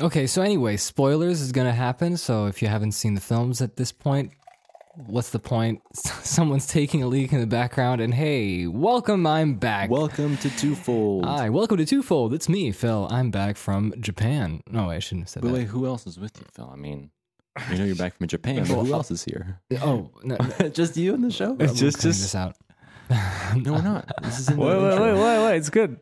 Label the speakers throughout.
Speaker 1: Okay, so anyway, spoilers is going to happen. So if you haven't seen the films at this point, what's the point? Someone's taking a leak in the background, and hey, welcome, I'm back.
Speaker 2: Welcome to Twofold.
Speaker 1: Hi, welcome to Twofold. It's me, Phil. I'm back from Japan. No, I shouldn't have said
Speaker 2: But
Speaker 1: that.
Speaker 2: wait, who else is with you, Phil? I mean, we know you're back from Japan, but who else is here?
Speaker 1: Oh, no, no,
Speaker 2: just you in the show?
Speaker 3: It's just,
Speaker 1: clean this
Speaker 3: just.
Speaker 1: out.
Speaker 2: no, we're not. This is in the
Speaker 3: Wait, wait,
Speaker 2: intro.
Speaker 3: wait, wait, wait. It's good.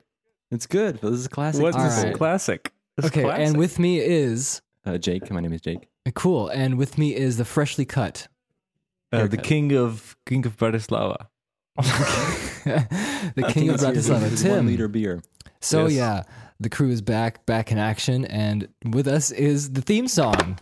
Speaker 2: It's good. Phil. This is classic.
Speaker 3: What's
Speaker 1: All
Speaker 3: this
Speaker 1: right.
Speaker 3: classic? This is
Speaker 1: Okay, and
Speaker 3: classic.
Speaker 1: with me is
Speaker 2: uh, Jake? My name is Jake.
Speaker 1: cool, and with me is the freshly cut.
Speaker 3: uh, the king of king of Bratislava.
Speaker 1: the king of
Speaker 2: It's here.
Speaker 1: Bratislava,
Speaker 2: It's One
Speaker 1: Tim.
Speaker 2: liter beer.
Speaker 1: So
Speaker 3: Yes.
Speaker 1: yeah, the crew is back, back in action, and with us is the theme song.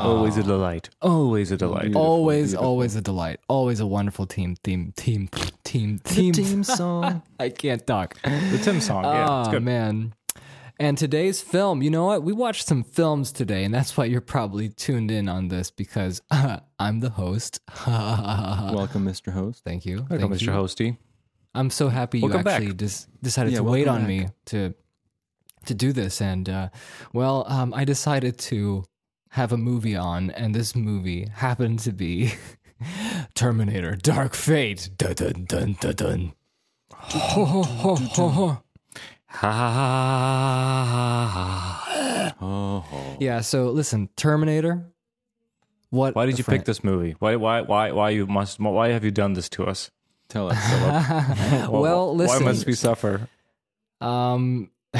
Speaker 3: Always a delight. Always a delight.
Speaker 2: Beautiful,
Speaker 1: always,
Speaker 2: beautiful.
Speaker 1: always a delight. Always a wonderful team, team, team, team, team.
Speaker 2: song.
Speaker 1: I can't talk.
Speaker 3: The Tim song. Yeah, it's
Speaker 1: oh
Speaker 3: good.
Speaker 1: man. And today's film, you know what? We watched some films today, and that's why you're probably tuned in on this because I'm the host.
Speaker 2: Welcome, Mr. Host.
Speaker 1: Thank you.
Speaker 3: Welcome,
Speaker 1: Thank
Speaker 3: Mr.
Speaker 1: you.
Speaker 3: Hosty.
Speaker 1: I'm so happy you
Speaker 3: Welcome back.
Speaker 1: actually des- decided
Speaker 2: Yeah,
Speaker 1: to wait on
Speaker 2: welcome
Speaker 1: me to to do this. And uh, well, um, I decided to have a movie on, and this movie happened to be Terminator: Dark Fate. Dun dun dun dun. dun. Ho, ho, ho, ho, ho.
Speaker 3: Ha ha ha ha ha.
Speaker 2: Oh, oh.
Speaker 1: Yeah. So listen, Terminator. What?
Speaker 3: Why
Speaker 1: a
Speaker 3: did you
Speaker 1: fran-
Speaker 3: pick this movie? Why why why why you must why have you done this to us?
Speaker 2: tell us. Philip.
Speaker 3: Why-
Speaker 1: well, listen.
Speaker 3: Why must we suffer?
Speaker 1: Um,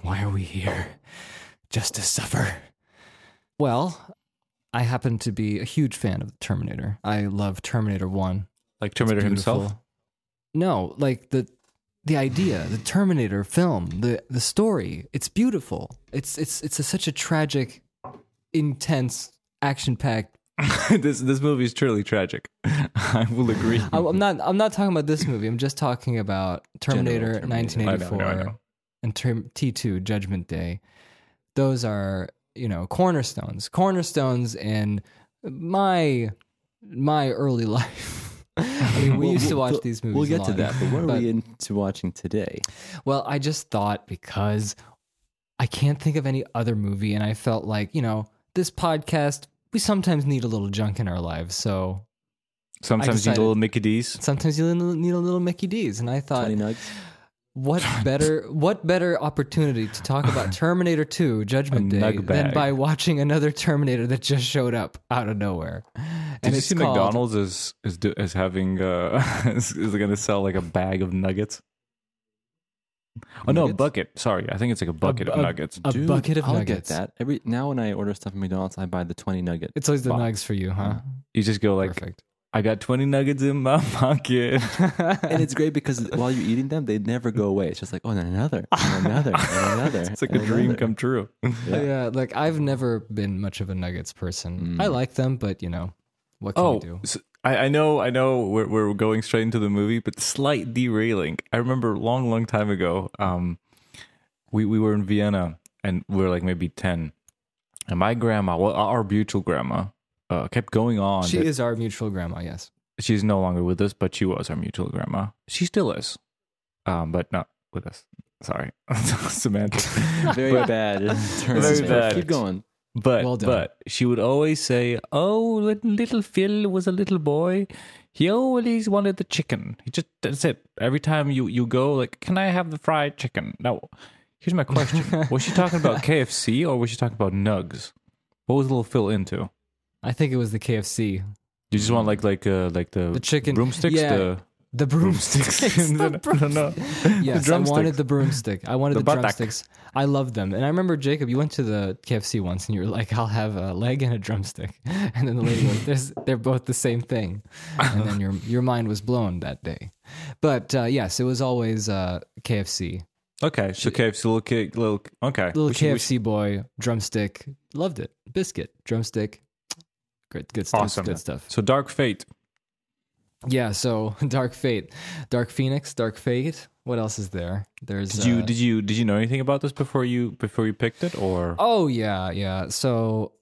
Speaker 1: why are we here? Just to suffer. Well, I happen to be a huge fan of the Terminator. I love Terminator 1.
Speaker 3: Like Terminator himself?
Speaker 1: No, like the the idea, the Terminator film, the the story, it's beautiful. It's it's it's a, such a tragic, intense, action-packed.
Speaker 3: this this movie is truly tragic. I will agree.
Speaker 1: I,
Speaker 2: Mm-hmm.
Speaker 1: I'm not I'm not talking about this movie. I'm just talking about Terminator,
Speaker 2: Terminator. I know, I know, I
Speaker 1: 1984. and term T2 Judgment Day. Those are, you know, cornerstones. Cornerstones in my my early life. I mean, we
Speaker 2: Well,
Speaker 1: used to
Speaker 2: we'll-
Speaker 1: watch these movies.
Speaker 2: We'll
Speaker 1: a
Speaker 2: get to
Speaker 1: lot.
Speaker 2: that, but what are
Speaker 1: But-
Speaker 2: we into watching today?
Speaker 1: Well, I just thought because I can't think of any other movie, and I felt like, you know, this podcast, we sometimes need a little junk in our lives. So
Speaker 3: Sometimes you need
Speaker 1: decided-
Speaker 3: a little Mickey D's.
Speaker 1: sometimes you need a little Mickey D's. And I thought,
Speaker 2: 20 nugs?
Speaker 1: What better what better opportunity to talk about Terminator 2 Judgment Day
Speaker 3: A nug
Speaker 1: than
Speaker 3: bag.
Speaker 1: by watching another Terminator that just showed up out of nowhere? And
Speaker 3: Did you
Speaker 1: it's
Speaker 3: see
Speaker 1: called-
Speaker 3: McDonald's is is do, is having uh, is, is going to sell like a bag of nuggets? Oh no, a
Speaker 2: Nuggets?
Speaker 3: bucket. Sorry, I think it's like a bucket
Speaker 1: bu-
Speaker 3: of nuggets.
Speaker 1: a
Speaker 2: Dude,
Speaker 1: bucket of
Speaker 2: I'll
Speaker 1: nuggets.
Speaker 2: get that. Every, now when I order stuff from McDonald's, I buy the 20 nugget.
Speaker 1: It's always the
Speaker 3: Wow.
Speaker 1: nugs for you, huh?
Speaker 3: you just go like,
Speaker 1: Perfect.
Speaker 3: I got twenty nuggets in my pocket.
Speaker 2: and it's great because while you're eating them, they never go away. It's just like, oh, and another, and another, and another.
Speaker 3: it's like a
Speaker 2: and
Speaker 3: dream
Speaker 2: another.
Speaker 3: come true.
Speaker 1: Yeah. like I've never been much of a nuggets person. I like them, but you know, what can you
Speaker 3: Mm. Oh,
Speaker 1: do?
Speaker 3: so I, I know, I know. We're, we're going straight into the movie, but slight derailing. I remember a long, long time ago. Um, we we were in Vienna, and we were like maybe ten, and my grandma, well, our mutual grandma, uh, kept going on.
Speaker 1: She
Speaker 3: that-
Speaker 1: is our mutual grandma, yes.
Speaker 3: she's no longer with us, but she was our mutual grandma. She still is, um, but not with us. Sorry, semantics.
Speaker 2: Very bad. Turns
Speaker 3: Very
Speaker 2: out.
Speaker 3: bad.
Speaker 2: Keep going.
Speaker 3: But
Speaker 1: Well done.
Speaker 3: but she would always say, "Oh, when little Phil was a little boy, he always wanted the chicken. He just that's it. Every time you you go, like, can I have the fried chicken? No. Here's my question: Was she talking about KFC or was she talking about nugs? What was little Phil into?
Speaker 1: I think it was the KFC.
Speaker 3: You just want like like uh, like the,
Speaker 1: The chicken-
Speaker 3: broomsticks,
Speaker 1: yeah.
Speaker 3: the
Speaker 1: The broomsticks.
Speaker 3: No,
Speaker 1: the
Speaker 3: no, no, no.
Speaker 1: Yes, I
Speaker 3: drumsticks.
Speaker 1: wanted the broomstick. I wanted the,
Speaker 3: The buttock.
Speaker 1: drumsticks. I loved them. And I remember Jacob, you went to the KFC once, and you were like, "I'll have a leg and a drumstick," and then the lady went, There's, "They're both the same thing," and then your your mind was blown that day. But uh, yes, it was always uh, KFC.
Speaker 3: Okay, so KFC little kid, little okay,
Speaker 1: Little
Speaker 3: We should- we
Speaker 1: KFC boy, drumstick, loved it. Biscuit, drumstick, great, good
Speaker 3: should-
Speaker 1: stuff.
Speaker 3: awesome,
Speaker 1: Good stuff.
Speaker 3: So Dark Fate,
Speaker 1: Yeah. So Dark Fate, Dark Phoenix, Dark Fate. What else is there? There's
Speaker 3: Did you
Speaker 1: uh,
Speaker 3: did you did you know anything about this before you before you picked it or
Speaker 1: Oh yeah, yeah. So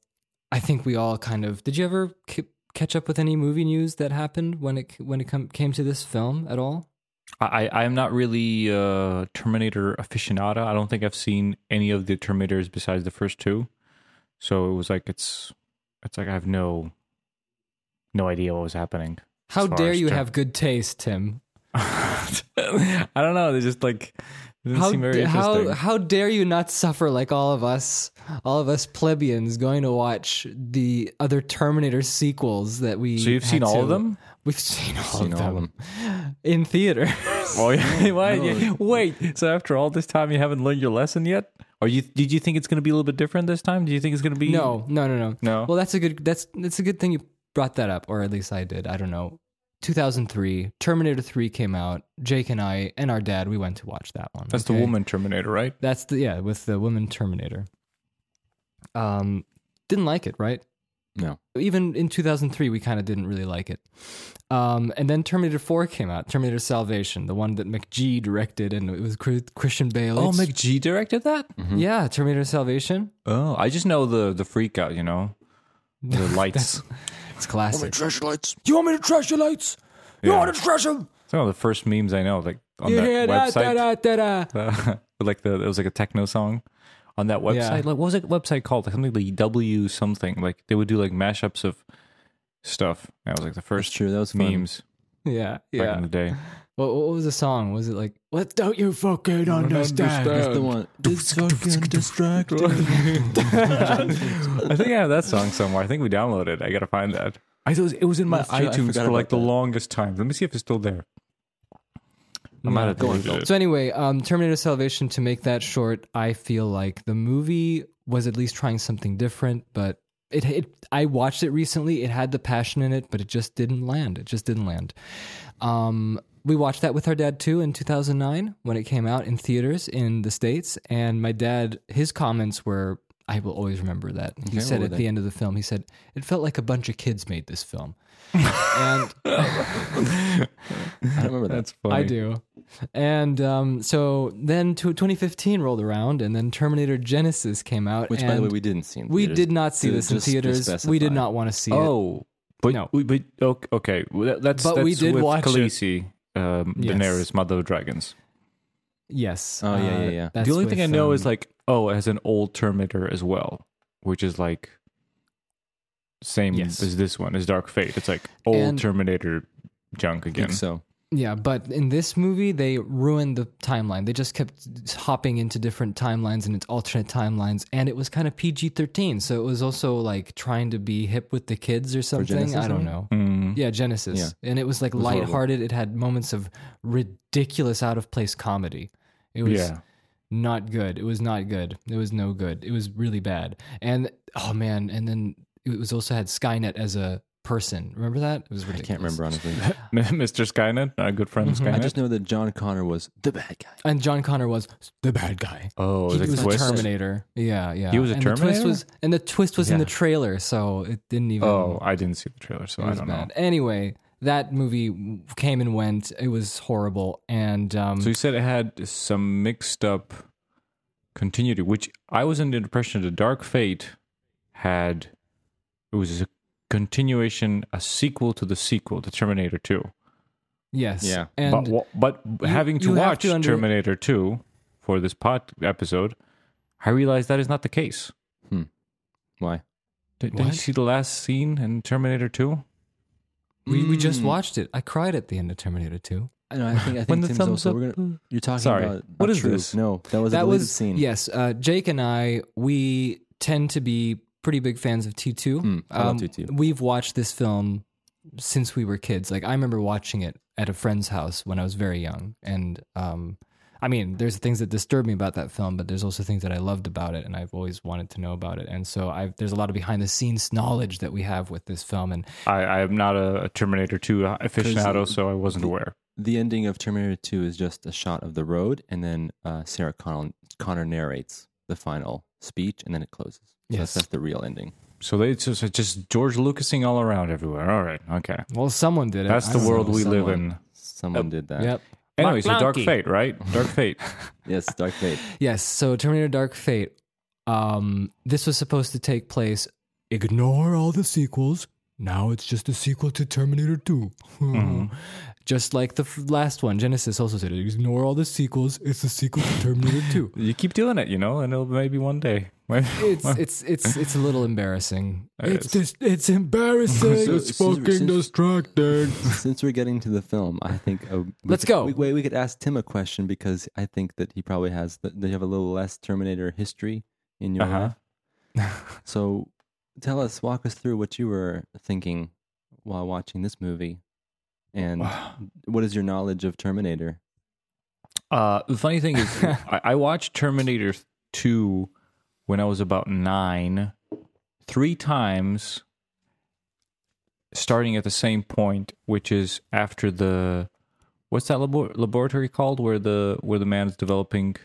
Speaker 1: I think we all kind of. Did you ever c- catch up with any movie news that happened when it when it com- came to this film at all?
Speaker 3: I I am not really a Terminator aficionado. I don't think I've seen any of the Terminators besides the first two. So it was like it's it's like I have no no idea what was happening.
Speaker 1: How
Speaker 3: As far
Speaker 1: dare
Speaker 3: as
Speaker 1: you
Speaker 3: Ter-
Speaker 1: have good taste, Tim?
Speaker 3: I don't know. They just like it didn't
Speaker 1: How,
Speaker 3: seem very
Speaker 1: da-
Speaker 3: interesting.
Speaker 1: how how dare you not suffer like all of us, all of us plebeians going to watch the other Terminator sequels that we.
Speaker 3: so you've
Speaker 1: had
Speaker 3: seen all of
Speaker 1: to-
Speaker 3: them?
Speaker 1: We've seen all,
Speaker 2: Seen
Speaker 1: of,
Speaker 2: all of
Speaker 1: them. in theater.
Speaker 3: Oh yeah. Why? yeah. Wait. So after all this time, you haven't learned your lesson yet? Or you did you think it's going to be a little bit different this time? Do you think it's going to be
Speaker 1: no, no, no, no,
Speaker 3: No?
Speaker 1: Well, that's a good. That's that's a good thing you brought that up, or at least I did. I don't know. 2003, Terminator 3 came out. Jake and I and our dad, we went to watch that one.
Speaker 3: That's the
Speaker 1: okay?
Speaker 3: woman Terminator, right?
Speaker 1: That's the yeah with the woman Terminator. Um, didn't like it, right?
Speaker 2: No.
Speaker 1: Even in 2003, we kind of didn't really like it. Um, and then Terminator 4 came out, Terminator Salvation, the one that McGee directed, and it was Chris- Christian Bale.
Speaker 3: Oh,
Speaker 1: It's-
Speaker 3: McG directed that?
Speaker 1: yeah, Terminator Salvation.
Speaker 3: Oh, I just know the the freak out, you know, the lights. Oh,
Speaker 1: It's classic.
Speaker 2: Treasure lights.
Speaker 1: You want me to trash your lights?
Speaker 3: Yeah.
Speaker 1: to trash them?
Speaker 3: It's one of the first memes I know, like on
Speaker 1: Yeah,
Speaker 3: that
Speaker 1: yeah, da, da,
Speaker 3: website.
Speaker 1: da, da, da.
Speaker 3: Uh, like the it was like a techno song on that website.
Speaker 1: Yeah.
Speaker 3: Like, what was that website called? Like something like W something. Like they would do like mashups of stuff. That was like the
Speaker 2: That's
Speaker 3: first
Speaker 2: true. That was fun.
Speaker 3: memes
Speaker 1: Yeah,
Speaker 3: back in
Speaker 1: yeah.
Speaker 3: the day.
Speaker 1: What, what was the song? Was it like, what don't you fucking understand?
Speaker 2: That's the one. It's fucking distracting.
Speaker 3: I think I have that song somewhere. I think we downloaded. it. I gotta find that. I thought it was- it was in my
Speaker 2: That's true. I
Speaker 3: iTunes
Speaker 2: forgot
Speaker 3: for like
Speaker 2: about
Speaker 3: the
Speaker 2: that.
Speaker 3: longest time. Let me see if it's still there. I might have
Speaker 2: Go on,
Speaker 3: deleted it.
Speaker 1: So anyway, um, Terminator Salvation. To make that short, I feel like the movie was at least trying something different, but it, it I watched it recently. It had the passion in it, but it just didn't land. It just didn't land. Um, we watched that with our dad too in 2009 when it came out in theaters in the states, and my dad his comments were. I will always remember that. He
Speaker 2: what
Speaker 1: said
Speaker 2: were
Speaker 1: at
Speaker 2: they?
Speaker 1: the end of the film, he said, It felt like a bunch of kids made this film. and
Speaker 2: I remember that.
Speaker 3: That's funny.
Speaker 1: I do. And um, so then to 2015 rolled around, and then Terminator Genesis came out.
Speaker 2: Which, by the
Speaker 1: and
Speaker 2: way, we didn't see. In
Speaker 1: we
Speaker 2: theaters.
Speaker 1: did not see
Speaker 2: To
Speaker 1: this in
Speaker 2: just- to
Speaker 1: theaters. We did
Speaker 2: specify.
Speaker 1: not want to see it.
Speaker 3: Oh, but
Speaker 1: No.
Speaker 3: we- but okay, okay. Well, that- that's
Speaker 1: But
Speaker 3: that's
Speaker 1: we did
Speaker 3: with
Speaker 1: watch it.
Speaker 3: Khaleesi, um,
Speaker 1: Yes.
Speaker 3: Daenerys, Mother of Dragons.
Speaker 1: Yes.
Speaker 2: Oh, yeah, yeah, yeah. The
Speaker 1: that's
Speaker 3: the only thing I
Speaker 1: with,
Speaker 3: know
Speaker 1: um,
Speaker 3: is like, oh, it has an old Terminator as well, which is like same
Speaker 1: Yes.
Speaker 3: as this one, as Dark Fate. It's like old
Speaker 1: And-
Speaker 3: Terminator junk
Speaker 2: I think
Speaker 3: again.
Speaker 2: so.
Speaker 1: Yeah, but in this movie, they ruined the timeline. They just kept hopping into different timelines and its alternate timelines, and it was kind of PG 13. So it was also like trying to be hip with the kids or something.
Speaker 2: Genesis,
Speaker 1: I
Speaker 2: I
Speaker 1: don't
Speaker 2: mean?
Speaker 1: know.
Speaker 3: Mm.
Speaker 1: Yeah, Genesis. And it was like
Speaker 2: horrible.
Speaker 1: lighthearted. It had moments of ridiculous out of place comedy. It was
Speaker 3: Yeah.
Speaker 1: not good. It was not good. It was no good. It was really bad. And oh man, and then it was also had Skynet as a person. Remember that? It was
Speaker 2: I
Speaker 1: ridiculous.
Speaker 2: can't remember honestly.
Speaker 3: Mr. Skynet, our good friend
Speaker 1: Mhm.
Speaker 3: Skynet.
Speaker 2: I just know that John Connor was the bad guy.
Speaker 1: And John Connor was the bad guy.
Speaker 3: oh,
Speaker 1: he
Speaker 3: it
Speaker 1: was
Speaker 3: was
Speaker 1: a
Speaker 3: a twist.
Speaker 1: Terminator. Yeah, yeah.
Speaker 3: He was a
Speaker 1: and The twist
Speaker 3: Terminator?
Speaker 1: was, and the twist was in the
Speaker 2: Yeah.
Speaker 1: trailer, so it didn't even.
Speaker 3: Oh, I didn't see the trailer, so
Speaker 1: It
Speaker 3: I
Speaker 1: was
Speaker 3: don't
Speaker 1: bad.
Speaker 3: know.
Speaker 1: Anyway, that movie came and went. It was horrible, and um,
Speaker 3: So you said it had some mixed up continuity, which I was under the impression that Dark Fate had it was a continuation, a sequel to the sequel, to Terminator Two.
Speaker 1: yes,
Speaker 2: Yeah.
Speaker 1: and
Speaker 3: but wa- but having to
Speaker 1: you have
Speaker 3: watch
Speaker 1: to under-
Speaker 3: Terminator Two for this pod episode, I realized that is not the case.
Speaker 2: Why?
Speaker 3: Did, did you
Speaker 1: What?
Speaker 3: see the last scene in Terminator Two?
Speaker 1: we, we
Speaker 2: Mm.
Speaker 1: just watched it. I cried at the end of Terminator Two.
Speaker 2: I know. I think. I think
Speaker 3: When the
Speaker 2: Tim's
Speaker 3: thumbs
Speaker 2: also.
Speaker 3: up.
Speaker 2: We're gonna. You're talking
Speaker 3: Sorry.
Speaker 2: about.
Speaker 3: What
Speaker 2: not
Speaker 3: is
Speaker 2: true.
Speaker 3: this?
Speaker 2: No, that was a
Speaker 1: that
Speaker 2: deleted
Speaker 1: was
Speaker 2: scene.
Speaker 1: yes. Uh, Jake and I we tend to be pretty big fans of T two. Um,
Speaker 2: Hmm, I love T2.
Speaker 1: We've watched this film since we were kids. Like I remember watching it at a friend's house when I was very young, and um, I mean, there's things that disturb me about that film, but there's also things that I loved about it, and I've always wanted to know about it. And so I've, there's a lot of behind the scenes knowledge that we have with this film, and
Speaker 3: I, I am not a Terminator Two aficionado, so I wasn't aware.
Speaker 2: The ending of Terminator 2 is just a shot of the road, and then uh, Sarah Connor, Connor narrates the final speech, and then it closes. So
Speaker 1: Yes.
Speaker 2: that's, that's the real ending.
Speaker 3: So they it's just, it's just George Lucasing all around everywhere. All right, okay.
Speaker 1: well, someone did it.
Speaker 3: That's
Speaker 1: I
Speaker 3: the
Speaker 1: don't know.
Speaker 3: world we live in.
Speaker 2: Someone did that.
Speaker 1: Yep.
Speaker 3: Anyway, so Dark
Speaker 1: McClunky.
Speaker 3: Fate, right? Dark Fate.
Speaker 2: Yes, Dark Fate.
Speaker 1: Yes, so Terminator Dark Fate. Um, this was supposed to take place. Mm-hmm. Ignore all the sequels. Now it's just a sequel to Terminator 2. Just like the f- last one, Genesis also said, ignore all the sequels. It's the sequel to Terminator 2.
Speaker 3: You keep doing it, you know, and it'll maybe one day. Maybe-
Speaker 1: It's it's it's it's a little embarrassing.
Speaker 3: It
Speaker 1: It's
Speaker 3: is.
Speaker 1: just it's embarrassing.
Speaker 2: So,
Speaker 1: it's
Speaker 2: since-
Speaker 1: fucking
Speaker 2: since-
Speaker 1: distracting.
Speaker 2: Since we're getting to the film, I think uh, we
Speaker 1: Let's
Speaker 2: could-
Speaker 1: go.
Speaker 2: We, wait, we could ask Tim a question because I think that he probably has. The, they have a little less Terminator history in your
Speaker 3: Uh-huh.
Speaker 2: life. So tell us, walk us through what you were thinking while watching this movie, and what is your knowledge of Terminator?
Speaker 3: Uh, the funny thing is, I, I watched Terminator 2 when I was about nine, three times, starting at the same point, which is after the what's that labo- laboratory called where the where the man is developing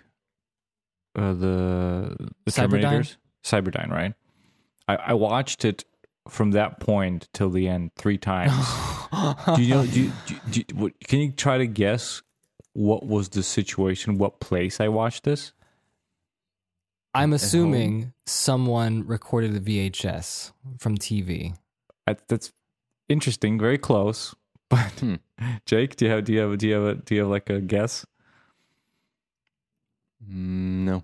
Speaker 3: uh, the the
Speaker 1: Cyberdyne?
Speaker 3: Terminators, Cyberdyne, right? I, I watched it from that point till the end three times do you know? Do you, do, you- do, you- what, can you try to guess what was the situation? What place I watched this?
Speaker 1: I'm assuming someone recorded a VHS from TV.
Speaker 3: That, that's interesting. Very close. But
Speaker 2: Hmm.
Speaker 3: Jake, do you have do you have do you have a, do you have like a guess?
Speaker 2: Mm, no,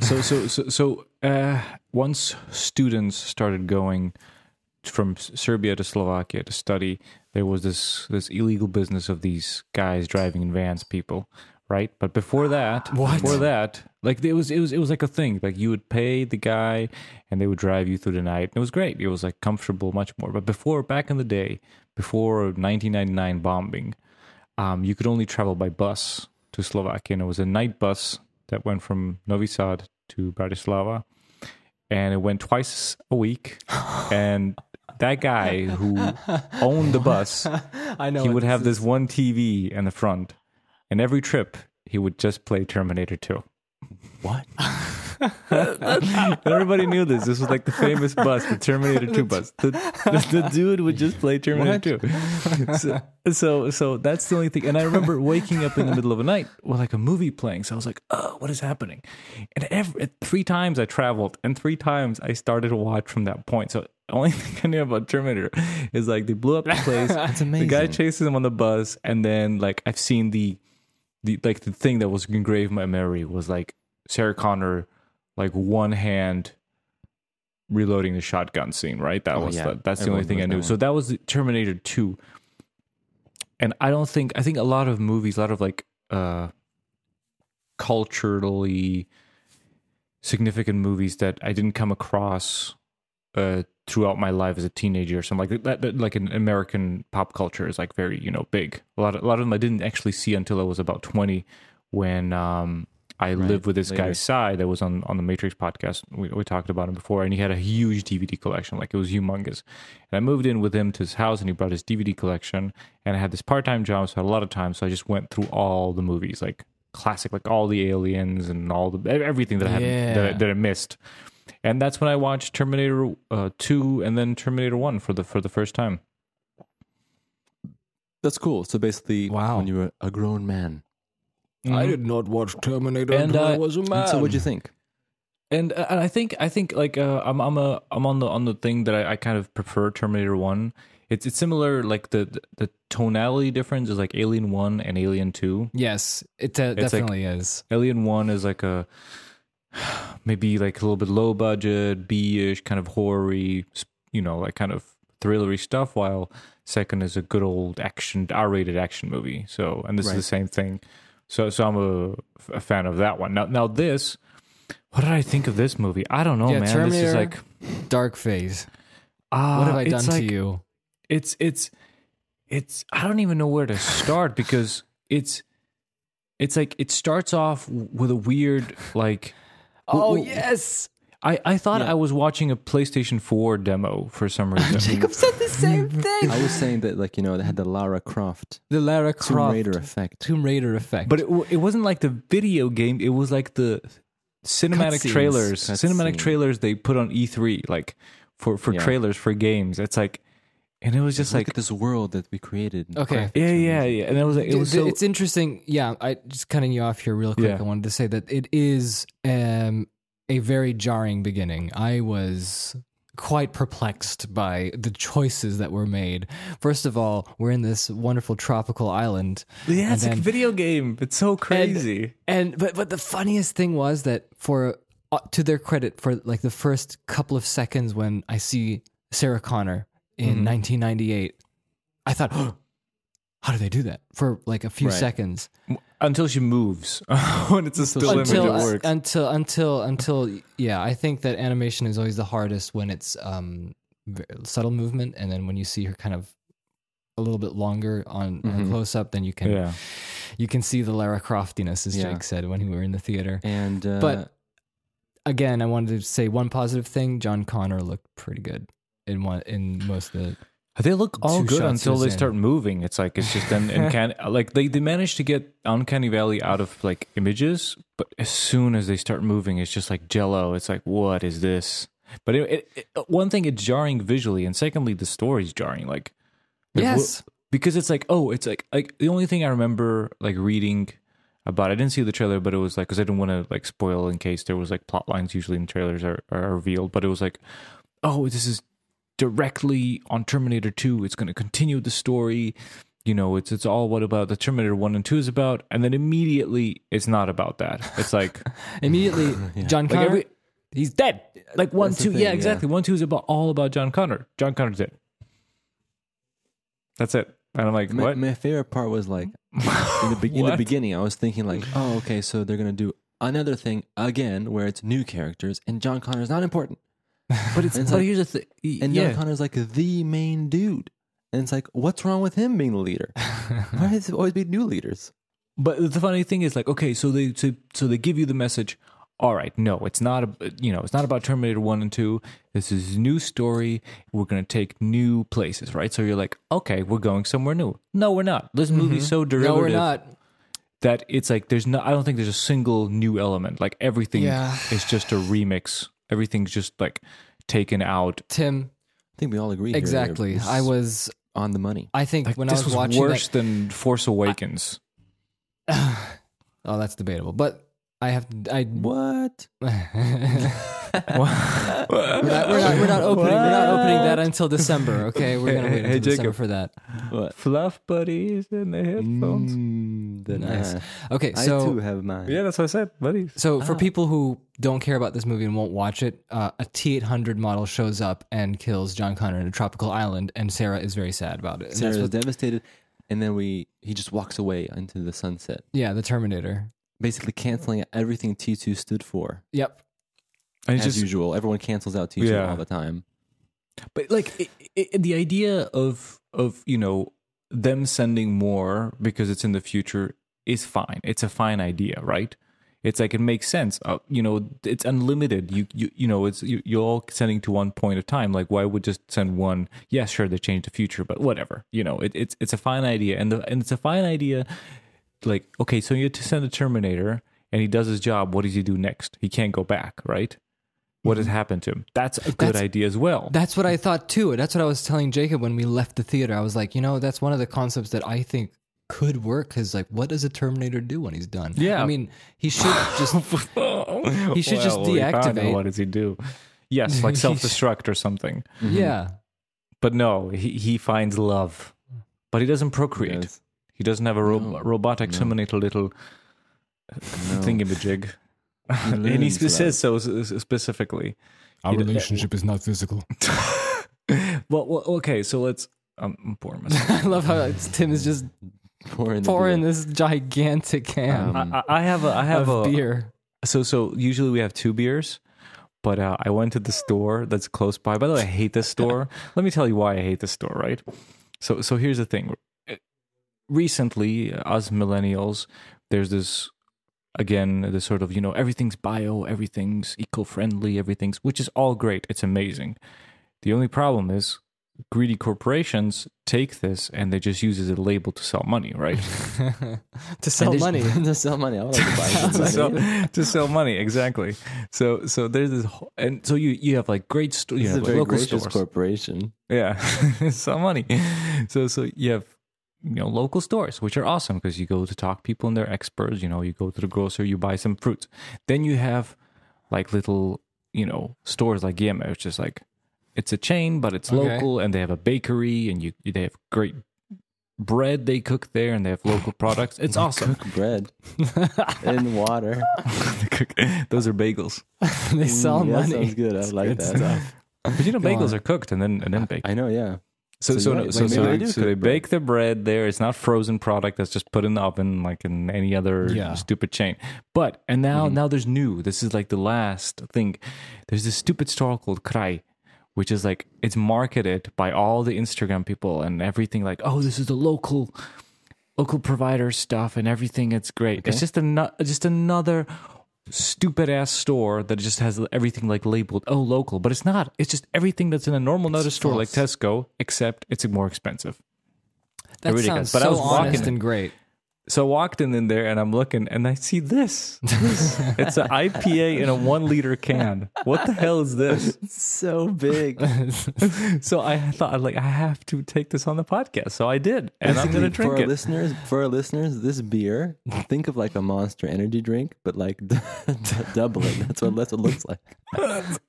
Speaker 3: So so so so uh, once students started going from S- Serbia to Slovakia to study, there was this this illegal business of these guys driving in vans, people, right? But before that,
Speaker 1: What?
Speaker 3: before that, like it was it was it was like a thing. Like you would pay the guy, and they would drive you through the night. It was great. It was like comfortable, much more. But before, back in the day, before 1999 bombing, um, you could only travel by bus to Slovakia, and it was a night bus that went from Novi Sad to Bratislava, and it went twice a week. And that guy who owned the bus,
Speaker 1: I know
Speaker 3: he
Speaker 1: what
Speaker 3: would have this one TV in the front, and every trip he would just play Terminator 2.
Speaker 2: what?
Speaker 3: And everybody knew this. This was like the famous bus, the Terminator 2 bus. The, the, the dude would just play Terminator 2. So, so so that's the only thing. And I remember waking up in the middle of the night with like a movie playing. So I was like, oh, what is happening? And every, three times I traveled and three times I started to watch from that point. So the only thing I knew about Terminator is like they blew up the place.
Speaker 2: That's amazing.
Speaker 3: The guy chases him on the bus, and then like I've seen the, the like the thing that was engraved in my memory was like Sarah Connor, like one hand reloading the shotgun scene. Right, that
Speaker 2: Oh,
Speaker 3: was
Speaker 2: yeah.
Speaker 3: the, that's the only
Speaker 2: Everyone
Speaker 3: thing I
Speaker 2: knows that
Speaker 3: knew.
Speaker 2: one.
Speaker 3: So that was the Terminator Two, and I don't think I think a lot of movies, a lot of like uh culturally significant movies that I didn't come across uh, throughout my life as a teenager or something like that, that. Like in American pop culture is like very you know big. A lot of, a lot of them I didn't actually see until I was about twenty when um, I lived with this
Speaker 2: later.
Speaker 3: guy Sai that was on on the Matrix podcast. We, we talked about him before, and he had a huge DVD collection, like it was humongous. And I moved in with him to his house, and he brought his DVD collection. And I had this part time job, so I had a lot of time. So I just went through all the movies, like classic, like all the aliens and all the everything that I had that, I-
Speaker 1: Yeah.
Speaker 3: that I missed and that's when I watched Terminator uh, two and then Terminator one for the for the first time.
Speaker 2: That's cool. So basically,
Speaker 1: Wow.
Speaker 2: when you were a grown man.
Speaker 1: I did not watch Terminator
Speaker 3: And,
Speaker 1: until I
Speaker 3: uh,
Speaker 1: was a man.
Speaker 2: And so what'd you think?
Speaker 3: And uh, and I think I think like uh, I'm I'm a I'm on the on the thing that I, I kind of prefer Terminator one. It's it's similar like the the, the tonality difference is like Alien one and Alien two.
Speaker 1: yes, it de-
Speaker 3: like-
Speaker 1: definitely is.
Speaker 3: Alien one is like a maybe like a little bit low budget, B ish kind of horror-y, you know, like kind of thrillery stuff. While second is a good old action, R rated action movie. So and this is the same thing. So so I'm a, a fan of that one. Now now this, what did I think of this movie? I don't know,
Speaker 1: Yeah,
Speaker 3: man. This is
Speaker 1: Terminator.
Speaker 3: like
Speaker 1: Dark Phase.
Speaker 3: ah,
Speaker 1: What have I
Speaker 3: it's
Speaker 1: done
Speaker 3: like-
Speaker 1: to you?
Speaker 3: it's it's it's i don't even know where to start because it's it's like it starts off with a weird like
Speaker 1: Oh
Speaker 3: w-
Speaker 1: yes,
Speaker 3: i i thought i was watching a playstation 4 demo for some reason
Speaker 1: said the same thing.
Speaker 2: I was saying that, like you know, they had the Lara Croft
Speaker 1: The Lara Croft
Speaker 2: Tomb Raider effect.
Speaker 1: Tomb Raider effect.
Speaker 3: but it, w- it wasn't like the video game it was like the cinematic
Speaker 1: Cutscenes.
Speaker 3: trailers cinematic
Speaker 2: Cutscene.
Speaker 3: trailers they put on e3 like for for
Speaker 2: Yeah.
Speaker 3: trailers for games it's like and it was just
Speaker 2: Look
Speaker 3: like
Speaker 2: at this world that we created.
Speaker 1: Okay.
Speaker 2: Graphics
Speaker 3: yeah
Speaker 2: are
Speaker 3: yeah
Speaker 2: amazing.
Speaker 3: yeah and it was like it
Speaker 1: D-
Speaker 3: was
Speaker 1: d-
Speaker 3: so,
Speaker 1: it's interesting. Yeah, I just cutting you off here real quick.
Speaker 3: Yeah.
Speaker 1: I wanted to say that it is um, a very jarring beginning. I was quite perplexed by the choices that were made. First of all, we're in this wonderful tropical island.
Speaker 3: Yeah,
Speaker 1: it's
Speaker 3: it's
Speaker 1: like
Speaker 3: a
Speaker 1: then-
Speaker 3: video game. It's so crazy.
Speaker 1: And but but the funniest thing was that for uh, to their credit, for like the first couple of seconds when I see Sarah Connor in
Speaker 2: Mm-hmm.
Speaker 1: 1998, I thought, oh, how do they do that for like a few
Speaker 2: Right.
Speaker 1: seconds
Speaker 3: until she moves. when it's a still
Speaker 1: until
Speaker 3: image, it works.
Speaker 1: until until until yeah? I think that animation is always the hardest when it's um v- subtle movement, and then when you see her kind of a little bit longer on, on
Speaker 2: Mm-hmm.
Speaker 1: close up, then you can
Speaker 3: yeah.
Speaker 1: you can see the Lara Croftiness, as
Speaker 2: Yeah.
Speaker 1: Jake said when we were in the theater.
Speaker 2: And uh,
Speaker 1: But- again, I wanted to say one positive thing. John Connor looked pretty good in one in most of the.
Speaker 3: They look all
Speaker 1: Two
Speaker 3: good
Speaker 1: shots
Speaker 3: until
Speaker 1: is
Speaker 3: they
Speaker 1: in.
Speaker 3: start moving. It's like it's just an uncanny. like they they manage to get uncanny valley out of like images, but as soon as they start moving, it's just like jello. It's like what is this? But it, it, it- one thing, it's jarring visually, and secondly, the story's jarring. Like like, wh-
Speaker 1: Yes.
Speaker 3: because it's like oh, it's like like the only thing I remember like reading about. I didn't see the trailer, but it was like because I didn't want to like spoil in case there was like plot lines usually in trailers are, are revealed. But it was like oh, this is directly on Terminator 2. It's going to continue the story. You know, it's it's all what about the Terminator 1 and 2 is about. And then immediately it's not about that. It's like,
Speaker 1: Immediately, John
Speaker 3: like
Speaker 1: Connor.
Speaker 3: every, he's dead. Like 1
Speaker 2: That's the
Speaker 3: 2.
Speaker 2: thing,
Speaker 3: yeah,
Speaker 2: yeah.
Speaker 3: exactly. 1 2 is about all about John Connor. John Connor's dead. That's it. And I'm like,
Speaker 2: my,
Speaker 3: what?
Speaker 2: my favorite part was like in the, be- in the
Speaker 3: What?
Speaker 2: beginning, I was thinking like, oh, okay, so they're gonna do another thing again where it's new characters and John Connor's not important.
Speaker 3: But it's,
Speaker 2: And it's
Speaker 3: but
Speaker 2: like-
Speaker 3: here's the thing.
Speaker 2: And
Speaker 3: yeah.
Speaker 2: John Connor's like the main dude. And it's like, what's wrong with him being the leader? Why does it always be new leaders?
Speaker 3: But the funny thing is, like, okay, so they so, so they give you the message. All right, no, it's not. A, you know, it's not about Terminator One and Two. This is new story. We're gonna take new places, right? So you're like, okay, we're going somewhere new. No, we're not. This movie's so
Speaker 1: Mm-hmm. no,
Speaker 3: derivative
Speaker 1: we're not.
Speaker 3: that it's like there's no. I don't think there's a single new element. Like everything
Speaker 1: Yeah.
Speaker 3: is just a remix. Everything's just like taken out.
Speaker 1: Tim,
Speaker 2: I think we all agree. here that
Speaker 1: exactly.
Speaker 2: it's
Speaker 1: I was.
Speaker 2: on the money.
Speaker 1: I think
Speaker 3: Like
Speaker 1: when I
Speaker 3: this
Speaker 1: was, watching
Speaker 3: worse
Speaker 1: that-
Speaker 3: than Force Awakens.
Speaker 1: oh, that's debatable. But I have. I.
Speaker 2: What?
Speaker 1: We're not, we're not, we're not opening. We're not opening that until December. Okay, we're gonna wait
Speaker 3: Hey,
Speaker 1: until December
Speaker 3: Jacob.
Speaker 1: for that.
Speaker 2: What?
Speaker 3: Fluff buddies and the headphones.
Speaker 2: Mm, the
Speaker 1: Nice.
Speaker 2: nah.
Speaker 1: Okay,
Speaker 2: I
Speaker 1: so
Speaker 2: too have mine.
Speaker 3: Yeah, that's what I said, buddies.
Speaker 1: So for people who don't care about this movie and won't watch it, uh, a T eight hundred model shows up and kills John Connor in a tropical island, and Sarah is very sad about it. And
Speaker 2: Sarah
Speaker 1: that's
Speaker 2: is
Speaker 1: what,
Speaker 2: devastated, and then we he just walks away into the sunset,
Speaker 1: yeah, the Terminator.
Speaker 2: basically canceling everything T two stood for.
Speaker 1: Yep.
Speaker 3: And
Speaker 2: As usual, everyone cancels out T two
Speaker 3: Yeah.
Speaker 2: all the time.
Speaker 3: but like i i the idea of of you know them sending more because it's in the future is fine it's a fine idea right it's like it makes sense uh, you know it's unlimited you you, you know it's you, you're all sending to one point at a time like why would just send one yeah sure they changed the future but whatever you know it, it's it's a fine idea and the, and it's a fine idea like okay so you have to send a terminator and he does his job what does he do next he can't go back right what has happened to him that's a good
Speaker 1: That's-
Speaker 3: idea as well
Speaker 1: That's what I thought too. That's what I was telling Jacob when we left the theater. I was like, you know, that's one of the concepts that I think could work is like what does a terminator do when he's done
Speaker 3: Yeah.
Speaker 1: i mean he should just
Speaker 3: he
Speaker 1: should just deactivate.
Speaker 3: What does he do? Yes, like
Speaker 1: He's-
Speaker 3: self destruct or something.
Speaker 1: yeah
Speaker 3: But no, he, he finds love, but he doesn't procreate.
Speaker 2: Yes.
Speaker 3: He doesn't have a ro-
Speaker 2: No,
Speaker 3: robotic Terminator little
Speaker 2: No.
Speaker 3: thingamajig.
Speaker 2: He
Speaker 3: And he
Speaker 2: learns
Speaker 3: spe- says so s- s- specifically.
Speaker 4: Our
Speaker 3: He d-
Speaker 4: relationship is not physical.
Speaker 3: Well, well okay, so let's. um, I'm pouring myself.
Speaker 1: i love how it's, tim is just
Speaker 2: that. Pour in the
Speaker 1: pouring
Speaker 2: beer.
Speaker 1: this gigantic can
Speaker 2: Um,
Speaker 3: I, I I have a, I have
Speaker 1: of
Speaker 3: a
Speaker 1: beer
Speaker 3: So so usually we have two beers, but uh, I went to the store that's close by. By the way, I hate this store. Let me tell you why I hate this store. Right. So so here's the thing. Uh, Recently, uh, us millennials, there's this again the sort of you know everything's bio, everything's eco-friendly, everything's which is all great. It's amazing. The only problem is greedy corporations take this and they just use it as a label to sell money, right?
Speaker 1: to sell
Speaker 2: They just-
Speaker 1: money
Speaker 2: to sell money. I would like to buy some
Speaker 3: to
Speaker 2: money.
Speaker 3: sell to sell money exactly so so there's this whole, and so you you have like great sto- you
Speaker 2: This is
Speaker 3: know,
Speaker 2: a very
Speaker 3: local
Speaker 2: gracious
Speaker 3: stores
Speaker 2: corporation.
Speaker 3: yeah sell money so so you have you know local stores which are awesome because you go to talk to people and they're experts you know you go to the grocer you buy some fruits then you have like little you know stores like yema which is like It's a chain, but it's
Speaker 1: Okay.
Speaker 3: local, and they have a bakery, and you they have great bread they cook there, and they have local products. It's awesome.
Speaker 2: bread and water.
Speaker 3: They cook- Those are bagels,
Speaker 1: they sell
Speaker 2: Mm, that
Speaker 1: money.
Speaker 2: sounds good. I
Speaker 1: It's
Speaker 2: like
Speaker 1: good
Speaker 2: that.
Speaker 1: stuff.
Speaker 3: but you know,
Speaker 1: Go
Speaker 3: bagels
Speaker 1: on.
Speaker 3: are cooked and then and then baked.
Speaker 2: I know, yeah.
Speaker 3: So
Speaker 2: So
Speaker 3: so
Speaker 2: you're
Speaker 3: no-
Speaker 2: right.
Speaker 3: so
Speaker 2: Wait,
Speaker 3: so,
Speaker 2: maybe
Speaker 3: they,
Speaker 2: they do
Speaker 3: so they
Speaker 2: cook bread.
Speaker 3: bake the bread there. It's not frozen product that's just put in the oven like in any other
Speaker 1: Yeah.
Speaker 3: stupid chain. But and now now there's new. This is like the last thing. There's this stupid store called Krai, which is like it's marketed by all the Instagram people and everything. Like oh, this is the local local provider stuff and everything. It's great. It's just another just another stupid ass store that just has everything like labeled oh local, but it's not. It's just everything that's in a normal another store like
Speaker 1: false.
Speaker 3: Tesco, except it's more expensive.
Speaker 1: That
Speaker 3: Really good.
Speaker 1: sounds
Speaker 3: But I
Speaker 1: so
Speaker 3: was walking
Speaker 1: honest
Speaker 3: it.
Speaker 1: and great.
Speaker 3: So I walked in, in there and I'm looking and I see this. This. it's an IPA in a one liter can. What the hell is this?
Speaker 2: So big.
Speaker 3: So I thought like I have to take this on the podcast. So I did. And I'm gonna
Speaker 2: for
Speaker 3: drink
Speaker 2: our
Speaker 3: it.
Speaker 2: listeners, for our listeners, this beer, think of like a monster energy drink, but like d- d- double it. That's what that's what it looks like.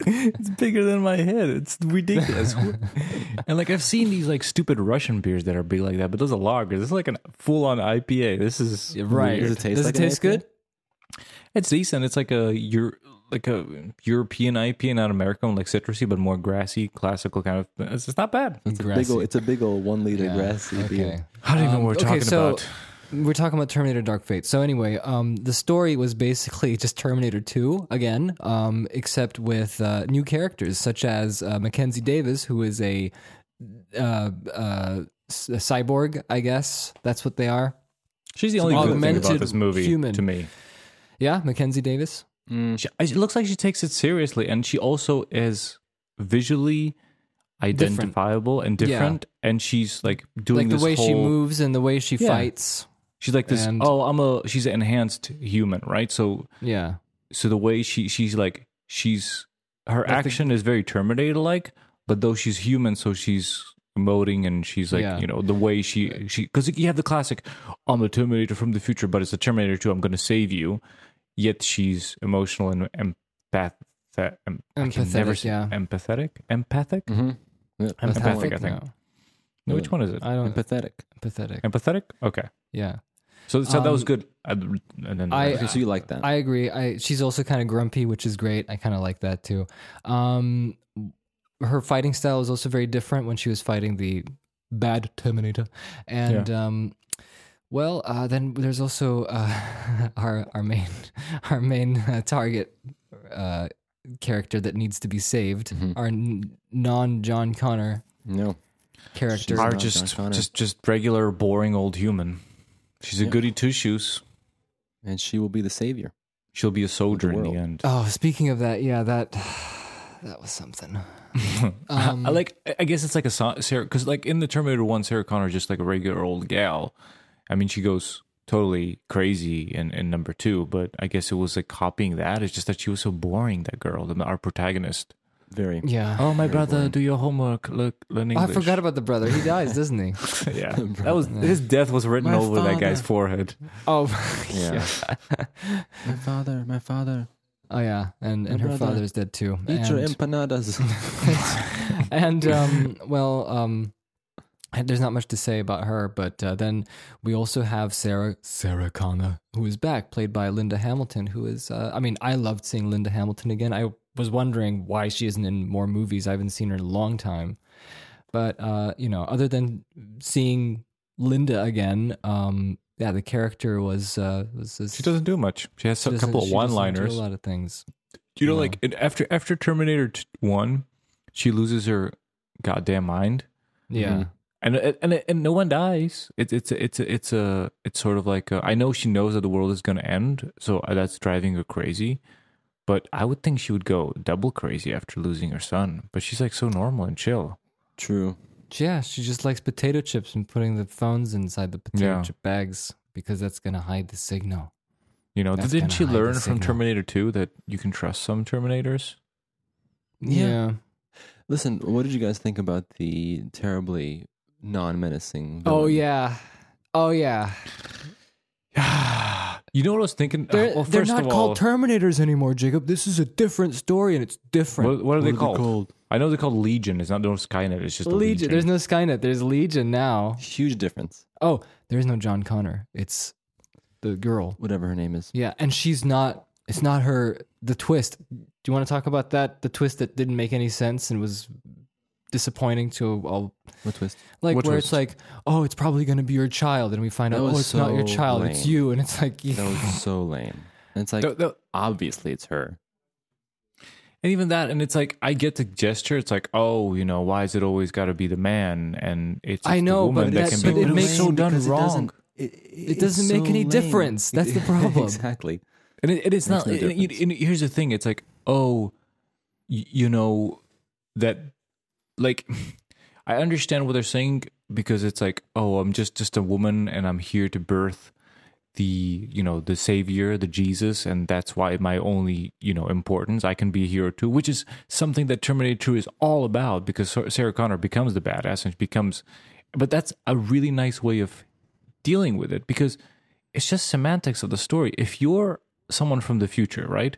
Speaker 3: it's bigger than my head. It's ridiculous. and like I've seen these like stupid Russian beers that are big like that, but those are lagers. This is like a full on IPA. This is
Speaker 1: Right.
Speaker 2: Does it taste
Speaker 1: Does
Speaker 2: like
Speaker 1: it
Speaker 2: an
Speaker 1: taste good?
Speaker 3: it's decent. It's like a Euro, like a European IPA, not American, like citrusy, but more grassy, classical kind of. It's, it's not bad.
Speaker 2: It's a big
Speaker 1: Grassy.
Speaker 2: old, it's a big old one liter
Speaker 1: Yeah,
Speaker 2: grassy beer.
Speaker 3: I don't even know
Speaker 1: Um,
Speaker 3: what we're
Speaker 1: okay,
Speaker 3: talking
Speaker 1: so-
Speaker 3: about.
Speaker 1: We're talking about Terminator Dark Fate. So anyway, um, the story was basically just Terminator 2 again, um, except with uh, new characters such as uh, Mackenzie Davis, who is a, uh, uh, s- a cyborg, I guess. That's what they are.
Speaker 3: She's the only good thing about
Speaker 1: augmented
Speaker 3: this movie
Speaker 1: human.
Speaker 3: to me.
Speaker 1: Yeah, Mackenzie Davis.
Speaker 3: She, it looks like she takes it seriously, and she also is visually identifiable and different. And she's like
Speaker 1: Like
Speaker 3: doing
Speaker 1: the
Speaker 3: this
Speaker 1: way she
Speaker 3: whole-
Speaker 1: moves and the way she fights.
Speaker 3: She's like this.
Speaker 1: And-
Speaker 3: oh, I'm a. She's an enhanced human, right? So,
Speaker 1: Yeah.
Speaker 3: so the way she she's like she's her
Speaker 1: the-
Speaker 3: action is very Terminator like, but though she's human, so she's emoting and she's like
Speaker 1: Yeah.
Speaker 3: you know the way she she because you have the classic, I'm a Terminator from the future, but it's a Terminator too. I'm going to save you. Yet she's emotional and empath. em- I can never
Speaker 1: Empathetic,
Speaker 3: say-
Speaker 1: yeah. Mm.
Speaker 3: Empathic. Empathic.
Speaker 2: Mm-hmm. Yeah,
Speaker 3: Empathic. I think.
Speaker 1: No,
Speaker 3: No, which one is it?
Speaker 1: I don't.
Speaker 2: empathetic.
Speaker 1: Empathetic.
Speaker 3: Empathetic. Okay.
Speaker 1: Yeah.
Speaker 3: So, so that was
Speaker 1: Um,
Speaker 3: good. And then
Speaker 1: I-
Speaker 2: Okay, so you like that?
Speaker 1: I agree. I she's also kind of grumpy, which is great. I kind of like that too. Um, her fighting style was also very different when she was fighting the bad Terminator, and um, well, uh, then there's also uh, our our main our main uh, target. Uh, character that needs to be saved
Speaker 3: Mm-hmm.
Speaker 1: our n- non John Connor
Speaker 2: no.
Speaker 1: character
Speaker 2: She's-
Speaker 3: are
Speaker 2: John
Speaker 3: just
Speaker 2: Connor.
Speaker 3: just just regular boring old human. She's a goody two shoes.
Speaker 2: And she will be the savior.
Speaker 3: She'll be a soldier in the
Speaker 2: world.
Speaker 3: end.
Speaker 1: oh speaking of that yeah that that was something um,
Speaker 3: I like I guess it's like a Sa- Sarah because like in the Terminator One, Sarah Connor is just like a regular old gal. I mean, she goes totally crazy in, in number two, but I guess it was like copying that. It's just that she was so boring that girl, the, our protagonist.
Speaker 2: Very.
Speaker 1: yeah
Speaker 3: Oh my brother, do your homework. Look, learn
Speaker 1: Oh,
Speaker 3: English.
Speaker 1: I forgot about the brother. He dies, doesn't he?
Speaker 3: yeah, that was his death was written
Speaker 2: My
Speaker 3: over that guy's
Speaker 2: father.
Speaker 3: forehead.
Speaker 1: Oh,
Speaker 2: Yeah.
Speaker 1: yeah.
Speaker 2: My father, my father.
Speaker 1: Oh, yeah. And and
Speaker 2: My
Speaker 1: her
Speaker 2: brother.
Speaker 1: father's dead too.
Speaker 2: Eat your
Speaker 1: And,
Speaker 2: empanadas.
Speaker 1: and um, well, um, and there's not much to say about her, but uh, then we also have Sarah Sarah Connor, who is back, played by Linda Hamilton, who is. Uh, I mean, I loved seeing Linda Hamilton again. I was wondering why she isn't in more movies. I haven't seen her in a long time, but uh, you know, other than seeing Linda again, um, yeah, the character was uh, was. was
Speaker 3: She doesn't do much. She has a
Speaker 1: doesn't-
Speaker 3: couple of
Speaker 1: she doesn't do
Speaker 3: one-liners.
Speaker 1: a lot of things.
Speaker 3: you know, like in, after after Terminator t- One, she loses her goddamn mind,
Speaker 1: Yeah.
Speaker 3: and and and no one dies. It's it's it's it's a it's sort of like a, I know she knows that the world is gonna end, so that's driving her crazy. But I would think she would go double crazy after losing her son. But she's like so normal and chill.
Speaker 2: True.
Speaker 1: Yeah, she just likes potato chips and putting the phones inside the potato
Speaker 3: Yeah.
Speaker 1: chip bags because that's going to hide the signal.
Speaker 3: You know,
Speaker 1: That's
Speaker 3: didn't
Speaker 1: gonna
Speaker 3: she
Speaker 1: hide the
Speaker 3: learn from
Speaker 1: signal.
Speaker 3: Terminator Two that you can trust some Terminators?
Speaker 2: Yeah. Listen, what did you guys think about the terribly non-menacing?
Speaker 1: Oh,
Speaker 2: villain?
Speaker 1: yeah. Oh, yeah.
Speaker 3: Ah, You know what I was thinking?
Speaker 1: They're,
Speaker 3: well,
Speaker 1: they're
Speaker 3: first
Speaker 1: not
Speaker 3: of all,
Speaker 1: called Terminators anymore, Jacob. This is a different story and it's different.
Speaker 3: what, what are they
Speaker 2: What
Speaker 3: called? I know they're called Legion. It's not no Skynet. It's just
Speaker 1: Legion.
Speaker 3: Legion.
Speaker 1: There's no Skynet. There's Legion now.
Speaker 2: Huge difference.
Speaker 1: Oh, there's no John Connor. It's the girl.
Speaker 2: Whatever her name is.
Speaker 1: Yeah, and she's not. It's not her. The twist. Do you want to talk about that? The twist that didn't make any sense and was disappointing to all.
Speaker 2: What twist?
Speaker 1: Like
Speaker 3: What
Speaker 1: where
Speaker 3: twist?
Speaker 1: it's like, oh, it's probably going to be your child, and we find
Speaker 2: That
Speaker 1: out, oh,
Speaker 2: was
Speaker 1: it's not your
Speaker 2: so
Speaker 1: child. It's
Speaker 2: lame.
Speaker 1: you, and it's like,
Speaker 2: That was so lame. And it's like
Speaker 3: Th- th-
Speaker 2: obviously it's her.
Speaker 3: and even that, and it's like I get the gesture. It's like, oh, you know, why is it always got to be the man? And it's,
Speaker 1: I
Speaker 3: it's
Speaker 1: know,
Speaker 3: the woman
Speaker 1: but
Speaker 3: that
Speaker 1: that's-
Speaker 3: can
Speaker 1: but
Speaker 3: be.
Speaker 1: it
Speaker 3: was
Speaker 1: makes-
Speaker 3: so done wrong.
Speaker 2: It,
Speaker 1: It doesn't
Speaker 2: it's
Speaker 1: make any
Speaker 2: lame.
Speaker 1: difference. That's the problem.
Speaker 2: exactly.
Speaker 3: And it, it is
Speaker 2: Makes
Speaker 3: not.
Speaker 2: no
Speaker 3: and- and-
Speaker 2: difference.
Speaker 3: and here's the thing: it's like, oh, y- you know, that, like, I understand what they're saying because it's like, oh, I'm just just a woman and I'm here to birth the you know the savior the jesus and that's why my only you know importance i can be a hero too which is something that terminator 2 is all about because Sar- sarah connor becomes the badass and she becomes but that's a really nice way of dealing with it because it's just semantics of the story. If you're someone from the future, right,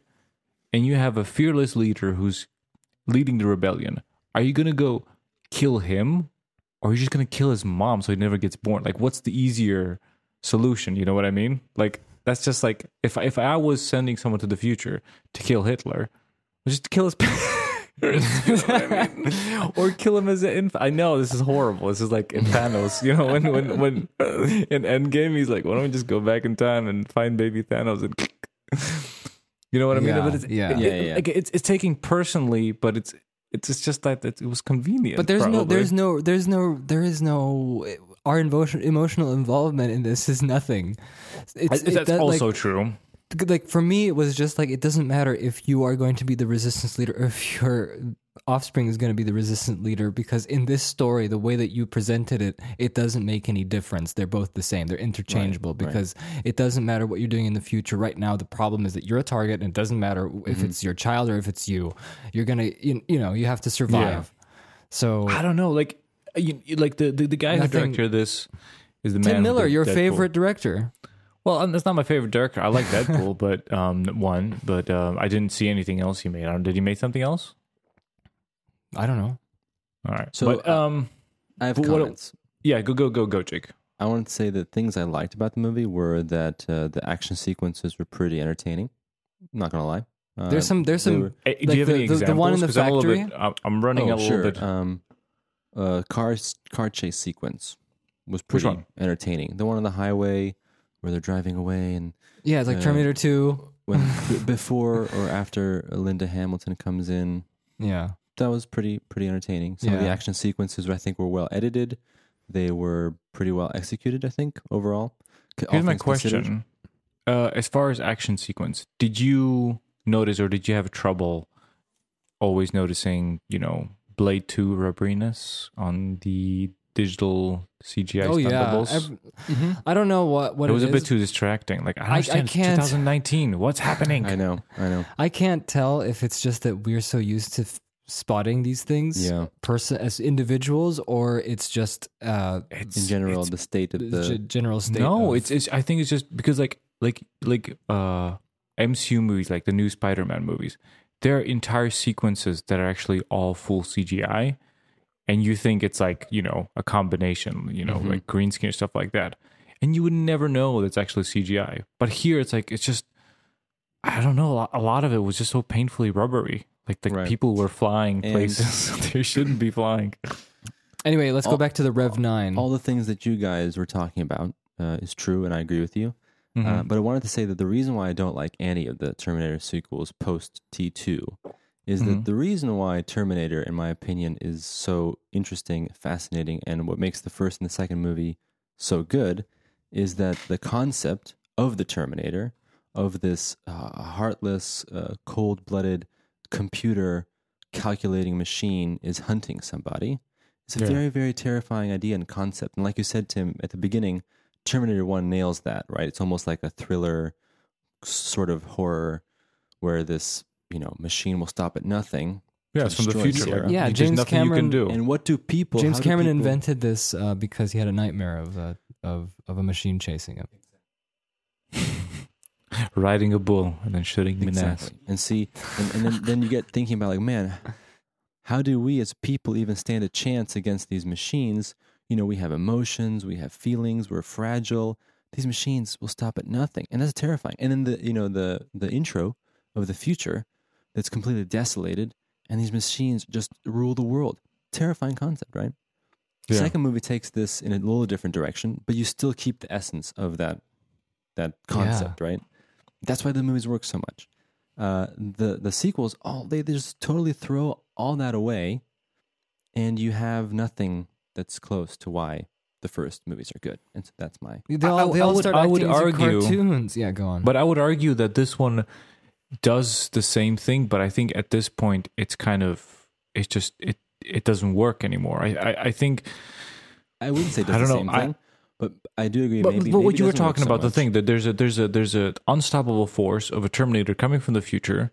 Speaker 3: and you have a fearless leader who's leading the rebellion, are you gonna go kill him, or are you just gonna kill his mom so he never gets born? Like, what's the easier solution? You know what I mean? Like, that's just like if if I was sending someone to the future to kill Hitler, just kill his parents. You know what I mean? or kill him as an infant. I know this is horrible. This is like in Thanos, you know, when when when in Endgame he's like, why don't we just go back in time and find baby Thanos and you know what I mean?
Speaker 1: Yeah,
Speaker 3: but it's,
Speaker 1: yeah.
Speaker 3: it-
Speaker 2: Yeah,
Speaker 3: it-
Speaker 2: yeah.
Speaker 3: like, it's it's taking personally, but it's it's it's just that it, it was convenient.
Speaker 1: But there's no,
Speaker 3: probably.
Speaker 1: there's no, there's no, there is no. eh, Our emotion, emotional involvement in this is nothing.
Speaker 3: I-
Speaker 1: It's, it
Speaker 3: that's
Speaker 1: does-
Speaker 3: also
Speaker 1: like,
Speaker 3: true.
Speaker 1: like for me, it was just like it doesn't matter if you are going to be the resistance leader or if your offspring is going to be the resistant leader because in this story, the way that you presented it, it doesn't make any difference. They're both the same. They're interchangeable because it doesn't matter what you're doing in the future. Right now, the problem is that you're a target, and it doesn't matter if it's your child or if it's you. You're gonna, you, you know, you have to survive. So
Speaker 3: I don't know. Like you, you- like the the, the guy
Speaker 1: Nothing-
Speaker 3: who directed this is the man.
Speaker 1: Tim
Speaker 3: who
Speaker 1: Miller,
Speaker 3: did
Speaker 1: your
Speaker 3: Deadpool.
Speaker 1: favorite director.
Speaker 3: Well, um, that's not my favorite director. I like Deadpool, but um, one, but um, I didn't see anything else he made. I don't, did he make something else?
Speaker 1: I don't know.
Speaker 3: All right. So,
Speaker 2: So,
Speaker 3: but,
Speaker 1: uh,
Speaker 3: um,
Speaker 2: I have
Speaker 3: But what-
Speaker 2: comments.
Speaker 3: yeah, go go go go, Jake.
Speaker 2: I want to say the things I liked about the movie were that uh, the action sequences were pretty entertaining. I'm not gonna lie. Uh,
Speaker 1: There's some. There's
Speaker 2: they
Speaker 1: some.
Speaker 2: were-
Speaker 3: Eh, do
Speaker 1: Like
Speaker 3: you have
Speaker 1: the-
Speaker 3: any
Speaker 1: the-
Speaker 3: examples?
Speaker 1: the one in the
Speaker 3: 'Cause I'm a little
Speaker 1: factory?
Speaker 3: bit- I'm, I'm running
Speaker 2: oh,
Speaker 3: a
Speaker 2: sure.
Speaker 3: little bit.
Speaker 2: Um, uh, car car chase sequence was
Speaker 3: Which
Speaker 2: pretty
Speaker 3: one?
Speaker 2: entertaining. The one on the highway where they're driving away and
Speaker 1: yeah, it's like
Speaker 2: uh,
Speaker 1: Terminator Two.
Speaker 2: when b- before or after Linda Hamilton comes in,
Speaker 1: Yeah.
Speaker 2: that was pretty pretty entertaining. Some of the
Speaker 1: Yeah.
Speaker 2: action sequences I think were well edited. They were pretty well executed. I think overall. C- all
Speaker 3: Here's my
Speaker 2: things considered.
Speaker 3: question. Uh, as far as action sequence, did you notice or did you have trouble always noticing, you know, Blade 2 rubberiness on the digital CGI
Speaker 1: oh
Speaker 3: stunt
Speaker 1: yeah.
Speaker 3: doubles?
Speaker 1: Ev-
Speaker 2: Mm-hmm.
Speaker 1: I don't know what what
Speaker 3: it was
Speaker 1: it
Speaker 3: a
Speaker 1: is.
Speaker 3: bit too distracting. Like I, understand it's
Speaker 1: can't-
Speaker 3: 2019. What's happening?
Speaker 2: I know. I know.
Speaker 1: I can't tell if it's just that we're so used to f- spotting these things,
Speaker 2: Yeah.
Speaker 1: person as individuals, or it's just uh,
Speaker 3: It's-
Speaker 2: In general, the state of
Speaker 1: the
Speaker 2: the
Speaker 1: general state.
Speaker 3: no,
Speaker 1: of-
Speaker 3: it's it's. I think it's just because like like like uh MCU movies, like the new Spider-Man movies, there are entire sequences that are actually all full CGI, and you think it's like you know a combination, you know, like green screen and stuff like that, and you would never know that's actually CGI. But here, it's like it's just. I don't know. a lot- A lot of it was just so painfully rubbery. Like the
Speaker 2: Right.
Speaker 3: people were flying
Speaker 2: And-
Speaker 3: places they shouldn't be flying.
Speaker 1: anyway. Let's go
Speaker 2: all-
Speaker 1: back to the Rev Nine.
Speaker 2: all the things that you guys were talking about uh, is true, and I agree with you. Uh,
Speaker 3: Mm-hmm.
Speaker 2: but I wanted to say that the reason why I don't like any of the Terminator sequels post T2 is that the reason why Terminator, in my opinion, is so interesting, fascinating, and what makes the first and the second movie so good is that the concept of the Terminator, of this uh, heartless, uh, cold blooded computer calculating machine, is hunting somebody. It's a
Speaker 3: Yeah.
Speaker 2: very, very terrifying idea and concept. And like you said, Tim, at the beginning, Terminator 1 nails that, right? It's almost like a thriller sort of horror where this, you know, machine will stop at nothing.
Speaker 3: Yeah, it's from the
Speaker 2: Destroyed
Speaker 3: future.
Speaker 2: Sarah.
Speaker 3: Like,
Speaker 1: Yeah,
Speaker 3: there's
Speaker 1: James
Speaker 3: nothing you
Speaker 1: Cameron-
Speaker 3: can do.
Speaker 2: And what do people
Speaker 1: James
Speaker 2: how do
Speaker 1: Cameron
Speaker 2: people-
Speaker 1: invented this uh, because he had a nightmare of uh, of of a machine chasing him.
Speaker 3: riding a bull and then shooting him in the ass.
Speaker 2: Exactly. And see, and, and then, then you get thinking about like, man, how do we as people even stand a chance against these machines? You know, we have emotions, we have feelings, we're fragile. These machines will stop at nothing, and that's terrifying. And then the you know the the intro of the future that's completely desolated, and these machines just rule the world. Terrifying concept, right? The
Speaker 3: Yeah.
Speaker 2: second movie takes this in a little different direction, but you still keep the essence of that that concept, right? That's why the movies work so much. Uh, the the sequels, all they, they just totally throw all that away, and you have nothing that's close to why the first movies are good. And so that's my
Speaker 1: They all,
Speaker 3: I- I
Speaker 1: they all
Speaker 3: would-
Speaker 1: start
Speaker 3: I would
Speaker 1: acting as in
Speaker 3: argue-
Speaker 1: cartoons. Yeah, go on.
Speaker 3: But I would argue that this one does the same thing, but I think at this point it's kind of it's just it it doesn't work anymore. I I, I think
Speaker 2: I wouldn't say does
Speaker 3: I
Speaker 2: the
Speaker 3: don't know,
Speaker 2: same
Speaker 3: I-
Speaker 2: thing, but I do agree.
Speaker 3: but,
Speaker 2: maybe,
Speaker 3: but
Speaker 2: maybe
Speaker 3: what you
Speaker 2: it
Speaker 3: were
Speaker 2: doesn't work
Speaker 3: talking
Speaker 2: so
Speaker 3: about the
Speaker 2: much.
Speaker 3: thing that there's a there's a there's a unstoppable force of a Terminator coming from the future.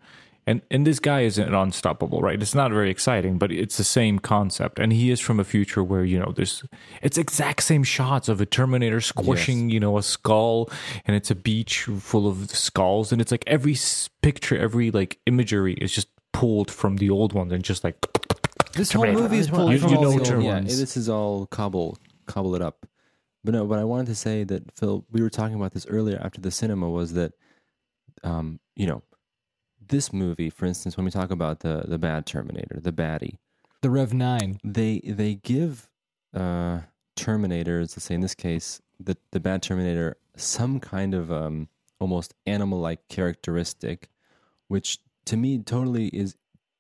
Speaker 3: And, and this guy isn't unstoppable, right? It's not very exciting, but it's the same concept. And he is from a future where, you know, there's it's exact same shots of a Terminator squishing, you know, a skull and it's a beach full of skulls. And it's like every s- picture, every like imagery is just pulled from the old ones and just like
Speaker 1: this whole movie is pulled
Speaker 3: You-
Speaker 1: from
Speaker 3: you
Speaker 1: all
Speaker 3: know
Speaker 1: the old
Speaker 3: Terminator.
Speaker 2: yeah,
Speaker 1: ones.
Speaker 2: this is all cobble cobble it up. But no, what I wanted to say that Phil, we were talking about this earlier after the cinema was that, um, you know, this movie, for instance, when we talk about the the bad Terminator, the baddie,
Speaker 1: the Rev Nine.
Speaker 2: they they give uh, Terminators, let's say in this case, the the bad Terminator, some kind of um, almost animal like characteristic, which to me totally is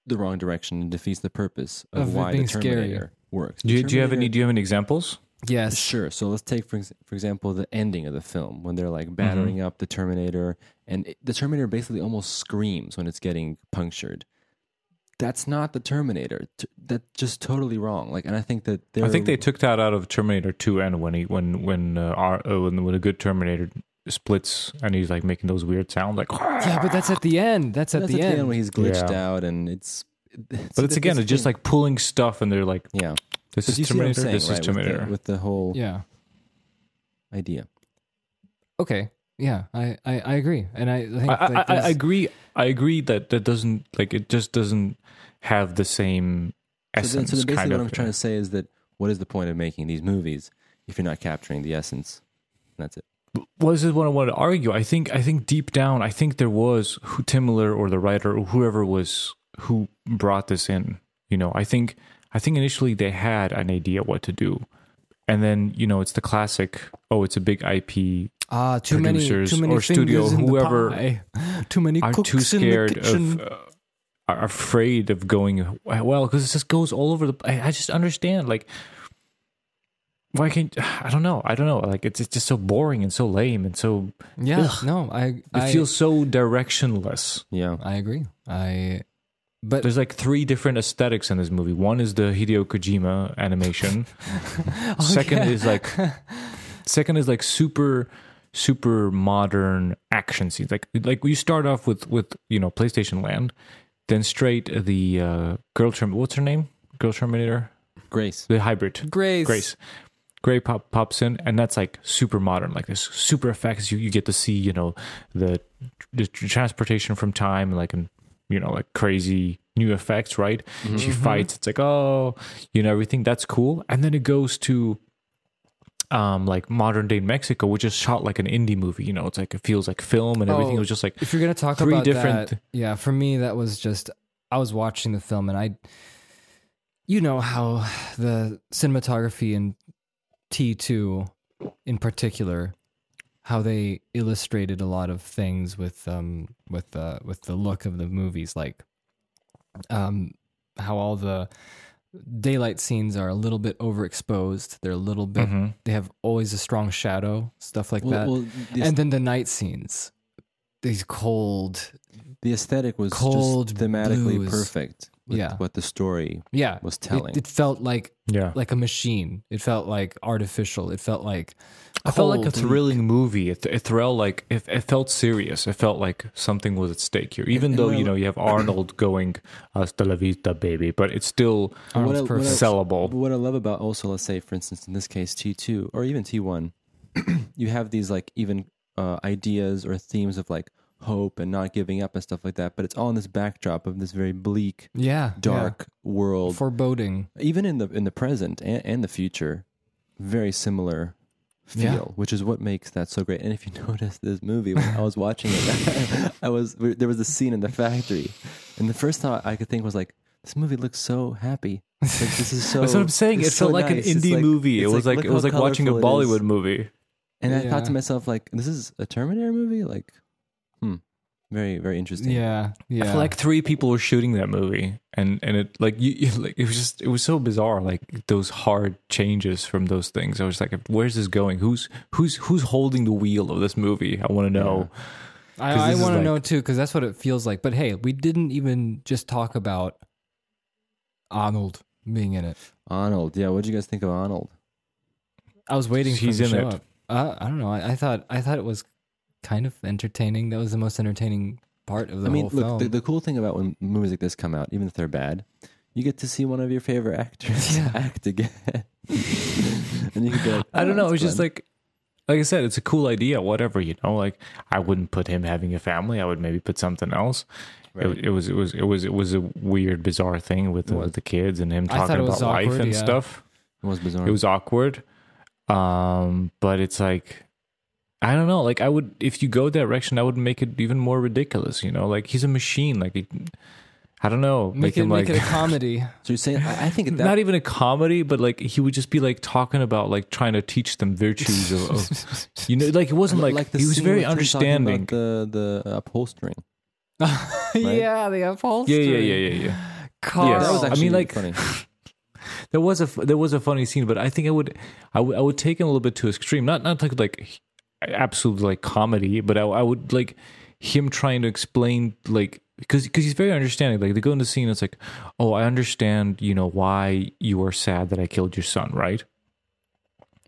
Speaker 2: the wrong direction and defeats the purpose of,
Speaker 1: Of it
Speaker 2: why the
Speaker 1: being scary.
Speaker 2: Terminator works.
Speaker 3: Do you, do you have
Speaker 2: Terminator-
Speaker 3: any do you have any examples?
Speaker 1: Yes,
Speaker 2: Sure. So let's take for, ex- for example the ending of the film when they're
Speaker 3: Mm-hmm.
Speaker 2: like battering up the Terminator, and it- the Terminator basically almost screams when it's getting punctured. That's not the Terminator. T- That's just totally wrong. Like, and I think that they're,
Speaker 3: I think they took that out of Terminator 2 and when he when when uh, R, uh, when when a good Terminator splits and he's like making those weird sounds like
Speaker 1: Yeah, but that's at the end. That's at
Speaker 2: that's
Speaker 1: the end.
Speaker 2: when he's glitched
Speaker 3: Yeah.
Speaker 2: out, and it's. it's
Speaker 3: but it's again it's just like pulling stuff and they're like
Speaker 2: yeah.
Speaker 3: this
Speaker 2: But
Speaker 3: is
Speaker 2: you see what I'm
Speaker 3: Terminator
Speaker 2: saying,
Speaker 3: this
Speaker 2: right,
Speaker 3: is
Speaker 2: with the-
Speaker 3: Terminator.
Speaker 2: with the whole
Speaker 1: yeah.
Speaker 2: idea.
Speaker 1: Okay. Yeah, I, I, I agree, and I think
Speaker 3: I,
Speaker 1: like,
Speaker 3: I, I
Speaker 1: there's-
Speaker 3: agree I agree that that doesn't like it just doesn't have the same
Speaker 2: So then,
Speaker 3: essence
Speaker 2: so then basically,
Speaker 3: kind
Speaker 2: what
Speaker 3: of
Speaker 2: I'm trying to say is that what is the point of making these movies if you're not capturing the essence? And that's it.
Speaker 3: well, this is what I wanted to argue. I think I think deep down, I think there was who Tim Miller or the writer or whoever was who brought this in. You know, I think I think initially they had an idea what to do, and then you know it's the classic. Oh, it's a big IP.
Speaker 1: ah too many
Speaker 3: producers
Speaker 1: too many
Speaker 3: or studio,
Speaker 1: fingers in the
Speaker 3: whoever
Speaker 1: pie. too many
Speaker 3: Are
Speaker 1: cooks
Speaker 3: too scared
Speaker 1: in the kitchen.
Speaker 3: of. Uh, are afraid of going well because it just goes all over the. I, I just understand like. Why can't I don't know I don't know like it's, it's just so boring and so lame and so
Speaker 1: yeah,
Speaker 3: Ugh.
Speaker 1: no, I
Speaker 3: it
Speaker 1: I,
Speaker 3: feels so directionless.
Speaker 2: Yeah.
Speaker 1: I agree. I but
Speaker 3: There's like three different aesthetics in this movie. One is the Hideo Kojima animation. second
Speaker 1: yeah.
Speaker 3: is like second is like super super modern action scenes. Like like you start off with with you know PlayStation Land, then straight the uh, girl term. What's her name? Girl Terminator.
Speaker 2: Grace.
Speaker 3: The hybrid.
Speaker 1: Grace
Speaker 3: Grace. Gray pop pops in, and that's like super modern, like this super effects. You you get to see, you know, the the transportation from time, like and you know, like crazy new effects, right? She fights. It's like oh, you know, everything that's cool, and then it goes to um like modern day Mexico, which is shot like an indie movie. You know, it's like it feels like film, and everything
Speaker 1: Oh,
Speaker 3: It was just like
Speaker 1: If you're gonna talk
Speaker 3: Three
Speaker 1: about
Speaker 3: different-
Speaker 1: that, yeah, for me that was just I was watching the film and I, you know how the cinematography in T two, in particular, how they illustrated a lot of things with um with the with the look of the movies, like, um, how all the daylight scenes are a little bit overexposed. They're a little bit.
Speaker 3: mhm.
Speaker 1: They have always a strong shadow, stuff like that
Speaker 2: Well, well the,
Speaker 1: and then the night scenes these cold
Speaker 2: the aesthetic was
Speaker 1: Cold
Speaker 2: just thematically
Speaker 1: blues.
Speaker 2: perfect. With
Speaker 1: Yeah.
Speaker 2: What the story
Speaker 1: yeah
Speaker 2: was
Speaker 1: It-
Speaker 2: telling.
Speaker 1: it, felt like
Speaker 3: yeah.
Speaker 1: like a machine it felt like artificial it felt like
Speaker 3: I felt like a
Speaker 1: cold.
Speaker 3: thrilling movie. It, it thrill like it, it felt serious. It felt like something was at stake here. Even
Speaker 2: and
Speaker 3: though
Speaker 2: what I
Speaker 3: you
Speaker 2: lo-
Speaker 3: know you have Arnold going "Hasta la vista, baby," but it's still
Speaker 2: But
Speaker 1: Arnold's
Speaker 2: I-
Speaker 1: perfect.
Speaker 2: I-
Speaker 3: sellable.
Speaker 2: What I love about also, let's say, for instance, in this case, T2 or even T1, you have these like even uh, ideas or themes of like, hope and not giving up and stuff like that. But it's all in this backdrop of this very bleak,
Speaker 1: Yeah.
Speaker 2: dark
Speaker 1: yeah.
Speaker 2: world.
Speaker 1: Foreboding.
Speaker 2: Even in the in the present and, and the future, very similar feel,
Speaker 1: Yeah.
Speaker 2: which is what makes that so great. And if you notice this movie, when I was watching it, I was there was a scene in the factory, and the first thought I could think was like, this movie looks so happy. Like, this is so.
Speaker 3: That's what I'm saying.
Speaker 2: it's
Speaker 3: It felt
Speaker 2: so
Speaker 3: like
Speaker 2: nice.
Speaker 3: an
Speaker 2: It's
Speaker 3: indie
Speaker 2: like-
Speaker 3: movie. It
Speaker 2: it's
Speaker 3: was like,
Speaker 2: look
Speaker 3: it was
Speaker 2: how
Speaker 3: like watching a
Speaker 2: colorful it is.
Speaker 3: Bollywood movie.
Speaker 2: And I thought to
Speaker 1: Yeah.
Speaker 2: myself, like, this is a Terminator movie? Like, hmm. Very, very interesting.
Speaker 1: Yeah. Yeah.
Speaker 3: I feel like three people were shooting that movie, and and it like you, you like it was just it was so bizarre. Like those hard changes from those things. I was like, where's this going? Who's who's who's holding the wheel of this movie? I want to know. Because
Speaker 1: I, I
Speaker 3: this is
Speaker 1: want to
Speaker 3: like-
Speaker 1: know too, because that's what it feels like. But hey, we didn't even just talk about Arnold being in it.
Speaker 2: Arnold. Yeah. What did you guys think of Arnold?
Speaker 1: I was waiting
Speaker 3: He's
Speaker 1: for him
Speaker 3: in
Speaker 1: to show
Speaker 3: it.
Speaker 1: up. Uh, I don't know. I, I thought I thought it was kind of entertaining. That was the most entertaining part of the
Speaker 2: I mean,
Speaker 1: whole
Speaker 2: look,
Speaker 1: film.
Speaker 2: The, the cool thing about when movies like this come out, even if they're bad, you get to see one of your favorite actors
Speaker 1: Yeah.
Speaker 2: act again. and you can be like,
Speaker 3: I don't
Speaker 2: "Oh,
Speaker 3: know. It
Speaker 2: that's
Speaker 3: was just
Speaker 2: fun."
Speaker 3: like, like I said, it's a cool idea. Whatever you know, like I wouldn't put him having a family. I would maybe put something else. It, it was it was it was it was a weird, bizarre thing with the, with the kids and him
Speaker 1: I thought
Speaker 3: talking
Speaker 1: it was
Speaker 3: about life
Speaker 1: awkward,
Speaker 3: and
Speaker 1: yeah.
Speaker 3: stuff.
Speaker 2: it was bizarre.
Speaker 3: It was awkward, um, but it's like. I don't know. Like I would, if you go that direction, I would make it even more ridiculous. You know, like he's a machine. Like, he, I don't know,
Speaker 1: make, it, make it a comedy.
Speaker 2: so you're saying, I, I think at that,
Speaker 3: not even a comedy, but like he would just be like talking about like trying to teach them virtues of, of you know, like it wasn't like,
Speaker 2: the
Speaker 3: he was
Speaker 2: scene
Speaker 3: very
Speaker 2: with him talking
Speaker 3: understanding.
Speaker 2: about The, the upholstering.
Speaker 1: Yeah, the
Speaker 3: Yeah,
Speaker 1: upholstery.
Speaker 3: yeah, yeah, yeah, yeah.
Speaker 1: Carl.
Speaker 3: Yes.
Speaker 2: That was
Speaker 3: I mean,
Speaker 2: actually
Speaker 3: like-
Speaker 2: funny.
Speaker 3: There was a f- there was a funny scene, but I think I would I would I would take it a little bit to extreme. Not not like like absolute like comedy, but I, I would like him trying to explain like because because he's very understanding. Like they go in the scene, it's like, oh, I understand, you know, why you are sad that I killed your son, right?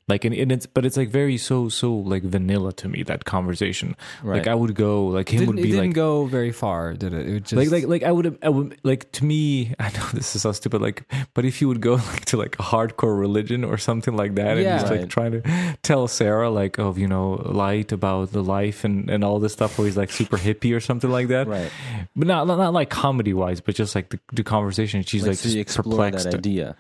Speaker 3: like and, and it's but it's like very so so like vanilla to me that conversation
Speaker 2: Right.
Speaker 3: like i would go like him
Speaker 1: Didn't,
Speaker 3: would
Speaker 1: it
Speaker 3: be
Speaker 1: didn't
Speaker 3: like
Speaker 1: go very far, did it? It would just
Speaker 3: like like like I would I would like to me I know this is so stupid like but if you would go like to like a hardcore religion or something like that and
Speaker 1: Yeah.
Speaker 3: he's
Speaker 2: Right.
Speaker 3: like trying to tell Sarah like of you know light about the life and and all this stuff where he's like super hippie or something like that
Speaker 2: Right.
Speaker 3: but not not, not like comedy wise but just like the, the conversation she's
Speaker 2: Like,
Speaker 3: like,
Speaker 2: so you
Speaker 3: just
Speaker 2: explore
Speaker 3: perplexed
Speaker 2: that idea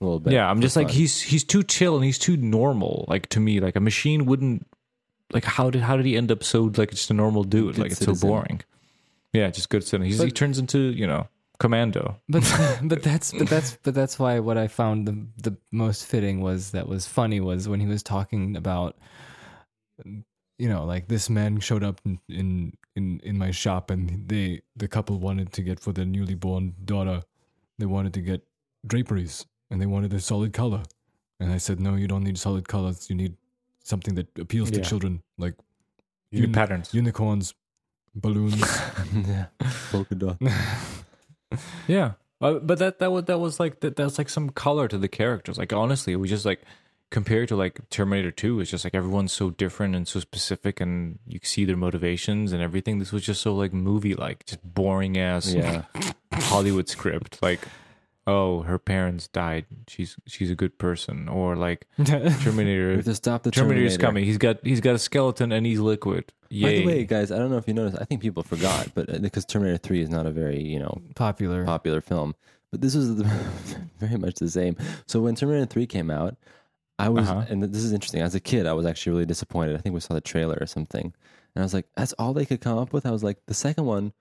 Speaker 2: a little bit.
Speaker 3: yeah I'm
Speaker 2: for
Speaker 3: just like
Speaker 2: fun.
Speaker 3: he's he's too chill and he's too normal like to me like a machine wouldn't like how did how did he end up so like just a normal dude
Speaker 2: Good
Speaker 3: like it's so
Speaker 2: citizen.
Speaker 3: boring yeah just good citizen he's, he
Speaker 1: But-
Speaker 3: turns into you know commando
Speaker 1: but but that's but that's but that's why what I found the the most fitting was that was funny was when he was talking about you know like this man showed up in in in, in my shop and they the couple wanted to get for their newly born daughter they wanted to get draperies and they wanted a solid color and I said no you don't need solid colors you need something that appeals to
Speaker 3: Yeah.
Speaker 1: children like
Speaker 3: You
Speaker 1: uni-
Speaker 3: patterns
Speaker 1: unicorns balloons
Speaker 2: yeah. Polka dot.
Speaker 3: yeah Uh, but, but that that was that was like that that's like some color to the characters like honestly we just like compared to like terminator 2 it's just like everyone's so different and so specific and you see their motivations and everything this was just so like movie like just boring ass
Speaker 2: Yeah.
Speaker 3: Hollywood script, like, oh, her parents died. She's she's a good person, or like
Speaker 2: We
Speaker 3: Terminator.
Speaker 2: have to stop the
Speaker 3: Terminator's
Speaker 2: Terminator.
Speaker 3: coming. He's got he's got a skeleton and he's liquid. Yay!
Speaker 2: By the way, guys, I don't know if you noticed. I think people forgot, but uh, because Terminator Three is not a very you know
Speaker 1: popular
Speaker 2: popular film, but this was the, very much the same. So when Terminator Three came out, I was,
Speaker 3: Uh-huh.
Speaker 2: and this is interesting. As a kid, I was actually really disappointed. I think we saw the trailer or something, and I was like, "That's all they could come up with." I was like, "The second one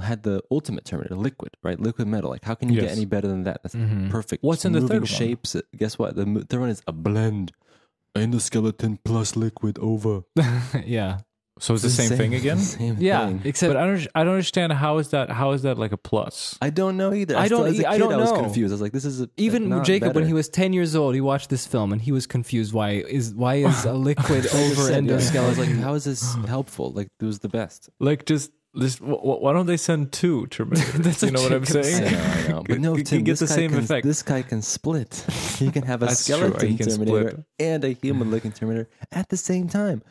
Speaker 2: had the ultimate Terminator, liquid, right? Liquid metal. Like, how can you get
Speaker 3: Yes.
Speaker 2: any better than that? That's perfect.
Speaker 3: What's in the
Speaker 2: Moving
Speaker 3: third one?
Speaker 2: shapes? uh, Guess what? The mo- third one is a blend. And the skeleton plus liquid over.
Speaker 1: yeah
Speaker 3: so it's the same, thing again.
Speaker 2: Same
Speaker 1: yeah
Speaker 2: thing.
Speaker 1: except
Speaker 3: But I don't I don't understand how is that how is that like a plus?
Speaker 2: I don't know either. I,
Speaker 1: I
Speaker 2: still-
Speaker 1: don't
Speaker 2: As a
Speaker 1: e-
Speaker 2: kid,
Speaker 1: I
Speaker 2: I,
Speaker 1: don't
Speaker 2: was
Speaker 1: know.
Speaker 2: confused. I was like, "This is a,
Speaker 1: Even
Speaker 2: not
Speaker 1: Jacob, when
Speaker 2: better.
Speaker 1: he was ten years old, he watched this film and he was confused. Why is why is a liquid over
Speaker 2: said, yeah. I
Speaker 1: endoskeleton?
Speaker 2: was like, how is this helpful? Like, it was the best.
Speaker 3: Like just just wh- wh- why don't they send two Terminator?
Speaker 1: That's
Speaker 3: you know what I'm
Speaker 1: what I'm
Speaker 2: I know,
Speaker 3: saying?
Speaker 2: I know. But no,
Speaker 3: You
Speaker 2: Tim,
Speaker 3: get
Speaker 2: this
Speaker 3: the
Speaker 2: guy
Speaker 3: same
Speaker 2: can,
Speaker 3: effect.
Speaker 2: This guy can split. He can have a
Speaker 3: That's true,
Speaker 2: skeleton
Speaker 3: he can
Speaker 2: Terminator
Speaker 3: split.
Speaker 2: and a human-looking Terminator at the same time.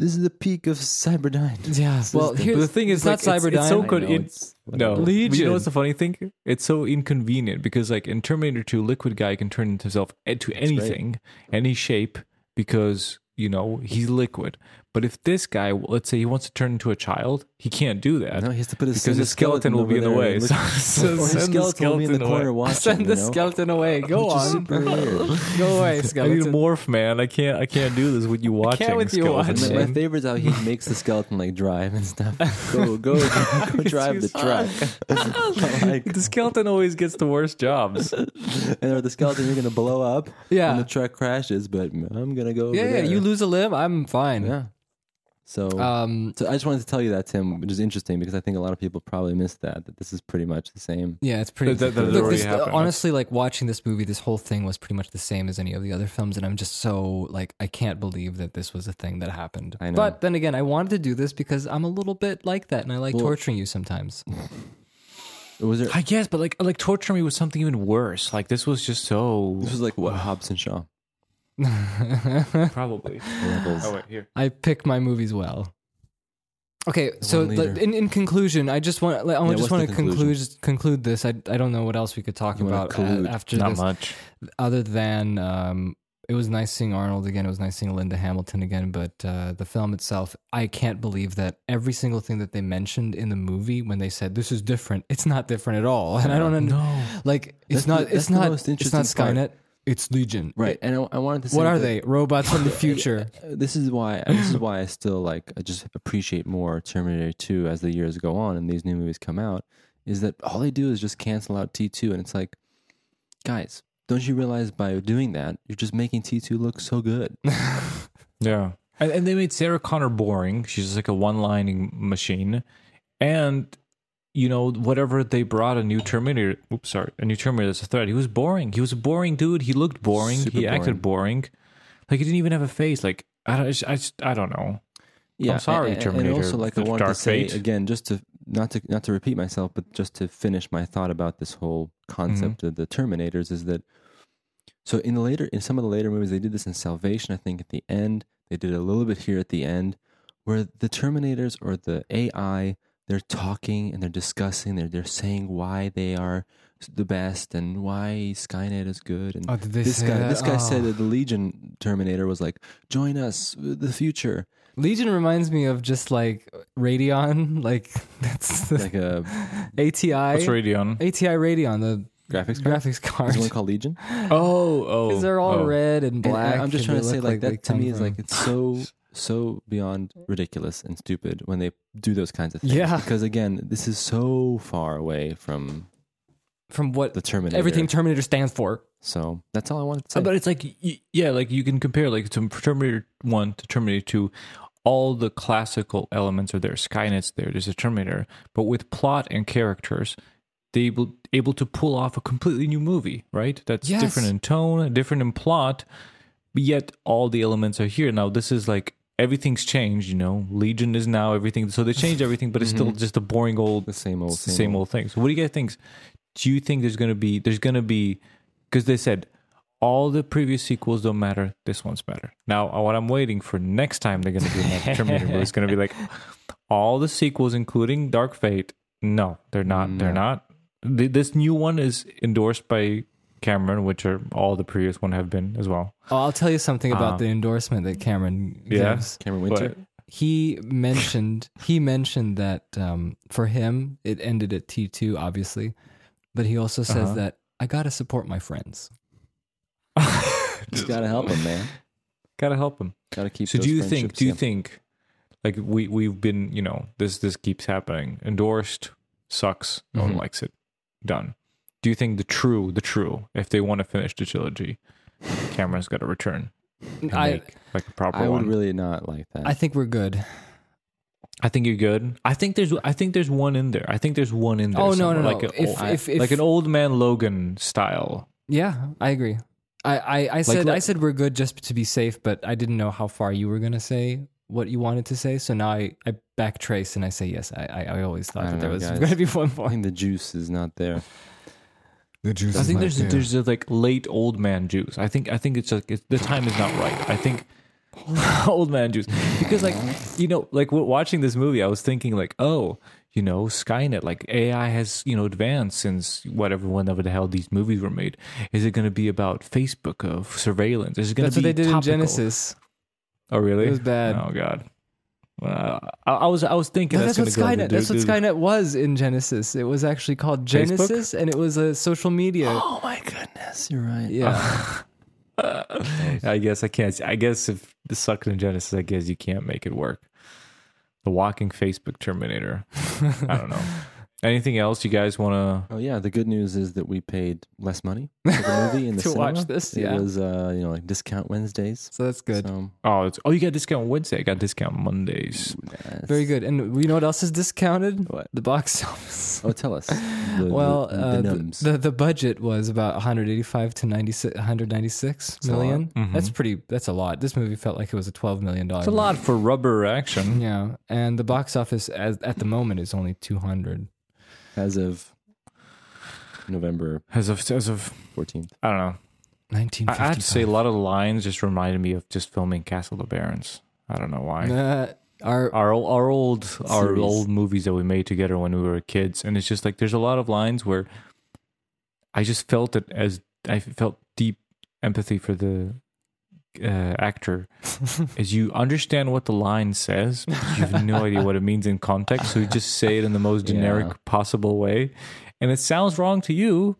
Speaker 2: This is the peak of Cyberdyne.
Speaker 1: Yeah. Well,
Speaker 2: the-
Speaker 1: here's,
Speaker 3: But the thing is,
Speaker 1: it's not
Speaker 3: like, it's- it's
Speaker 1: Cyberdyne.
Speaker 3: so
Speaker 2: I
Speaker 3: good.
Speaker 2: know,
Speaker 3: in-
Speaker 2: it's
Speaker 3: No,
Speaker 2: whatever.
Speaker 3: But You
Speaker 1: Legion.
Speaker 3: know what's the funny thing? It's so inconvenient because, like in Terminator 2, Liquid Guy can turn e, himself into anything, any shape, because you know he's liquid. But if this guy, let's say he wants to turn into a child, he can't do that.
Speaker 2: No, he has to put his
Speaker 3: because the skeleton, will be in the way. So, so
Speaker 2: or his
Speaker 3: send the
Speaker 2: skeleton will be in the
Speaker 3: skeleton
Speaker 2: corner
Speaker 3: away.
Speaker 2: watching.
Speaker 1: Send the
Speaker 2: you know?
Speaker 1: skeleton away. Go
Speaker 2: Which is
Speaker 1: on.
Speaker 2: super weird.
Speaker 1: Go away,
Speaker 3: I need a
Speaker 1: skeleton.
Speaker 3: morph, man. I can't. I can't do this with you watching.
Speaker 1: can't with you
Speaker 3: skeleton.
Speaker 2: And my, my
Speaker 1: watching.
Speaker 2: favorite's how he makes the skeleton like drive and stuff. Go, go, go drive the truck. I like,
Speaker 3: The skeleton always gets the worst jobs.
Speaker 2: and or the skeleton you're gonna blow up.
Speaker 1: Yeah.
Speaker 2: And the truck crashes, but I'm gonna go. over
Speaker 1: Yeah, yeah.
Speaker 2: there.
Speaker 1: You lose a limb, I'm fine.
Speaker 2: Yeah. So,
Speaker 1: Um,
Speaker 2: so I just wanted to tell you that Tim, which is interesting because I think a lot of people probably missed that. That this is pretty much the same.
Speaker 1: yeah, it's pretty.
Speaker 3: That- that- that
Speaker 1: Look,
Speaker 3: already
Speaker 1: this-
Speaker 3: happened.
Speaker 1: honestly, like watching this movie, this whole thing was pretty much the same as any of the other films, and I'm just so like I can't believe that this was a thing that happened.
Speaker 2: I know.
Speaker 1: But then again, I wanted to do this because I'm a little bit like that, and I like torturing you sometimes.
Speaker 2: Was there?
Speaker 3: I guess, but like, like torture me with something even worse. Like this was just so
Speaker 2: This was like what Hobbs and Shaw.
Speaker 3: probably.
Speaker 2: Levels.
Speaker 1: Oh.
Speaker 3: wait, here.
Speaker 1: I pick my movies well. Okay, so
Speaker 2: one leader.
Speaker 1: like, in in conclusion, I just want like, I
Speaker 2: Yeah,
Speaker 1: just
Speaker 2: what's
Speaker 1: want
Speaker 2: the
Speaker 1: to conclude conclude this. I I don't know what else we could talk
Speaker 2: You wanna
Speaker 1: about a-
Speaker 2: collude.
Speaker 1: after
Speaker 3: Not
Speaker 1: this,
Speaker 3: much.
Speaker 1: other than um, it was nice seeing Arnold again. It was nice seeing Linda Hamilton again. But uh, the film itself, I can't believe that every single thing that they mentioned in the movie when they said this is different, it's not different at all. And I don't under-
Speaker 3: No.
Speaker 1: like
Speaker 2: That's
Speaker 1: it's
Speaker 2: the-
Speaker 1: not
Speaker 2: that's
Speaker 1: it's
Speaker 2: the
Speaker 1: not
Speaker 2: most
Speaker 1: it's not
Speaker 2: interesting part.
Speaker 1: Skynet. It's Legion.
Speaker 2: Right. And I, I wanted to. Say
Speaker 1: What are
Speaker 2: that-
Speaker 1: they? Robots from the future.
Speaker 2: Uh, this is why this is why I still like I just appreciate more Terminator 2 as the years go on and these new movies come out is that all they do is just cancel out T2 and it's like guys don't you realize by doing that you're just making T2 look so good
Speaker 3: Yeah. And, and they made Sarah Connor boring. She's just like a one lining machine. And, you know, whatever they brought a new Terminator, oops, sorry, a new Terminator that's a threat. He was boring. He was a boring dude. He looked boring.
Speaker 2: Super
Speaker 3: he acted boring. Like, he didn't even have a face. Like, I don't, I just, I, just- I don't know.
Speaker 2: yeah
Speaker 3: sorry,
Speaker 2: and- and,
Speaker 3: Terminator,
Speaker 2: and also like I
Speaker 3: the
Speaker 2: wanted to
Speaker 3: Dark
Speaker 2: say
Speaker 3: Fate.
Speaker 2: again just to not to not to repeat myself but just to finish my thought about this whole
Speaker 3: Mm-hmm.
Speaker 2: concept of the Terminators is that so in the later in some of the later movies they did this in Salvation I think at the end they did it a little bit here at the end where the Terminators or the AI, they're talking and they're discussing, they're, they're saying why they are the best and why Skynet is good. And
Speaker 1: Oh, did they
Speaker 2: this
Speaker 1: say
Speaker 2: guy,
Speaker 1: that?
Speaker 2: this guy
Speaker 1: Oh.
Speaker 2: said that the Legion Terminator was like, join us, uh, the future,
Speaker 1: Legion reminds me of just like Radeon, like that's the
Speaker 2: like uh, a
Speaker 1: ATI
Speaker 3: What's Radeon?
Speaker 1: ATI Radeon, the
Speaker 2: graphics card.
Speaker 1: graphics card.
Speaker 2: Is one called Legion?
Speaker 3: Oh, oh.
Speaker 1: Because they're all
Speaker 3: oh.
Speaker 1: red and
Speaker 2: And
Speaker 1: black.
Speaker 2: I- I'm just
Speaker 1: and
Speaker 2: trying to
Speaker 1: they
Speaker 2: say,
Speaker 1: look
Speaker 2: like,
Speaker 1: they
Speaker 2: that to
Speaker 1: come
Speaker 2: me is
Speaker 1: from-
Speaker 2: like it's so so beyond ridiculous and stupid when they do those kinds of things.
Speaker 1: Yeah.
Speaker 2: Because again, this is so far away from
Speaker 1: from what
Speaker 2: the Terminator.
Speaker 1: everything Terminator stands for.
Speaker 2: So that's all I wanted to
Speaker 3: Uh,
Speaker 2: say.
Speaker 3: But it's like, y- yeah, like you can compare like to Terminator 1 to Terminator 2. All the classical elements are there. Skynet's there. There's a Terminator. But with plot and characters, they able, able to pull off a completely new movie, right? That's
Speaker 1: Yes.
Speaker 3: different in tone, different in plot, but yet all the elements are here. Now, this is like everything's changed, you know? Legion is now everything. So they changed everything, but it's still just a boring old
Speaker 2: the same old,
Speaker 3: it's the same old thing. So what do you guys think? Do you think there's gonna be there's gonna be because they said all the previous sequels don't matter. This one's better. Now uh, what I'm waiting for next time they're gonna do another Terminator movie is gonna be like all the sequels, including Dark Fate. No, they're not. They're not. Th- This new one is endorsed by Cameron, which are all the previous one have been as well.
Speaker 1: Oh, I'll tell you something about the endorsement that Cameron
Speaker 3: Uh-huh. yeah.
Speaker 1: gives.
Speaker 2: Cameron Winter.
Speaker 3: But-
Speaker 1: He mentioned he mentioned that um, for him it ended at T two, obviously, but he also says
Speaker 3: Uh-huh.
Speaker 1: that I gotta support my friends.
Speaker 2: Just gotta help him, man.
Speaker 3: Gotta help them.
Speaker 2: Gotta keep.
Speaker 3: So
Speaker 2: those
Speaker 3: do you think?
Speaker 2: friendships
Speaker 3: Do you
Speaker 2: going.
Speaker 3: think? Like we we've been, you know, this this keeps happening. Endorsed sucks. No
Speaker 2: Mm-hmm.
Speaker 3: one likes it. Done. Do you think the true the true? If they want to finish the trilogy, Cameron's got to return. and
Speaker 1: I
Speaker 3: make, like a proper
Speaker 2: I
Speaker 3: one.
Speaker 2: would really not like that.
Speaker 1: I think we're good.
Speaker 3: I think you're good. I think there's I think there's one in there. I think there's one in there.
Speaker 1: Oh, no,
Speaker 3: somewhere,
Speaker 1: no,
Speaker 3: like
Speaker 1: no.
Speaker 3: An
Speaker 1: If-
Speaker 3: old,
Speaker 1: if- if-
Speaker 3: like an old man Logan style.
Speaker 1: Yeah, I agree. I I, I said I
Speaker 3: let-
Speaker 1: said we're good just to be safe, but I didn't know how far you were gonna say what you wanted to say. So now I I backtrace and I say yes. I I, I always thought
Speaker 2: I
Speaker 1: that
Speaker 2: don't
Speaker 1: there
Speaker 2: know,
Speaker 1: was
Speaker 2: guys.
Speaker 1: gonna be one
Speaker 2: I
Speaker 1: more.
Speaker 2: think the juice is not there.
Speaker 1: The juice.
Speaker 3: I think there's there's a, like late old man juice. I think I think it's like it's, the time is not right. I think old man juice because like you know like w- watching this movie, I was thinking like oh you know Skynet like AI has you know advanced since whatever whenever the hell these movies were made. Is it going to be about Facebook of surveillance? Is it going
Speaker 1: that's
Speaker 3: to
Speaker 1: what
Speaker 3: be
Speaker 1: they did in
Speaker 3: topical?
Speaker 1: Genesis.
Speaker 3: Oh really?
Speaker 1: It was bad.
Speaker 3: Oh god. Uh, I, I was I was thinking
Speaker 1: No,
Speaker 3: that's,
Speaker 1: that's, what
Speaker 3: gonna go
Speaker 1: Skynet.
Speaker 3: to
Speaker 1: That's
Speaker 3: do-
Speaker 1: what
Speaker 3: do-
Speaker 1: Skynet was in Genesis. It was actually called Genesis, and it was a social media.
Speaker 2: Oh my goodness, you're right.
Speaker 1: yeah,
Speaker 3: I guess I can't. I guess if the succulent Genesis, I guess you can't make it work. The walking Facebook Terminator. I don't know. Anything else you guys want
Speaker 2: Oh yeah, the good news is that we paid less money for the movie in the
Speaker 1: To
Speaker 2: cinema.
Speaker 1: watch this,
Speaker 2: It
Speaker 1: yeah.
Speaker 2: was uh, you know like discount Wednesdays.
Speaker 1: so that's good.
Speaker 2: So,
Speaker 3: to? Oh, it's, oh, you got discount Wednesday. I got discount Mondays.
Speaker 2: yes.
Speaker 1: Very good. And you know what else is discounted?
Speaker 2: What?
Speaker 1: The box office.
Speaker 2: Oh, tell us. The,
Speaker 1: Well,
Speaker 2: the,
Speaker 1: uh,
Speaker 2: the
Speaker 1: the,
Speaker 2: numbs.
Speaker 1: the the budget was about 185 to 96, 196 million.
Speaker 3: Mm-hmm.
Speaker 1: That's pretty. That's a lot. This movie felt like it was a 12 million dollar.
Speaker 3: It's a lot for rubber action.
Speaker 1: Yeah, and the box office as, at the moment is only 200.
Speaker 2: as of November
Speaker 3: As of as of
Speaker 2: fourteenth.
Speaker 3: I don't know. I, I
Speaker 1: 1955.
Speaker 3: have to say, a lot of the lines just reminded me of just filming Castle of Barons. I don't know why.
Speaker 1: Uh, our
Speaker 3: our ol- our old our
Speaker 2: Series.
Speaker 3: old movies that we made together when we were kids, and it's just like there's a lot of lines where I just felt it as I felt deep empathy for the uh, actor, as you understand what the line says, but you have no idea what it means in context, so you just say it in the most generic
Speaker 2: Yeah.
Speaker 3: possible way, and it sounds wrong to you.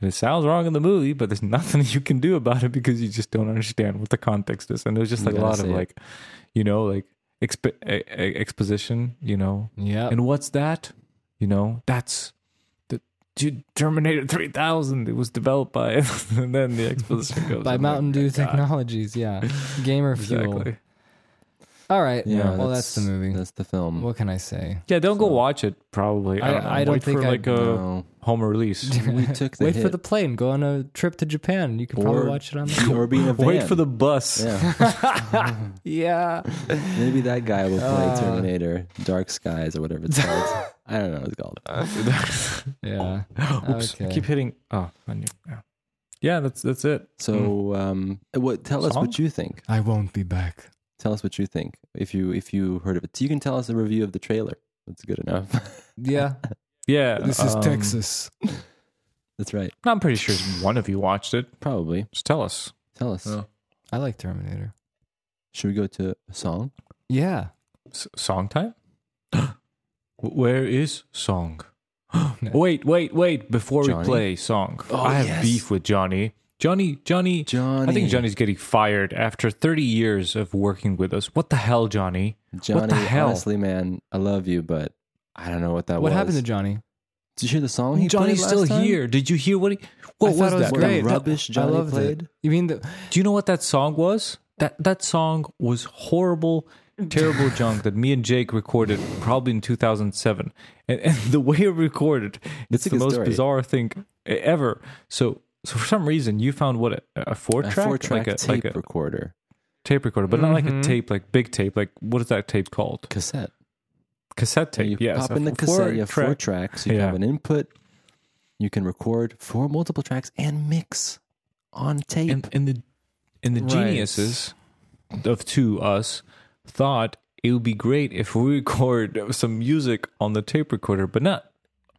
Speaker 3: And it sounds wrong in the movie, but there's nothing you can do about it because you just don't understand what the context is. And there's just
Speaker 2: You
Speaker 3: like a
Speaker 2: gotta
Speaker 3: lot of
Speaker 2: say it.
Speaker 3: like you know, like exp- e- e- exposition, you know.
Speaker 1: yeah.
Speaker 3: And what's that? You know, that's the dude, Terminator 3000. It was developed by, and then the exposition goes
Speaker 1: by
Speaker 3: I'm
Speaker 1: Mountain
Speaker 3: like,
Speaker 1: Dew
Speaker 3: God,
Speaker 1: Technologies, yeah. Gamer fuel.
Speaker 3: Exactly.
Speaker 1: All right.
Speaker 2: Yeah,
Speaker 1: well, that's, the movie.
Speaker 2: That's the film.
Speaker 1: What can I say?
Speaker 3: Yeah, don't go watch it. Probably.
Speaker 1: I-
Speaker 3: I don't, know.
Speaker 1: I don't
Speaker 3: Wait
Speaker 1: think
Speaker 3: for
Speaker 1: I-
Speaker 3: like a
Speaker 2: No.
Speaker 3: home release.
Speaker 2: we took the
Speaker 1: Wait
Speaker 2: hit.
Speaker 1: for the plane. Go on a trip to Japan. You can
Speaker 2: Or-
Speaker 1: probably watch it on. The-
Speaker 2: or be in a van.
Speaker 3: Wait for the bus.
Speaker 2: yeah.
Speaker 1: yeah.
Speaker 2: Maybe that guy will play
Speaker 1: Uh,
Speaker 2: Terminator, Dark Skies, or whatever it's called. I don't know what it's called.
Speaker 1: Yeah.
Speaker 3: Oops, I
Speaker 1: Okay.
Speaker 3: keep hitting. Oh, I knew. Yeah. yeah, that's that's it.
Speaker 1: Hmm.
Speaker 2: So, um, what? Tell us
Speaker 3: Song?
Speaker 2: what you think.
Speaker 1: I won't be back.
Speaker 2: Tell us what you think. If you if you heard of it, you can tell us a review of the trailer. That's good enough.
Speaker 1: Yeah.
Speaker 3: Yeah,
Speaker 1: This is
Speaker 3: um,
Speaker 1: Texas.
Speaker 2: That's right.
Speaker 3: I'm pretty sure one of you watched it.
Speaker 2: Probably.
Speaker 3: Just tell us.
Speaker 2: Tell us.
Speaker 3: Yeah.
Speaker 1: I like Terminator.
Speaker 2: Should we go to a song?
Speaker 1: Yeah.
Speaker 3: S- song time? Where is song? Wait, wait, wait. Before
Speaker 2: Johnny?
Speaker 3: we play song,
Speaker 2: Oh,
Speaker 3: I have
Speaker 2: yes.
Speaker 3: beef with Johnny. Johnny, Johnny,
Speaker 2: Johnny.
Speaker 3: I think Johnny's getting fired after 30 years of working with us. What the hell, Johnny?
Speaker 2: Johnny.
Speaker 3: what the hell?
Speaker 2: Honestly, man, I love you, but I don't know what that
Speaker 1: what
Speaker 2: was.
Speaker 1: happened to Johnny?
Speaker 2: Did you hear the song? He
Speaker 3: Johnny's
Speaker 2: played
Speaker 3: still
Speaker 2: last time?
Speaker 3: here. Did you hear what he? What
Speaker 1: I
Speaker 3: was
Speaker 1: thought it was
Speaker 3: that?
Speaker 2: What
Speaker 1: great.
Speaker 2: the rubbish
Speaker 1: I
Speaker 2: Johnny
Speaker 1: loved it.
Speaker 2: played?
Speaker 1: You mean the?
Speaker 3: Do you know what that song was? That that song was horrible, terrible junk that me and Jake recorded probably in 2007. And, and the way it recorded,
Speaker 2: That's
Speaker 3: it's
Speaker 2: a
Speaker 3: the
Speaker 2: good
Speaker 3: most
Speaker 2: story.
Speaker 3: bizarre thing e-, ever. So, so for some reason, you found what a, a four
Speaker 2: A
Speaker 3: track,
Speaker 2: four track
Speaker 3: like a
Speaker 2: tape Mm-hmm.
Speaker 3: like a
Speaker 2: recorder.
Speaker 3: tape recorder, but not like a tape, like big tape. Like what is that tape called?
Speaker 2: Cassette.
Speaker 3: Cassette
Speaker 2: So you
Speaker 3: tape. Yes,
Speaker 2: pop in
Speaker 3: a
Speaker 2: the cassette, you have four
Speaker 3: four-track.
Speaker 2: tracks, you can
Speaker 3: Yeah.
Speaker 2: have an input, you can record four multiple tracks and mix on tape.
Speaker 3: and, and the and the
Speaker 1: Right.
Speaker 3: geniuses of two us thought it would be great if we record some music on the tape recorder, but not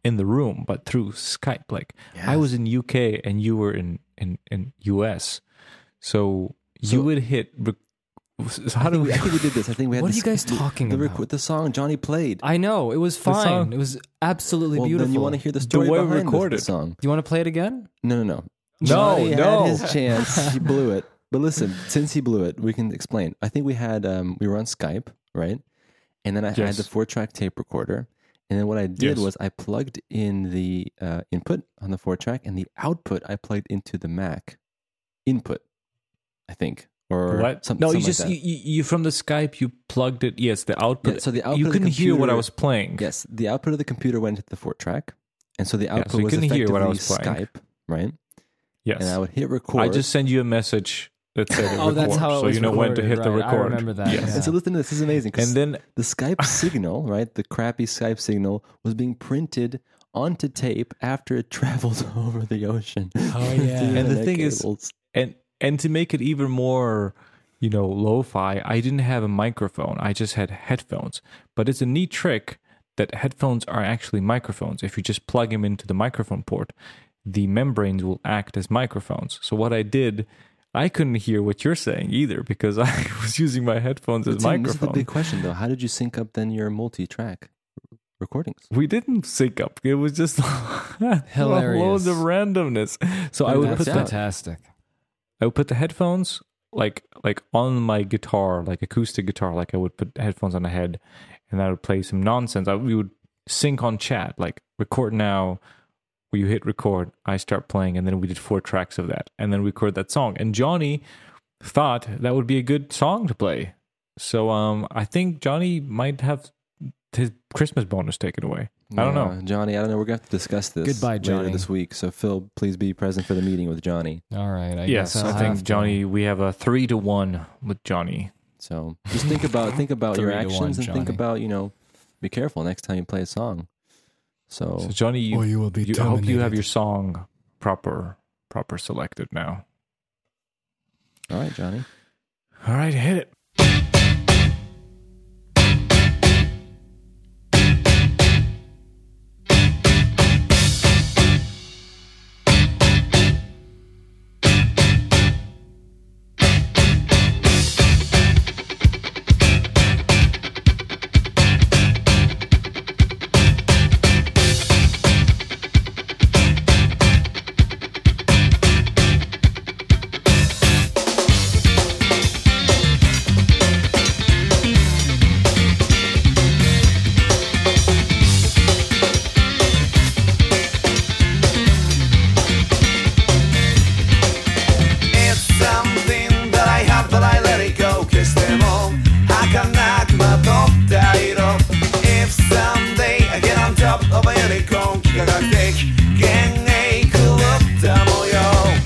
Speaker 3: in the room, but through Skype. Like I was in UK and you were in in in US, so, you would hit. Rec- how do we?
Speaker 2: I think we did this. I think we had
Speaker 1: What are
Speaker 2: this-
Speaker 1: you guys talking
Speaker 2: the,
Speaker 1: about?
Speaker 2: rec- the song Johnny played.
Speaker 1: I know it was
Speaker 3: song-
Speaker 1: fine. It was absolutely
Speaker 2: well,
Speaker 1: beautiful.
Speaker 2: then you want to hear the story
Speaker 3: way we
Speaker 2: behind this-
Speaker 3: recorded.
Speaker 2: the song.
Speaker 1: You want to play it again?
Speaker 2: No, no, no.
Speaker 3: No,
Speaker 2: Johnny
Speaker 3: no.
Speaker 2: had his chance. He blew it. But listen, since he blew it, we can explain. I think we had um, we were on Skype, right? And then I had
Speaker 3: Yes.
Speaker 2: the four track tape recorder. And then what I did
Speaker 3: Yes.
Speaker 2: was I plugged in the uh, input on the four track and the output I plugged into the Mac input, I think. Or
Speaker 3: What?
Speaker 2: some-
Speaker 3: no,
Speaker 2: something
Speaker 3: you
Speaker 2: like
Speaker 3: just
Speaker 2: that.
Speaker 3: you, you, you from the Skype you plugged it. Yes, the output.
Speaker 2: Yeah, so the output
Speaker 3: you
Speaker 2: of the
Speaker 3: couldn't hear what
Speaker 2: computer-
Speaker 3: I was playing.
Speaker 2: Yes, the output of the computer went to the four track. And so the output
Speaker 3: you
Speaker 2: was
Speaker 3: couldn't
Speaker 2: effectively
Speaker 3: hear what I was playing.
Speaker 2: Skype, right?
Speaker 3: yes.
Speaker 2: And I would hit record.
Speaker 3: I just send you a message that said
Speaker 1: Oh, that's
Speaker 3: record,
Speaker 1: how it
Speaker 3: so
Speaker 1: was
Speaker 3: you know when to
Speaker 1: recorded,
Speaker 3: hit the
Speaker 1: right. I
Speaker 3: record.
Speaker 1: remember that,
Speaker 3: Yes.
Speaker 1: yeah.
Speaker 2: And so listen to this. This is amazing. 'cause
Speaker 3: And then
Speaker 2: the Skype signal, right? The crappy Skype signal was being printed onto tape after it traveled over the ocean. Oh
Speaker 1: yeah.
Speaker 3: And the thing is- and and to make it even more, you know, lo-fi, I didn't have a microphone. I just had headphones. But it's a neat trick that headphones are actually microphones. If you just plug them into the microphone port, the membranes will act as microphones. So what I did, I couldn't hear what you're saying either because I was using my headphones as
Speaker 2: But Tim, This is the
Speaker 3: microphone.
Speaker 2: big question, though. How did you sync up then your multi-track recordings?
Speaker 3: we didn't sync up. It was just loads
Speaker 1: Hilarious.
Speaker 3: of randomness. So I
Speaker 1: And
Speaker 3: would
Speaker 1: that's
Speaker 3: put the
Speaker 1: fantastic.
Speaker 3: I would put the headphones like like on my guitar, like acoustic guitar, like I would put headphones on the head, and I would play some nonsense. I, we would sync on chat, like record now. where You hit record, I start playing, and then we did four tracks of that, and then record that song. And Johnny thought that would be a good song to play, so um, I think Johnny might have his Christmas bonus taken away. I don't know.
Speaker 2: Yeah, Johnny. I don't know. We're gonna have to discuss this.
Speaker 1: Goodbye,
Speaker 2: later
Speaker 1: Johnny.
Speaker 2: This week, so Phil, please be present for the meeting with Johnny.
Speaker 1: All right. I
Speaker 3: Yes,
Speaker 1: guess I'll
Speaker 3: I
Speaker 1: have
Speaker 3: think
Speaker 1: to-
Speaker 3: Johnny. We have a three to one with Johnny.
Speaker 2: So just think about think about your
Speaker 1: Three to one,
Speaker 2: actions and think
Speaker 1: Johnny.
Speaker 2: about you know, be careful next time you play a song. So
Speaker 3: So Johnny, you
Speaker 1: Or you will be
Speaker 3: you, I hope you have
Speaker 1: terminated.
Speaker 3: your song proper proper selected now.
Speaker 2: all right, Johnny.
Speaker 3: All right, hit it.
Speaker 4: It's something that I have that I let it go Kiss them all 하강락마 덥다이로 If someday I get on top of a unicorn 기가각색 갱의 그룹다 모여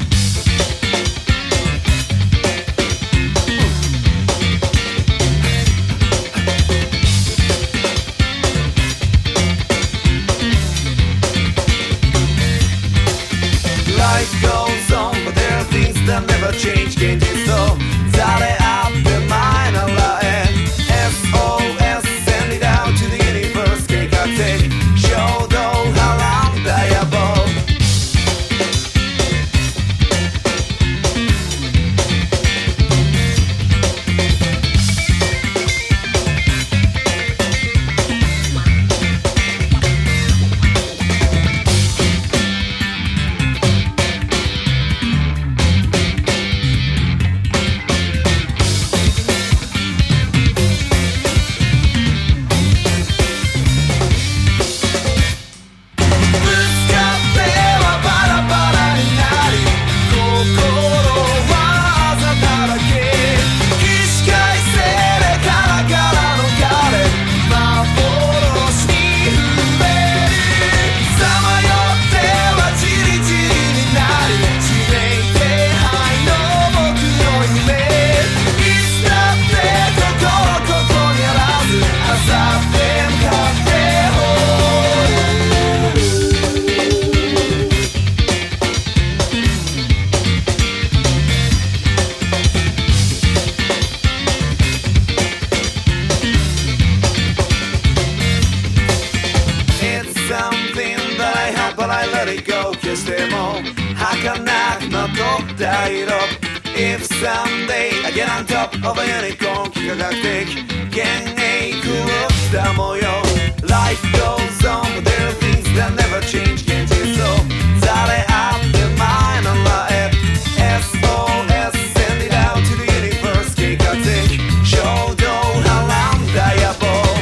Speaker 4: Life goes on, but there are things that never change. Can't you so? Tally up the mind and lying. SOS, send it out to the universe. Can't cut it. Show though how I'm diable. Oh It's something that I have, but I let it go. Kiss them all. Hakanak no it up. If someday I get on top of a unicorn, kikagaktik, gennei kurupta moyo. Life goes on, but there are things that never change. Can't you so? Zare up the mind and life. SOS, send it out to the universe, kikagaktik. Show though how I'm diable.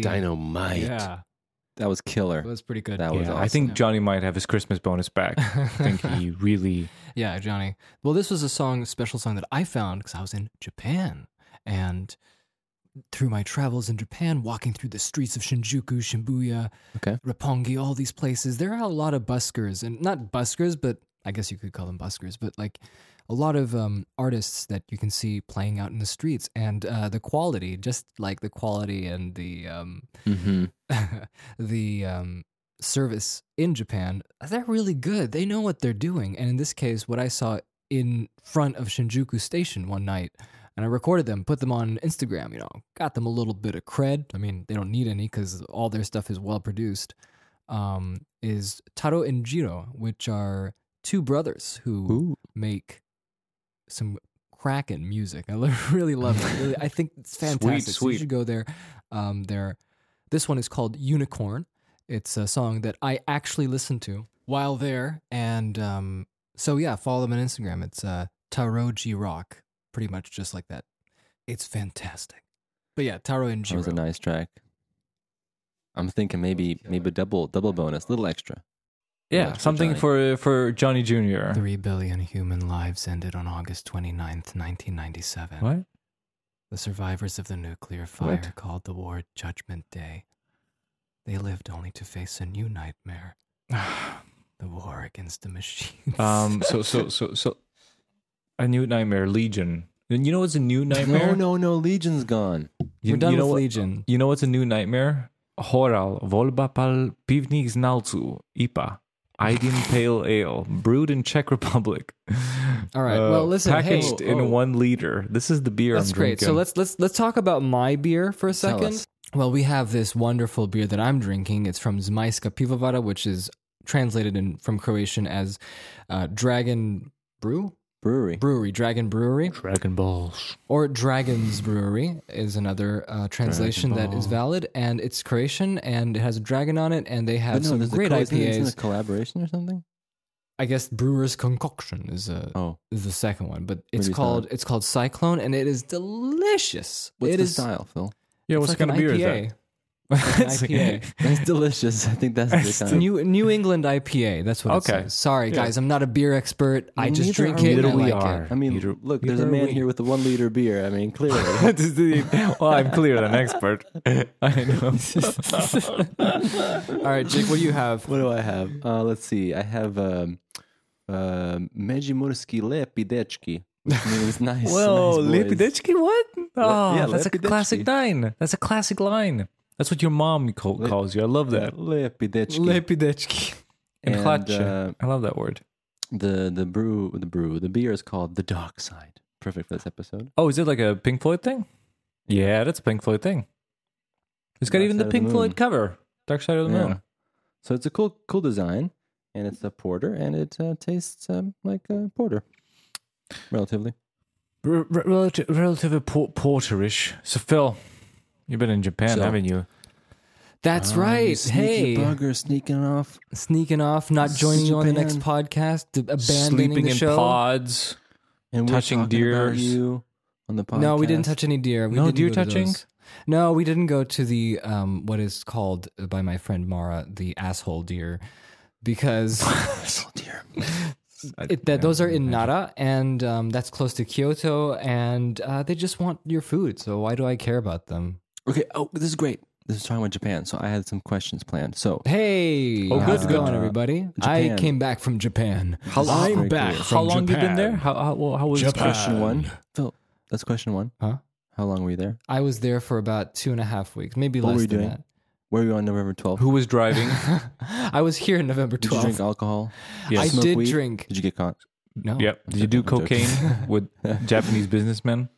Speaker 2: Dynamite.
Speaker 1: Yeah,
Speaker 2: That was
Speaker 1: that
Speaker 2: killer.
Speaker 1: was pretty good.
Speaker 2: That was
Speaker 3: Yeah, I think
Speaker 1: Yeah.
Speaker 3: Johnny might have his Christmas bonus back. I think he really.
Speaker 1: Yeah, Johnny. Well, this was a song, a special song that I found because I was in Japan and through my travels in Japan, walking through the streets of Shinjuku, Shibuya,
Speaker 2: Okay.
Speaker 1: Roppongi, all these places, there are a lot of buskers and not buskers, but I guess you could call them buskers, but like a lot of um, artists that you can see playing out in the streets and uh, the quality, just like the quality and the um,
Speaker 2: Mm-hmm.
Speaker 1: the um, service in Japan, uh, they're really good. They know what they're doing. And in this case, what I saw in front of Shinjuku Station one night, and I recorded them, put them on Instagram, you know, got them a little bit of cred. I mean, they don't need any because all their stuff is well produced. Um, is Taro and Jiro, which are two brothers who
Speaker 2: Ooh.
Speaker 1: make some cracking music. I lo- really love it. Really, I think it's
Speaker 3: Sweet,
Speaker 1: fantastic. So
Speaker 3: sweet.
Speaker 1: you should go there. Um, there. This one is called Unicorn. It's a song that I actually listened to while there, and um, so yeah, follow them on Instagram. It's uh, Taroji Rock, pretty much just like that. It's fantastic. But yeah, Taro and
Speaker 2: That was a
Speaker 1: Jiro.
Speaker 2: nice track. I'm thinking maybe maybe double double bonus, little extra.
Speaker 3: Yeah,
Speaker 2: Extra
Speaker 3: something
Speaker 2: Johnny.
Speaker 3: for for Johnny Jr.
Speaker 1: Three billion human lives ended on August 29th, 1997.
Speaker 3: What?
Speaker 1: The survivors of the nuclear fire
Speaker 2: What?
Speaker 1: called the war Judgment Day. They lived only to face a new nightmare the war against the machines.
Speaker 3: Um. So so so so. A new nightmare, Legion. And you know what's a new nightmare?
Speaker 2: No, no, no. Legion's gone.
Speaker 3: You,
Speaker 1: We're done
Speaker 3: you know
Speaker 1: with
Speaker 3: what-
Speaker 1: Legion.
Speaker 3: You know what's a new nightmare? Horal, volba pal pivnik znalcu, IPA, Idin Pale Ale, brewed in Czech Republic.
Speaker 1: All right.
Speaker 3: Uh,
Speaker 1: well, listen. hey,
Speaker 3: Packaged in
Speaker 1: oh,
Speaker 3: one liter. This is the beer
Speaker 1: That's
Speaker 3: I'm
Speaker 1: great.
Speaker 3: drinking.
Speaker 1: So let's let's let's talk about my beer for a
Speaker 2: Tell
Speaker 1: second.
Speaker 2: us.
Speaker 1: Well, we have this wonderful beer that I'm drinking. It's from Zmajska Pivovara, which is translated in from Croatian as uh, Dragon Brew
Speaker 2: Brewery.
Speaker 1: Brewery, Dragon Brewery.
Speaker 3: Dragon Balls.
Speaker 1: Or Dragon's Brewery is another uh, translation that is valid, and it's Croatian, and it has a dragon on it, and they have
Speaker 2: But no,
Speaker 1: some
Speaker 2: there's a
Speaker 1: great
Speaker 2: co- isn't- isn't
Speaker 1: IPAs.
Speaker 2: a collaboration or something?
Speaker 1: I guess Brewer's Concoction is a,
Speaker 2: Oh,
Speaker 1: is the second one, but it's
Speaker 2: Maybe it's
Speaker 1: called
Speaker 2: not.
Speaker 1: it's called Cyclone, and it is delicious.
Speaker 2: what's
Speaker 1: It
Speaker 2: the
Speaker 1: is-
Speaker 2: style, Phil?
Speaker 3: Yeah,
Speaker 1: It's
Speaker 3: what's
Speaker 1: like
Speaker 3: kind
Speaker 1: an
Speaker 3: of beer
Speaker 1: IPA.
Speaker 3: is that?
Speaker 1: It's like an IPA.
Speaker 2: That's delicious. I think that's
Speaker 3: That's
Speaker 2: the
Speaker 3: the
Speaker 2: kind.
Speaker 1: New New England IPA. That's what
Speaker 3: Okay.
Speaker 1: it says. Sorry,
Speaker 3: Yeah.
Speaker 1: guys, I'm not a beer expert. I
Speaker 2: Well,
Speaker 1: just
Speaker 2: neither
Speaker 1: drink
Speaker 2: are
Speaker 1: it.
Speaker 2: we.
Speaker 1: And I
Speaker 3: Neither we
Speaker 1: like
Speaker 3: are.
Speaker 1: It.
Speaker 2: I mean,
Speaker 3: Neither-
Speaker 2: look, there's a
Speaker 1: neither
Speaker 2: man
Speaker 1: we.
Speaker 2: here with a one liter beer. I mean, clearly.
Speaker 3: This is the- well, I'm clear an expert. I know.
Speaker 1: All right, Jake, what do you have?
Speaker 2: what do I have? Uh, let's see. I have um, uh, Međimurski lepidečki, which means nice.
Speaker 3: Well,
Speaker 2: nice boys.
Speaker 3: Lepideczki, what? Oh,
Speaker 2: yeah,
Speaker 3: that's a
Speaker 2: Lepideczki.
Speaker 3: classic line. That's a classic line. That's what your mom call, calls you. I love that.
Speaker 2: Lepidečki.
Speaker 1: Lepidečki.
Speaker 3: And,
Speaker 2: And,
Speaker 3: klatsche.
Speaker 2: uh,
Speaker 3: I love that word.
Speaker 2: the the brew the brew the beer is called the Dark Side. Perfect for this episode.
Speaker 3: Oh, is it like a Pink Floyd thing? Yeah, that's a Pink Floyd thing. It's got
Speaker 2: Dark
Speaker 3: even
Speaker 2: Side
Speaker 3: the
Speaker 2: of the
Speaker 3: Pink
Speaker 2: Moon.
Speaker 3: Floyd cover, Dark Side of the
Speaker 2: Yeah.
Speaker 3: Moon.
Speaker 2: So it's a cool cool design, and it's a porter, and it uh, tastes um, like a porter, relatively.
Speaker 3: R- r- relative, relatively por- porterish. So, Phil, you've been in Japan,
Speaker 1: So-
Speaker 3: haven't you?
Speaker 2: Um,
Speaker 1: That's right. Hey,
Speaker 2: bugger sneaking off.
Speaker 1: sneaking off, not joining you on the next
Speaker 2: Japan.
Speaker 1: podcast, d- abandoning
Speaker 3: Sleeping
Speaker 1: the
Speaker 3: in
Speaker 1: show.
Speaker 3: pods.
Speaker 2: and we're
Speaker 3: Touching
Speaker 2: talking about
Speaker 3: deers.
Speaker 2: you on the podcast.
Speaker 1: no, we didn't touch any deer. We
Speaker 3: No
Speaker 1: didn't
Speaker 3: deer
Speaker 1: go to
Speaker 3: touching?
Speaker 1: those. No, we didn't go to the um, what is called by my friend Mara the asshole deer because
Speaker 2: deer.
Speaker 1: it, that those are in Nara and um, that's close to Kyoto and uh, they just want your food. So why do I care about them?
Speaker 2: Okay. Oh, this is great. This is talking about Japan. So I had some questions planned. So
Speaker 1: Hey,
Speaker 3: Oh,
Speaker 1: how's
Speaker 3: good,
Speaker 1: it
Speaker 3: good.
Speaker 1: going, everybody? I
Speaker 2: Japan.
Speaker 1: came back from Japan.
Speaker 2: How long-
Speaker 1: I'm
Speaker 2: Very
Speaker 1: back
Speaker 2: cool.
Speaker 1: from
Speaker 3: How long you been
Speaker 1: Japan.
Speaker 3: there? How, how, well, how was
Speaker 2: question one, Phil. That's question one.
Speaker 1: Huh?
Speaker 2: How long were you there?
Speaker 1: I was there for about two and a half weeks, maybe
Speaker 2: What
Speaker 1: less
Speaker 2: were you
Speaker 1: than
Speaker 2: doing?
Speaker 1: that.
Speaker 2: Were you on November twelfth?
Speaker 3: Who was driving?
Speaker 1: I was here in November
Speaker 2: Did you
Speaker 1: 12th.
Speaker 2: drink alcohol?
Speaker 1: I
Speaker 2: Smoke
Speaker 1: did
Speaker 2: weed?
Speaker 1: drink.
Speaker 2: Did you get caught?
Speaker 1: No.
Speaker 3: yep. Did you do cocaine with Japanese businessmen?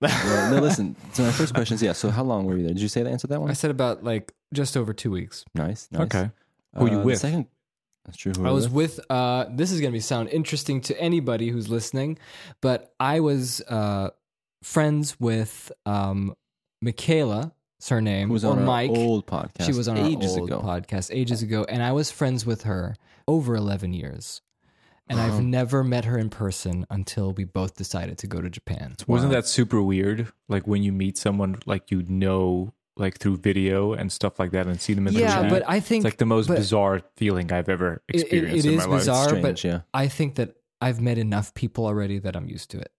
Speaker 2: Well, no, listen. So my first question is yeah. So how long were you there? Did you say the answer to that
Speaker 1: I
Speaker 2: one?
Speaker 1: said about like just over two weeks.
Speaker 2: Nice. nice. Uh,
Speaker 3: Okay. Who you
Speaker 2: the
Speaker 3: with?
Speaker 2: Second. That's true. Who were
Speaker 1: I
Speaker 2: you
Speaker 1: was
Speaker 2: with?
Speaker 1: with, uh, this is going to be sound interesting to anybody who's listening, but I was uh, friends with um, Michaela, is her name,
Speaker 2: Who was
Speaker 1: or
Speaker 2: on our
Speaker 1: Mike.
Speaker 2: old podcast?
Speaker 1: she was on
Speaker 2: ages
Speaker 1: our old
Speaker 2: ago.
Speaker 1: podcast ages ago, and I was friends with her over 11 years. And I've never met her in person until we both decided to go to Japan.
Speaker 3: Wasn't that super weird? Like when you meet someone like you know like through video and stuff like that and see them in
Speaker 1: Yeah,
Speaker 3: the chat.
Speaker 1: but I think-
Speaker 3: it's like the most
Speaker 1: but-
Speaker 3: bizarre feeling I've ever
Speaker 1: It- it-
Speaker 3: experienced
Speaker 1: it
Speaker 3: in
Speaker 1: is
Speaker 3: my life.
Speaker 1: bizarre, but
Speaker 2: Strange, yeah.
Speaker 1: I think that I've met enough people already that I'm used to it.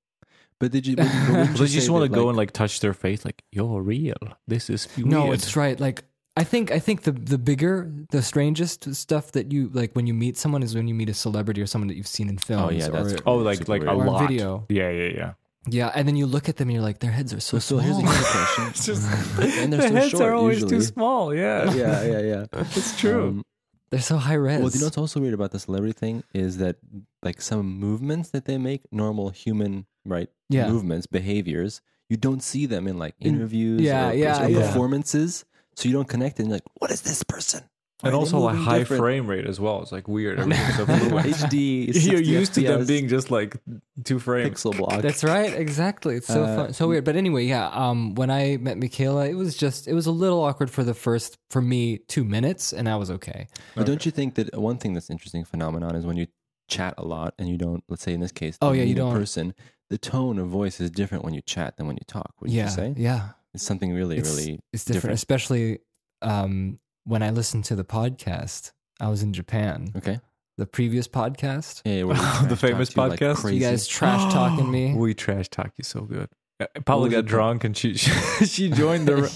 Speaker 2: But did you? But, but wouldn't
Speaker 3: So you just
Speaker 2: say
Speaker 3: want to
Speaker 2: that,
Speaker 3: go
Speaker 2: like-
Speaker 3: and like touch their face, like you're real. This is weird.
Speaker 1: No, it's right. Like I think I think the the bigger, the strangest stuff that you like when you meet someone is when you meet a celebrity or someone that you've seen in films.
Speaker 2: Oh yeah, that's
Speaker 1: or,
Speaker 3: oh, like
Speaker 2: super
Speaker 3: like a
Speaker 2: weird.
Speaker 1: or
Speaker 3: lot.
Speaker 1: video.
Speaker 3: Yeah, yeah, yeah.
Speaker 1: yeah, and then you look at them and you're like, their heads are so small.
Speaker 2: So here's another question. and they're
Speaker 3: the
Speaker 2: so
Speaker 3: heads
Speaker 2: short
Speaker 3: are always
Speaker 2: usually.
Speaker 3: too small. Yeah,
Speaker 2: Yeah, yeah, yeah.
Speaker 3: it's true.
Speaker 2: Um,
Speaker 1: They're so high res.
Speaker 2: well, do you know what's also weird about the celebrity thing is that like some movements that they make, normal human right
Speaker 1: Yeah.
Speaker 2: movements, behaviors, you don't see them in like interviews
Speaker 1: yeah,
Speaker 2: or,
Speaker 1: yeah,
Speaker 2: or
Speaker 1: yeah.
Speaker 2: performances, so you don't connect and you're like, what is this person? Why
Speaker 3: and
Speaker 2: are they
Speaker 3: also a
Speaker 2: moving
Speaker 3: high
Speaker 2: different?
Speaker 3: frame rate as well. It's like weird. Everything's so fluid.
Speaker 2: HD.
Speaker 3: You're
Speaker 2: 60
Speaker 3: used to them
Speaker 2: FPS,
Speaker 3: being just like two frames.
Speaker 2: pixel block.
Speaker 1: That's right, exactly. It's so
Speaker 2: Uh,
Speaker 1: fun, so weird. But anyway, yeah. Um, when I met Michaela, it was just it was a little awkward for the first for me two minutes, and I was okay.
Speaker 2: But don't you think that one thing that's interesting phenomenon is when you chat a lot and you don't, let's say in this case,
Speaker 1: Oh,
Speaker 2: the
Speaker 1: yeah, you
Speaker 2: meet
Speaker 1: don't-
Speaker 2: in person, the tone of voice is different when you chat than when you talk. Would
Speaker 1: yeah,
Speaker 2: you say?
Speaker 1: yeah.
Speaker 2: It's something really,
Speaker 1: It's-
Speaker 2: really.
Speaker 1: It's different,
Speaker 2: different.
Speaker 1: especially um, when I listened to the podcast. I was in Japan.
Speaker 2: Okay.
Speaker 1: The previous podcast,
Speaker 2: Yeah, where we
Speaker 3: The
Speaker 2: trash
Speaker 3: famous
Speaker 2: talked you like
Speaker 3: podcast? You
Speaker 1: you
Speaker 2: crazy.
Speaker 1: guys trash talking me.
Speaker 3: We trash talk you so good. Uh, Paula
Speaker 2: was
Speaker 3: got
Speaker 2: it?
Speaker 3: drunk and she she, she joined the.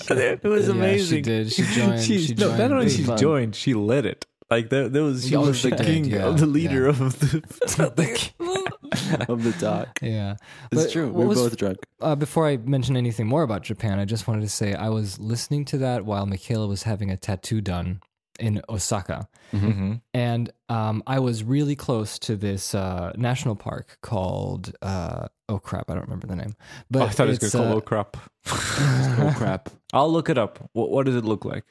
Speaker 3: It was
Speaker 1: Yeah, she
Speaker 3: amazing.
Speaker 1: did. She joined- she
Speaker 3: no, not
Speaker 1: joined. It
Speaker 3: only
Speaker 1: was
Speaker 3: she
Speaker 2: fun.
Speaker 3: joined, she led it. Like that, that was she
Speaker 1: Oh,
Speaker 3: was
Speaker 1: she
Speaker 3: the
Speaker 1: did,
Speaker 3: king,
Speaker 1: yeah,
Speaker 3: of the leader
Speaker 1: yeah.
Speaker 3: of the.
Speaker 2: of the talk.
Speaker 1: yeah,
Speaker 2: It's
Speaker 1: But
Speaker 2: true.
Speaker 1: what
Speaker 2: We We're
Speaker 1: was-
Speaker 2: both drunk.
Speaker 1: uh, before I mention anything more about Japan, I just wanted to say I was listening to that while Michaela was having a tattoo done in Osaka.
Speaker 2: Mm-hmm.
Speaker 3: Mm-hmm.
Speaker 1: And um, I was really close to this uh, national park called, uh, oh crap, I don't remember the name. But
Speaker 3: Oh, I thought it
Speaker 1: it's,
Speaker 3: was going to
Speaker 1: uh,
Speaker 3: call oh crap.
Speaker 2: Oh crap!
Speaker 3: I'll look it up. What, what does it look like?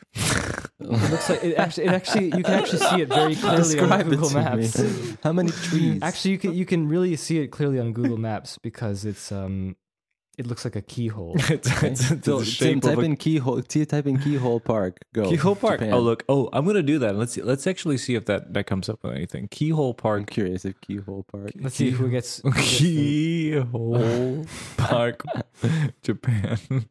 Speaker 1: It looks like it actually, it actually, you can actually see it very clearly
Speaker 2: Describe
Speaker 1: on
Speaker 2: it
Speaker 1: Google
Speaker 2: to
Speaker 1: Maps.
Speaker 2: me. How many trees?
Speaker 1: Actually, you can you can really see it clearly on Google Maps because it's um, it looks like a keyhole.
Speaker 3: it's, it's, it's
Speaker 2: Phil,
Speaker 3: the
Speaker 2: Tim,
Speaker 3: shape
Speaker 2: type
Speaker 3: of a
Speaker 2: in keyhole. T- type in keyhole park. Go
Speaker 3: Keyhole Park.
Speaker 2: Japan.
Speaker 3: Oh look. Oh, I'm gonna do that. Let's see. let's actually see if that that comes up with anything. Keyhole
Speaker 2: I'm
Speaker 3: Park.
Speaker 2: curious if keyhole park.
Speaker 1: Let's see who gets. who gets the-
Speaker 3: Keyhole Park, Japan.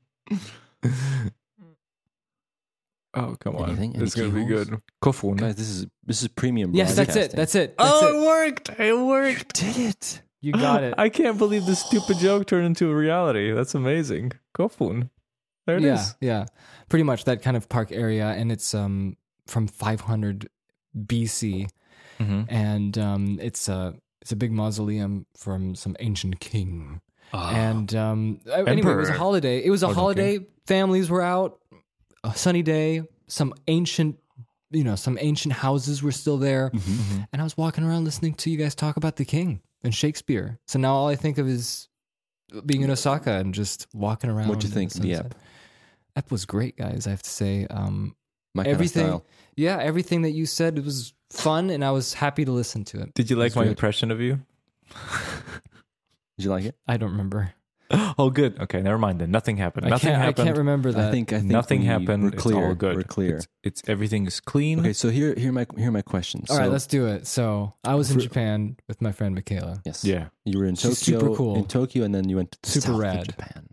Speaker 3: Oh come on!
Speaker 2: Anything? Any
Speaker 3: This is gonna be
Speaker 2: keyholes?
Speaker 3: good. Kofun.
Speaker 2: Guys, this is this is premium.
Speaker 1: Yes, that's it.
Speaker 2: broadcasting.
Speaker 1: That's it. That's
Speaker 3: oh,
Speaker 1: it.
Speaker 3: it worked! It worked!
Speaker 2: Did it?
Speaker 1: You got it.
Speaker 3: I can't believe this stupid joke turned into a reality. That's amazing. Kofun. There it is.
Speaker 1: yeah, yeah. Pretty much that kind of park area, and it's um from 500 BC,
Speaker 3: Mm-hmm.
Speaker 1: and um it's a it's a big mausoleum from some ancient king. and um uh, anyway, it was a
Speaker 3: Ah. Emperor. Oh,
Speaker 1: holiday. It was a
Speaker 3: no,
Speaker 1: holiday. Families were out. A sunny day. Some ancient. You know, some ancient houses were still there,
Speaker 2: Mm-hmm,
Speaker 1: and I was walking around listening to you guys talk about the king and Shakespeare. So now all I think of is being in Osaka and just walking around.
Speaker 2: What'd you
Speaker 1: in
Speaker 2: think of the
Speaker 1: sunset. That was great, guys. I have to say, um,
Speaker 2: My kind of
Speaker 1: everything.
Speaker 2: style.
Speaker 1: yeah, everything that you said was fun, and I was happy to listen to it.
Speaker 3: Did you like
Speaker 2: That's
Speaker 3: my
Speaker 2: good.
Speaker 3: impression of you?
Speaker 2: Did you like it?
Speaker 1: I don't remember.
Speaker 3: Oh, good. Okay, never mind then. Nothing happened.
Speaker 1: I
Speaker 3: Nothing
Speaker 1: can't.
Speaker 3: happened.
Speaker 1: I can't remember that.
Speaker 2: I think. I think
Speaker 3: Nothing
Speaker 2: we-
Speaker 3: happened.
Speaker 2: We're clear.
Speaker 3: It's all good.
Speaker 2: We're clear.
Speaker 3: It's, it's everything is clean.
Speaker 2: okay, so here, here, are my, here, are my questions.
Speaker 1: All right,
Speaker 2: so,
Speaker 1: let's do it. So I was in
Speaker 2: For-
Speaker 1: Japan with my friend Michaela.
Speaker 2: Yes.
Speaker 3: Yeah.
Speaker 2: You were in Tokyo.
Speaker 1: She's super cool.
Speaker 2: In Tokyo, and then you went to
Speaker 1: Super
Speaker 2: south of
Speaker 1: rad.
Speaker 2: Japan.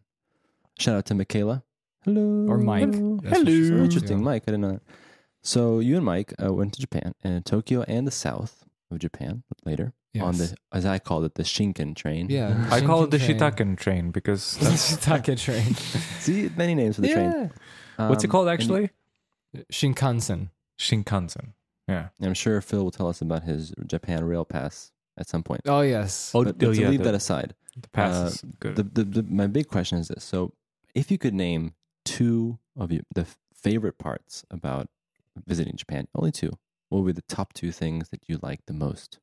Speaker 2: Shout out to Michaela. Hello.
Speaker 1: Or Mike.
Speaker 2: Hello.
Speaker 1: That's what she said,
Speaker 2: Interesting,
Speaker 1: too.
Speaker 2: Mike. I didn't know that. So you and Mike uh, went to Japan and Tokyo and the south of Japan later on
Speaker 1: Yes.
Speaker 2: the, as I called it, the Shinken train.
Speaker 1: Yeah,
Speaker 3: I call it the
Speaker 1: Shinkansen.
Speaker 3: Shitaken train because
Speaker 1: The
Speaker 3: that's,
Speaker 1: Shitake train.
Speaker 2: See, many names for the train.
Speaker 1: yeah.
Speaker 3: what's it
Speaker 2: Um,
Speaker 3: called
Speaker 2: and-
Speaker 3: actually?
Speaker 1: Shinkansen.
Speaker 3: Shinkansen. Yeah.
Speaker 2: and I'm sure Phil will tell us about his Japan rail pass at some point.
Speaker 1: Oh yes.
Speaker 3: Oh,
Speaker 2: but, but to
Speaker 3: yeah,
Speaker 2: leave
Speaker 3: the,
Speaker 2: that aside,
Speaker 3: uh, the pass is good.
Speaker 2: the, the, the my big question is this: so, if you could name two of you, the f- favorite parts about visiting Japan, only two, what would be the top two things that you like the most?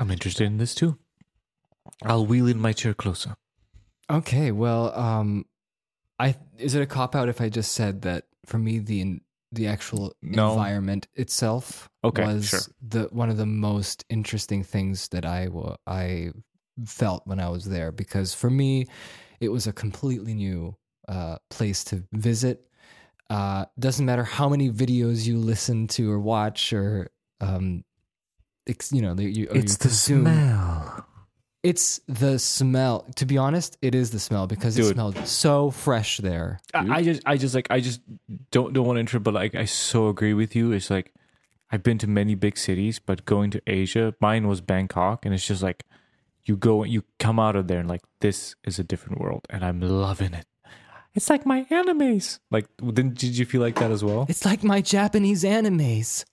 Speaker 3: I'm interested in this too. I'll wheel in my chair closer.
Speaker 1: Okay, well, um, I is it a cop out if I just said that for me the the actual
Speaker 3: No.
Speaker 1: environment itself
Speaker 3: Okay,
Speaker 1: was
Speaker 3: sure.
Speaker 1: the one of the most interesting things that I wa- I felt when I was there because for me it was a completely new uh, place to visit. Uh, doesn't matter how many videos you listen to or watch or um, ex- you know, that you, or you consume
Speaker 3: smell.
Speaker 1: It's the smell. To be honest, it is the smell because it
Speaker 3: Dude.
Speaker 1: smelled so fresh there.
Speaker 3: I, I just, I just like, I just don't don't want to interrupt, but like, I so agree with you. It's like, I've been to many big cities, but going to Asia, mine was Bangkok, and it's just like, you go, you come out of there, and like, this is a different world, and I'm loving it. It's like my animes. Like, did did you feel like that as well?
Speaker 1: It's like my Japanese animes.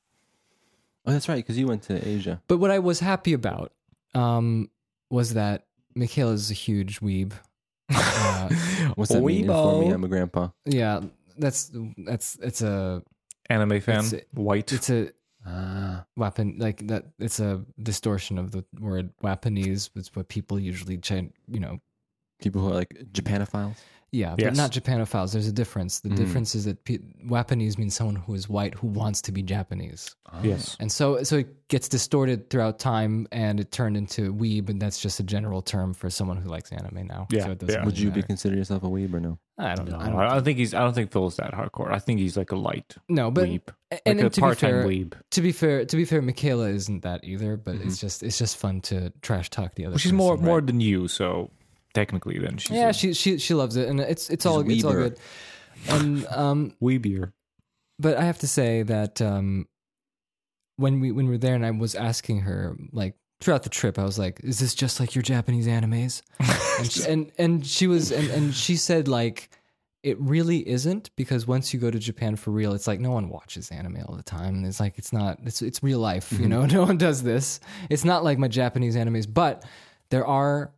Speaker 2: Oh, that's right, because you went to Asia.
Speaker 1: But what I was happy about um, was that Mikhail is a huge weeb. Uh,
Speaker 2: What's that mean? Inform me,
Speaker 3: Weibo.
Speaker 2: I'm a grandpa.
Speaker 1: yeah, that's that's it's a
Speaker 3: Anime fan,
Speaker 1: It's-
Speaker 3: white.
Speaker 1: it's a
Speaker 2: Ah,
Speaker 1: weapon like that. It's a distortion of the word weaponese. It's what people usually ch- you know
Speaker 2: people who are like Japanophiles.
Speaker 1: Yeah, but
Speaker 3: Yes.
Speaker 1: not Japanophiles. There's a difference. The
Speaker 2: Mm.
Speaker 1: difference is that pe Japanese means someone who is white who wants to be Japanese,
Speaker 3: yes.
Speaker 1: and so so it gets distorted throughout time, and it turned into weeb, and that's just a general term for someone who likes anime now.
Speaker 3: Yeah,
Speaker 1: so it doesn't
Speaker 3: yeah.
Speaker 2: Would
Speaker 1: really
Speaker 2: you be
Speaker 1: matter.
Speaker 2: consider yourself a weeb or no?
Speaker 1: I don't know.
Speaker 3: No,
Speaker 1: I don't,
Speaker 3: I don't think he's. I don't think Phil's that hardcore. I think he's like a light
Speaker 1: no, but
Speaker 3: weeb,
Speaker 1: and then
Speaker 3: like a
Speaker 1: to be
Speaker 3: part-time
Speaker 1: fair,
Speaker 3: weeb. Mm-hmm.
Speaker 1: to be fair, to be fair, Michaela isn't that either. But it's just it's just fun to trash talk the other.
Speaker 3: She's more
Speaker 1: person.
Speaker 3: more than you, so technically, then she's
Speaker 1: Yeah,
Speaker 3: a
Speaker 1: she she she loves it, and it's it's all it's all
Speaker 2: weeber.
Speaker 1: good. And um,
Speaker 3: weebier.
Speaker 1: but I have to say that um, when we when we were there, and I was asking her like throughout the trip, I was like, "Is this just like your Japanese animes?" and, she, and and she was and and she said like. It really isn't because once you go to Japan for real, it's like no one watches anime all the time. And it's like it's not it's it's real life, you know. No one does this. It's not like my Japanese animes, but there are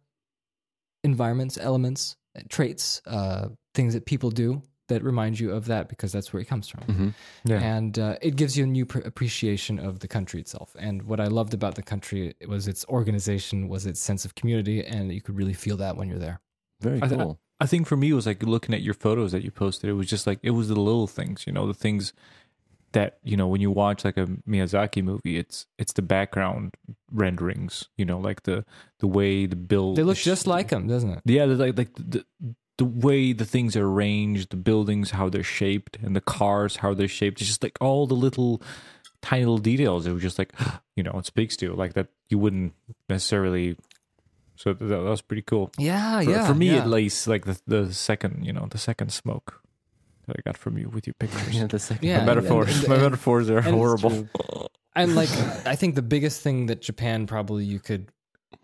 Speaker 1: environments, elements, traits, uh, things that people do that remind you of that because that's where it comes from.
Speaker 3: Yeah.
Speaker 1: And uh, it gives you a new pr- appreciation of the country itself. And what I loved about the country was its organization, was its sense of community, and you could really feel that when you're there.
Speaker 2: Very
Speaker 3: I, th-
Speaker 2: cool.
Speaker 3: I think for me, it was like looking at your photos that you posted. It was just like it was the little things, you know, the things that you know when you watch like a Miyazaki movie. It's it's the background renderings, you know, like the the way the build.
Speaker 1: They look
Speaker 3: is-
Speaker 1: just like them, doesn't it?
Speaker 3: Yeah, there's like like the the way the things are arranged, the buildings how they're shaped, and the cars how they're shaped. It's just like all the little tiny little details. It was just like you know it speaks to like that you wouldn't necessarily. So that, that was pretty cool.
Speaker 1: Yeah,
Speaker 3: For,
Speaker 1: Oh, yeah.
Speaker 3: for me
Speaker 1: yeah.
Speaker 3: at least, like the the second you know the second smoke that I got from you with your pictures.
Speaker 2: Yeah, the second.
Speaker 1: Yeah.
Speaker 3: My metaphors,
Speaker 1: and-
Speaker 3: my
Speaker 1: and-
Speaker 3: metaphors are
Speaker 1: it's
Speaker 3: horrible.
Speaker 1: And like, I think the biggest thing that Japan probably you could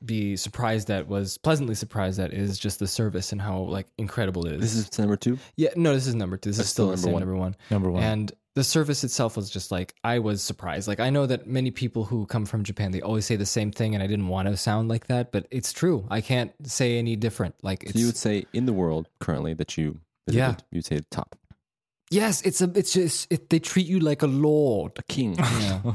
Speaker 1: be surprised at was pleasantly surprised at is just the service and how like incredible it is.
Speaker 2: This is number two.
Speaker 1: yeah, no, this is number two. This is
Speaker 2: That's
Speaker 1: still
Speaker 2: still
Speaker 1: the
Speaker 2: number
Speaker 1: same
Speaker 2: one.
Speaker 1: number one.
Speaker 3: Number one,
Speaker 1: And the service itself was just like I was surprised. Like I know that many people who come from Japan they always say the same thing, and I didn't want to sound like that, but it's true. I can't say any different. Like it's
Speaker 2: So you would say in the world currently that you visited,
Speaker 1: Yeah.
Speaker 2: you'd say top.
Speaker 1: yes, it's a it's just it, they treat you like a lord.
Speaker 2: A king.
Speaker 1: Yeah.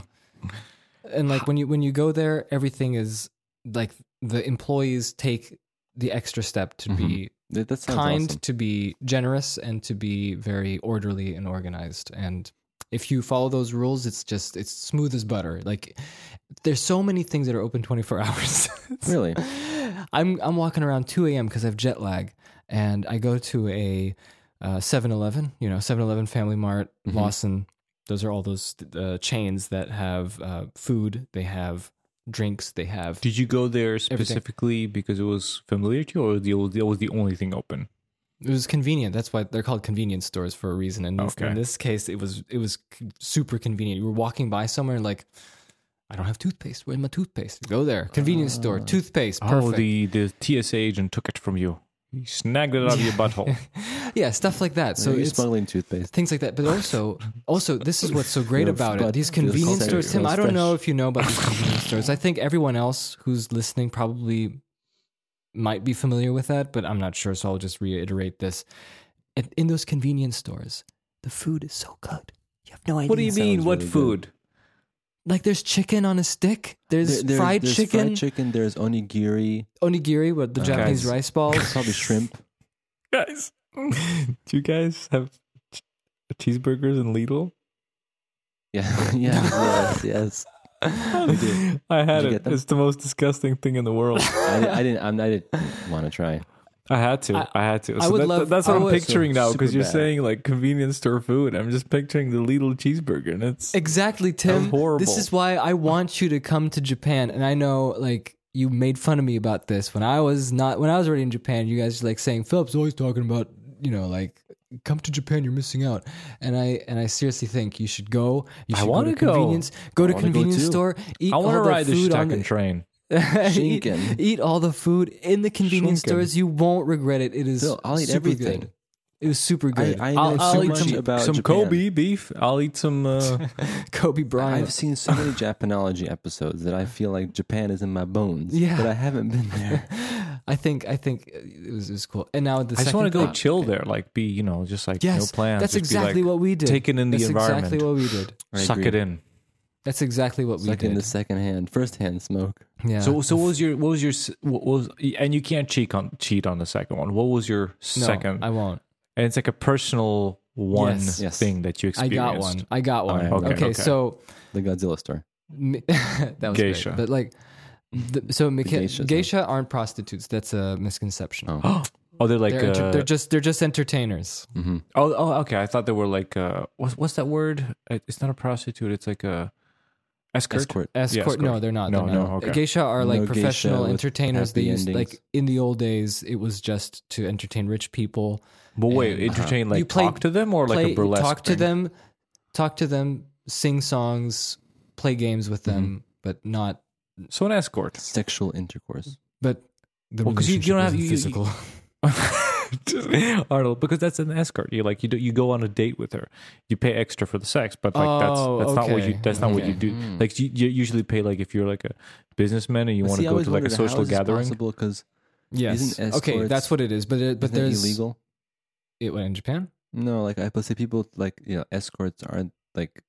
Speaker 1: and like when you when you go there, everything is like the employees take the extra step to be
Speaker 2: that, that sounds
Speaker 1: kind,
Speaker 2: awesome.
Speaker 1: to be generous, and to be very orderly and organized. And if you follow those rules, it's just it's smooth as butter. Like there's so many things that are open 24 hours.
Speaker 2: Really?
Speaker 1: I'm I'm walking around 2 a.m. because I have jet lag, and I go to a uh, 7-Eleven, you know, 7-Eleven, Family Mart,
Speaker 2: Mm-hmm.
Speaker 1: Lawson. Those are all those uh, chains that have uh, food. They have drinks. They have
Speaker 3: did you go there specifically because it was familiar to you, or the it was the only thing open?
Speaker 1: It was convenient. That's why they're called convenience stores for a reason. And in-
Speaker 3: Okay.
Speaker 1: in this case, it was it was c- super convenient. You were walking by somewhere and like, I don't have toothpaste. Where's my toothpaste? Go there. Convenience store. Toothpaste.
Speaker 3: Oh,
Speaker 1: Perfect.
Speaker 3: the the TSA agent took it from you. He snagged it out of your butthole.
Speaker 1: yeah, stuff like that. So
Speaker 2: So you're
Speaker 1: it's
Speaker 2: smuggling toothpaste.
Speaker 1: things like that. But also, also this is what's so great
Speaker 2: Your
Speaker 1: about it.
Speaker 2: butt
Speaker 1: These
Speaker 2: feels
Speaker 1: convenience
Speaker 2: safe,
Speaker 1: stores, Tim.
Speaker 2: feels
Speaker 1: I don't know
Speaker 2: fresh.
Speaker 1: if you know about these convenience stores. I think everyone else who's listening probably might be familiar with that, but I'm not sure. So I'll just reiterate this: in in those convenience stores, the food is so good. You have no idea.
Speaker 3: what do you mean?
Speaker 2: sounds
Speaker 3: What
Speaker 2: really good.
Speaker 3: food?
Speaker 1: Like there's chicken on a stick. There's
Speaker 2: There- there-
Speaker 1: fried
Speaker 2: there's
Speaker 1: chicken,
Speaker 2: Fried chicken. There's onigiri.
Speaker 1: onigiri with the Japanese
Speaker 3: Guys.
Speaker 1: rice balls.
Speaker 2: Probably shrimp.
Speaker 3: guys, do you guys have ch- cheeseburgers in Lidl?
Speaker 2: Yeah. yeah. yes. Yes. We do.
Speaker 3: I
Speaker 2: Did
Speaker 3: had
Speaker 2: you
Speaker 3: it.
Speaker 2: get them?
Speaker 3: It's the most disgusting thing in the world.
Speaker 2: I, di- I didn't. I'm, I didn't want to try.
Speaker 3: I had to. I, had to. So
Speaker 1: would
Speaker 3: that-
Speaker 1: love-
Speaker 3: that's what
Speaker 1: I
Speaker 3: I'm
Speaker 1: would-
Speaker 3: picturing now because
Speaker 2: Super
Speaker 3: you're
Speaker 2: bad.
Speaker 3: saying like convenience store food. I'm just picturing the Lidl cheeseburger, and it's
Speaker 1: Exactly, Tim.
Speaker 3: horrible.
Speaker 1: This is why I want you to come to Japan, and I know like you made fun of me about this when I was not when I was already in Japan. You guys were, like saying Philip's always talking about you know like come to Japan, you're missing out. And I and I seriously think you should go. You
Speaker 3: I
Speaker 1: should go
Speaker 3: wanna
Speaker 1: to
Speaker 3: go.
Speaker 1: convenience. Go to
Speaker 2: wanna go
Speaker 1: convenience
Speaker 2: too.
Speaker 1: store. Eat
Speaker 3: I
Speaker 1: all
Speaker 3: want to
Speaker 1: their
Speaker 3: ride the
Speaker 1: food on
Speaker 3: Shitaken train.
Speaker 1: eat,
Speaker 2: Shinken.
Speaker 1: eat all the food in the convenience
Speaker 3: Shunken.
Speaker 1: stores. You won't regret it. It is
Speaker 2: Phil, I'll eat
Speaker 1: super
Speaker 2: everything.
Speaker 1: good. It was super good.
Speaker 2: I, I know
Speaker 3: I'll, I'll
Speaker 2: so
Speaker 3: eat
Speaker 2: much
Speaker 3: some,
Speaker 2: about
Speaker 3: some
Speaker 2: Japan.
Speaker 3: Kobe beef. I'll eat some. Uh,
Speaker 1: Kobe Bryant.
Speaker 2: I've seen so many Japanology episodes that I feel like Japan is in my bones.
Speaker 1: Yeah.
Speaker 2: But I haven't been there.
Speaker 1: I think I think it was, it was cool. And now the
Speaker 3: I just want to go
Speaker 1: second-
Speaker 3: chill there, like be you know just like
Speaker 1: Yes,
Speaker 3: no plans.
Speaker 1: that's
Speaker 3: just be,
Speaker 1: exactly
Speaker 3: like,
Speaker 1: what we did.
Speaker 3: Taking in the
Speaker 1: That's
Speaker 3: environment.
Speaker 1: exactly what we did.
Speaker 2: I
Speaker 3: Suck
Speaker 2: agree.
Speaker 3: it in.
Speaker 1: That's exactly what
Speaker 2: Suck
Speaker 1: we
Speaker 2: in
Speaker 1: did.
Speaker 2: the second hand, first hand smoke.
Speaker 1: yeah.
Speaker 3: So so what was your what was your s- what was and you can't cheat on cheat on the second one. What was your
Speaker 1: no,
Speaker 3: second?
Speaker 1: I won't.
Speaker 3: and it's like a personal one
Speaker 1: Yes.
Speaker 2: Yes.
Speaker 3: thing that you
Speaker 1: I
Speaker 3: experienced.
Speaker 1: got one. I got one.
Speaker 2: right,
Speaker 1: okay,
Speaker 3: okay, okay.
Speaker 1: so
Speaker 2: The Godzilla store.
Speaker 1: Mi- that was
Speaker 3: Geisha.
Speaker 1: great. But like, the, so Mika- geisha,
Speaker 2: geishas,
Speaker 1: aren't prostitutes. That's a misconception.
Speaker 2: Oh.
Speaker 3: Oh, they're like
Speaker 1: They're, enter-
Speaker 3: uh,
Speaker 1: they're just they're just entertainers.
Speaker 2: Mm-hmm.
Speaker 3: Oh, oh, okay. I thought they were like uh, what's what's that word? It- It's not a prostitute. It's like a escort.
Speaker 2: Escort.
Speaker 1: Escort?
Speaker 3: escort.
Speaker 1: No, they're not.
Speaker 3: No,
Speaker 1: they're not.
Speaker 3: no, okay.
Speaker 1: Geisha are like
Speaker 2: No geisha
Speaker 1: professional
Speaker 2: with
Speaker 1: entertainers. They
Speaker 2: happy
Speaker 1: used
Speaker 2: endings.
Speaker 1: like in the old days, it was just to entertain rich people.
Speaker 3: But wait,
Speaker 1: And, uh-huh.
Speaker 3: entertain like
Speaker 1: You play-
Speaker 3: talk to them or like
Speaker 1: Play-
Speaker 3: a burlesque.
Speaker 1: talk to
Speaker 3: thing?
Speaker 1: them, talk to them, sing songs, play games with them,
Speaker 3: Mm-hmm.
Speaker 1: but not.
Speaker 3: So an escort.
Speaker 2: Sexual intercourse.
Speaker 1: But the
Speaker 3: Well, 'cause you-
Speaker 1: relationship
Speaker 3: you don't have-
Speaker 1: isn't
Speaker 3: you- you-
Speaker 1: physical.
Speaker 3: Arnold, because that's an escort. You like you do, you go on a date with her. You pay extra for the sex, but like
Speaker 1: Oh,
Speaker 3: that's that's not what
Speaker 1: okay.
Speaker 3: you that's not what you
Speaker 1: Okay. Mm.
Speaker 3: do.
Speaker 2: Hmm.
Speaker 3: Like you, you usually pay like if you're like a businessman and you want to go to like a social gathering.
Speaker 2: because
Speaker 1: yes.
Speaker 2: Isn't
Speaker 1: Okay,
Speaker 2: escorts-
Speaker 1: that's what it is. But it, but there's
Speaker 2: illegal.
Speaker 1: It went in Japan.
Speaker 2: No, like I let's say people like you know escorts aren't like.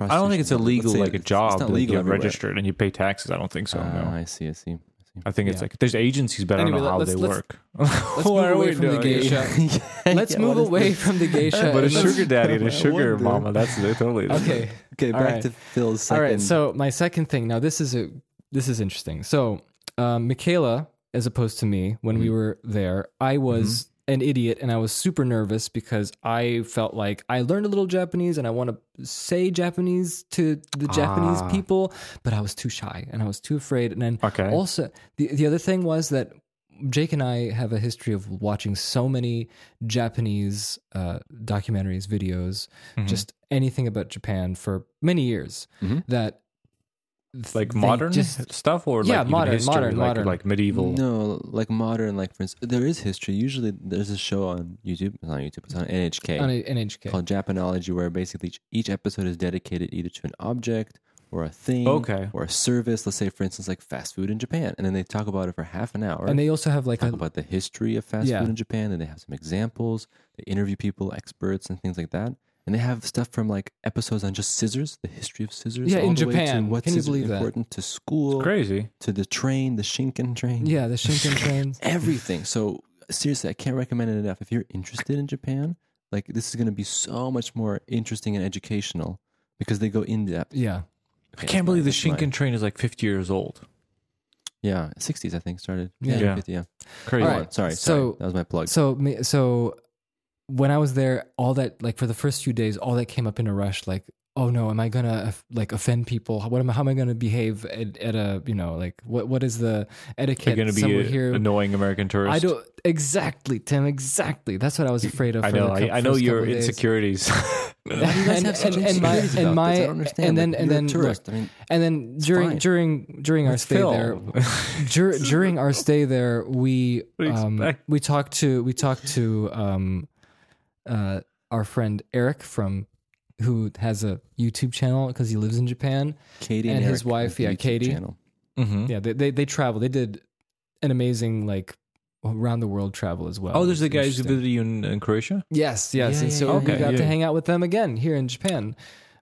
Speaker 3: I don't think it's illegal like a job.
Speaker 2: It's not
Speaker 3: like,
Speaker 2: legal
Speaker 3: you're
Speaker 2: everywhere.
Speaker 3: registered and you pay taxes. I don't think so.
Speaker 2: Ah,
Speaker 3: no.
Speaker 2: I see. I see.
Speaker 3: I think it's
Speaker 1: Uh, Yeah.
Speaker 3: like there's agencies, but
Speaker 1: Anyway,
Speaker 3: I don't know how
Speaker 1: let's-
Speaker 3: they
Speaker 1: let's-
Speaker 3: work.
Speaker 1: Let's
Speaker 3: What
Speaker 1: move
Speaker 3: are
Speaker 1: away
Speaker 3: we
Speaker 1: from the
Speaker 3: doing?
Speaker 1: geisha. Let's move away from the geisha.
Speaker 3: But a
Speaker 1: and let's-
Speaker 3: sugar daddy and a
Speaker 2: I
Speaker 3: sugar
Speaker 2: wonder.
Speaker 3: mama. That's it, totally.
Speaker 1: Okay.
Speaker 2: Okay,
Speaker 1: All
Speaker 2: back
Speaker 1: right.
Speaker 2: to Phil's second.
Speaker 1: All right. So my second thing. Now this is a this is interesting. So um, Michaela, as opposed to me, when
Speaker 3: Mm-hmm.
Speaker 1: we were there, I was an idiot and I was super nervous because I felt like I learned a little Japanese and I want to say Japanese to the Japanese
Speaker 3: Ah.
Speaker 1: people, but I was too shy and I was too afraid. And then
Speaker 3: Okay.
Speaker 1: also the the other thing was that. Jake and I have a history of watching so many Japanese uh, documentaries, videos,
Speaker 3: Mm-hmm.
Speaker 1: just anything about Japan for many years that th-
Speaker 3: like
Speaker 1: they
Speaker 3: modern
Speaker 1: just-
Speaker 3: stuff or
Speaker 1: Yeah,
Speaker 3: like even
Speaker 1: modern,
Speaker 3: history,
Speaker 1: modern,
Speaker 3: like,
Speaker 1: modern.
Speaker 3: like medieval.
Speaker 2: No, like modern, like for instance, there is history. Usually, there's a show on YouTube. It's not on YouTube. It's on NHK
Speaker 1: on a- NHK.
Speaker 2: called Japanology, where basically each, each episode is dedicated either to an object or a thing,
Speaker 3: Okay.
Speaker 2: or a service. Let's say, for instance, like fast food in Japan, and then they talk about it for half an hour.
Speaker 1: and they also have like
Speaker 2: talk
Speaker 1: a
Speaker 2: about the history of fast
Speaker 1: Yeah.
Speaker 2: food in Japan, and they have some examples. They interview people, experts, and things like that. And they have stuff from like episodes on just scissors, the history of scissors.
Speaker 1: Yeah,
Speaker 2: all
Speaker 1: in
Speaker 2: the way
Speaker 1: Japan.
Speaker 2: to what's
Speaker 1: Can you
Speaker 2: scissor
Speaker 1: believe that?
Speaker 2: important to school,
Speaker 3: Crazy.
Speaker 2: to the train, the Shinken train,
Speaker 1: yeah the Shinken trains.
Speaker 2: everything. So seriously, I can't recommend it enough. If you're interested in Japan, like this is going to be so much more interesting and educational because they go in depth.
Speaker 1: Yeah,
Speaker 3: I can't believe the Shinken train is like 50 years old.
Speaker 2: Yeah, 60s I think started.
Speaker 1: Yeah.
Speaker 3: Yeah.
Speaker 2: 50, yeah.
Speaker 3: Crazy.
Speaker 1: All
Speaker 2: Go
Speaker 1: right.
Speaker 2: on. Sorry,
Speaker 1: So-
Speaker 2: sorry. That was my plug.
Speaker 1: so me- so when I was there, all that like for the first few days, all that came up in a rush. Like, oh no, am I gonna of- like offend people? What am I? How am I gonna behave at, at a you know like what what is the
Speaker 3: They're
Speaker 1: etiquette
Speaker 3: going to be
Speaker 1: somewhere
Speaker 3: a-
Speaker 1: here?
Speaker 3: annoying American tourists.
Speaker 1: I don't exactly, Tim. Exactly. That's what I was afraid of.
Speaker 3: I
Speaker 1: for
Speaker 3: know.
Speaker 1: the cou-
Speaker 3: I, I know
Speaker 1: first
Speaker 3: your
Speaker 1: couple days.
Speaker 3: insecurities.
Speaker 2: Why do you guys have such insecurities about this? I don't understand.
Speaker 1: and then
Speaker 2: Like,
Speaker 1: and
Speaker 2: you're a
Speaker 1: then
Speaker 2: tourist.
Speaker 1: look,
Speaker 2: I mean,
Speaker 1: and then during
Speaker 2: fine.
Speaker 1: during during our stay
Speaker 3: Phil.
Speaker 1: there dur- during our stay there we
Speaker 3: do you
Speaker 1: um,
Speaker 3: expect?
Speaker 1: we talked to we talked to um uh our friend Eric from who has a YouTube channel because he lives in Japan
Speaker 2: Katie
Speaker 1: and,
Speaker 2: and,
Speaker 1: his
Speaker 2: Eric
Speaker 1: wife
Speaker 2: with the
Speaker 1: yeah
Speaker 2: YouTube
Speaker 1: Katie
Speaker 2: channel.
Speaker 3: Mhm.
Speaker 1: yeah they, they they travel they did an amazing like around the world travel as well
Speaker 3: Oh, there's
Speaker 1: It's
Speaker 3: the guys who
Speaker 1: interesting.
Speaker 3: visited you in, in Croatia?
Speaker 1: yes yes
Speaker 2: Yeah,
Speaker 1: and
Speaker 2: yeah,
Speaker 1: so
Speaker 2: yeah,
Speaker 1: we
Speaker 3: yeah.
Speaker 1: got to
Speaker 3: Okay.
Speaker 1: hang out with them again here in Japan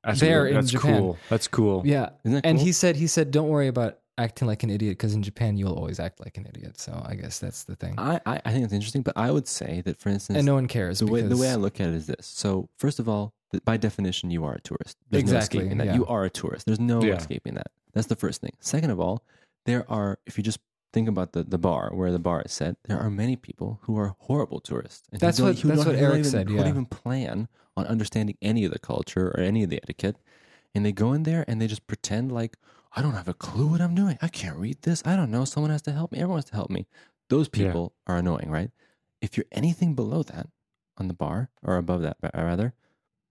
Speaker 3: That's
Speaker 1: There
Speaker 3: cool.
Speaker 1: in
Speaker 3: That's
Speaker 1: Japan.
Speaker 3: cool. That's cool.
Speaker 1: Yeah.
Speaker 2: Isn't that
Speaker 1: and
Speaker 2: cool?
Speaker 1: he said he said don't worry about acting like an idiot because in Japan you'll always act like an idiot. So I guess that's the thing.
Speaker 2: I, I I think it's interesting, but I would say that for instance,
Speaker 1: and no one cares
Speaker 2: the way the
Speaker 1: because-
Speaker 2: way I look at it is this. So first of all, th- by definition, you are a tourist. There's
Speaker 1: Exactly,
Speaker 2: No escaping that.
Speaker 1: yeah.
Speaker 2: You are a tourist. There's no
Speaker 3: Yeah.
Speaker 2: escaping that. That's the first thing. Second of all, there are if you just think about the, the bar where the bar is set, there are many people who are horrible tourists. And who
Speaker 1: That's
Speaker 2: don't-
Speaker 1: what-
Speaker 2: who
Speaker 1: that's
Speaker 2: don't-
Speaker 1: what
Speaker 2: who don't
Speaker 1: Eric
Speaker 2: even-
Speaker 1: said,
Speaker 2: who
Speaker 1: yeah.
Speaker 2: Don't even plan on understanding any of the culture or any of the etiquette, and they go in there and they just pretend like. I don't have a clue what I'm doing. I can't read this. I don't know. Someone has to help me. Everyone has to help me. Those
Speaker 3: Yeah.
Speaker 2: people are annoying, right? If you're anything below that on the bar or above that, ra- rather,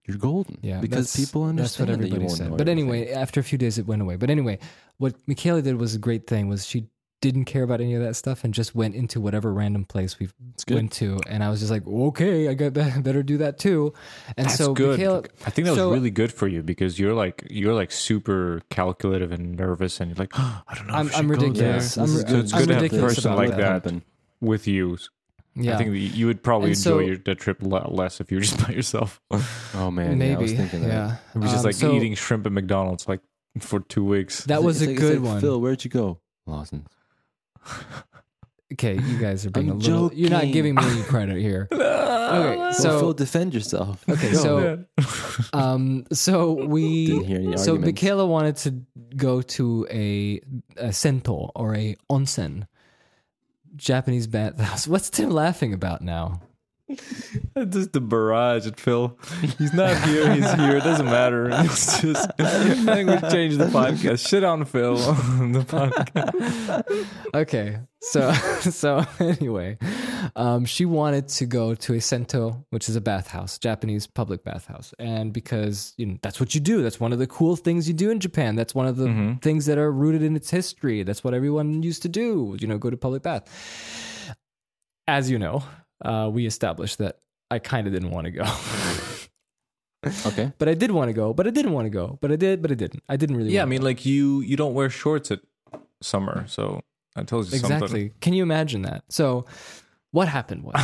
Speaker 2: you're golden.
Speaker 1: Yeah,
Speaker 2: because
Speaker 1: that's-
Speaker 2: people understand
Speaker 1: that's what
Speaker 2: that you
Speaker 1: everybody
Speaker 2: won't
Speaker 1: said.
Speaker 2: know
Speaker 1: But
Speaker 2: everything.
Speaker 1: anyway, after a few days, it went away. But anyway, what Michaela did was a great thing. Was she didn't care about any of that stuff and just went into whatever random place we
Speaker 2: good.
Speaker 1: went to, and I was just like, okay, I got better do that too. And
Speaker 3: That's
Speaker 1: so
Speaker 3: good.
Speaker 1: Michaela,
Speaker 3: I think that was
Speaker 1: so-
Speaker 3: really good for you because you're like you're like super calculative and nervous, and you're like, I don't know.
Speaker 1: I'm-
Speaker 3: if I
Speaker 1: I'm
Speaker 3: should go
Speaker 1: ridiculous.
Speaker 3: there."
Speaker 1: Yes,
Speaker 2: this
Speaker 1: I'm-
Speaker 2: is good.
Speaker 1: I'm
Speaker 2: It's good to have
Speaker 1: ridiculous
Speaker 2: this
Speaker 1: about
Speaker 2: let
Speaker 1: that.
Speaker 2: happen.
Speaker 3: with you.
Speaker 1: yeah,
Speaker 3: I think that you would probably
Speaker 1: And
Speaker 3: enjoy
Speaker 1: so-
Speaker 3: your, the trip le- less if you're just by yourself. It
Speaker 2: Oh man, yeah, I was
Speaker 1: maybe,
Speaker 2: thinking that.
Speaker 1: yeah.
Speaker 3: was
Speaker 1: Um,
Speaker 3: just like
Speaker 1: so
Speaker 3: eating shrimp at McDonald's like for two weeks.
Speaker 1: That
Speaker 2: It's
Speaker 1: was
Speaker 2: like-
Speaker 1: a
Speaker 2: it's like,
Speaker 1: good one.
Speaker 2: Phil, where'd you go? Lawson.
Speaker 1: Okay, you guys are being
Speaker 2: I'm
Speaker 1: a little. You're not
Speaker 2: joking.
Speaker 1: giving me credit here. okay,
Speaker 2: So Phil,
Speaker 1: so
Speaker 2: defend yourself.
Speaker 1: okay,
Speaker 2: Go.
Speaker 1: so um, so we
Speaker 2: Didn't hear any
Speaker 1: so
Speaker 2: arguments.
Speaker 1: Michaela wanted to go to a, a sento or a onsen, Japanese bathhouse. What's Tim laughing about now?
Speaker 3: just the barrage at Phil. He's not here. He's here. It doesn't matter. It's just I think we changed the podcast. Shit on Phil. the podcast.
Speaker 1: Okay, so so anyway, um, she wanted to go to a sento, which is a bathhouse, Japanese public bathhouse, and because you know that's what you do. That's one of the cool things you do in Japan. That's one of the
Speaker 3: Mm-hmm.
Speaker 1: things that are rooted in its history. That's what everyone used to do. You know, go to public bath. As you know, uh, we established that I kind of didn't want to go.
Speaker 2: Okay.
Speaker 1: But I did want to go, but I didn't want to go, but I did, but I didn't. I didn't really
Speaker 3: Yeah, I
Speaker 1: want
Speaker 3: mean, like you you don't wear shorts at summer, so that tells you
Speaker 1: exactly.
Speaker 3: something.
Speaker 1: Can you imagine that? So what happened was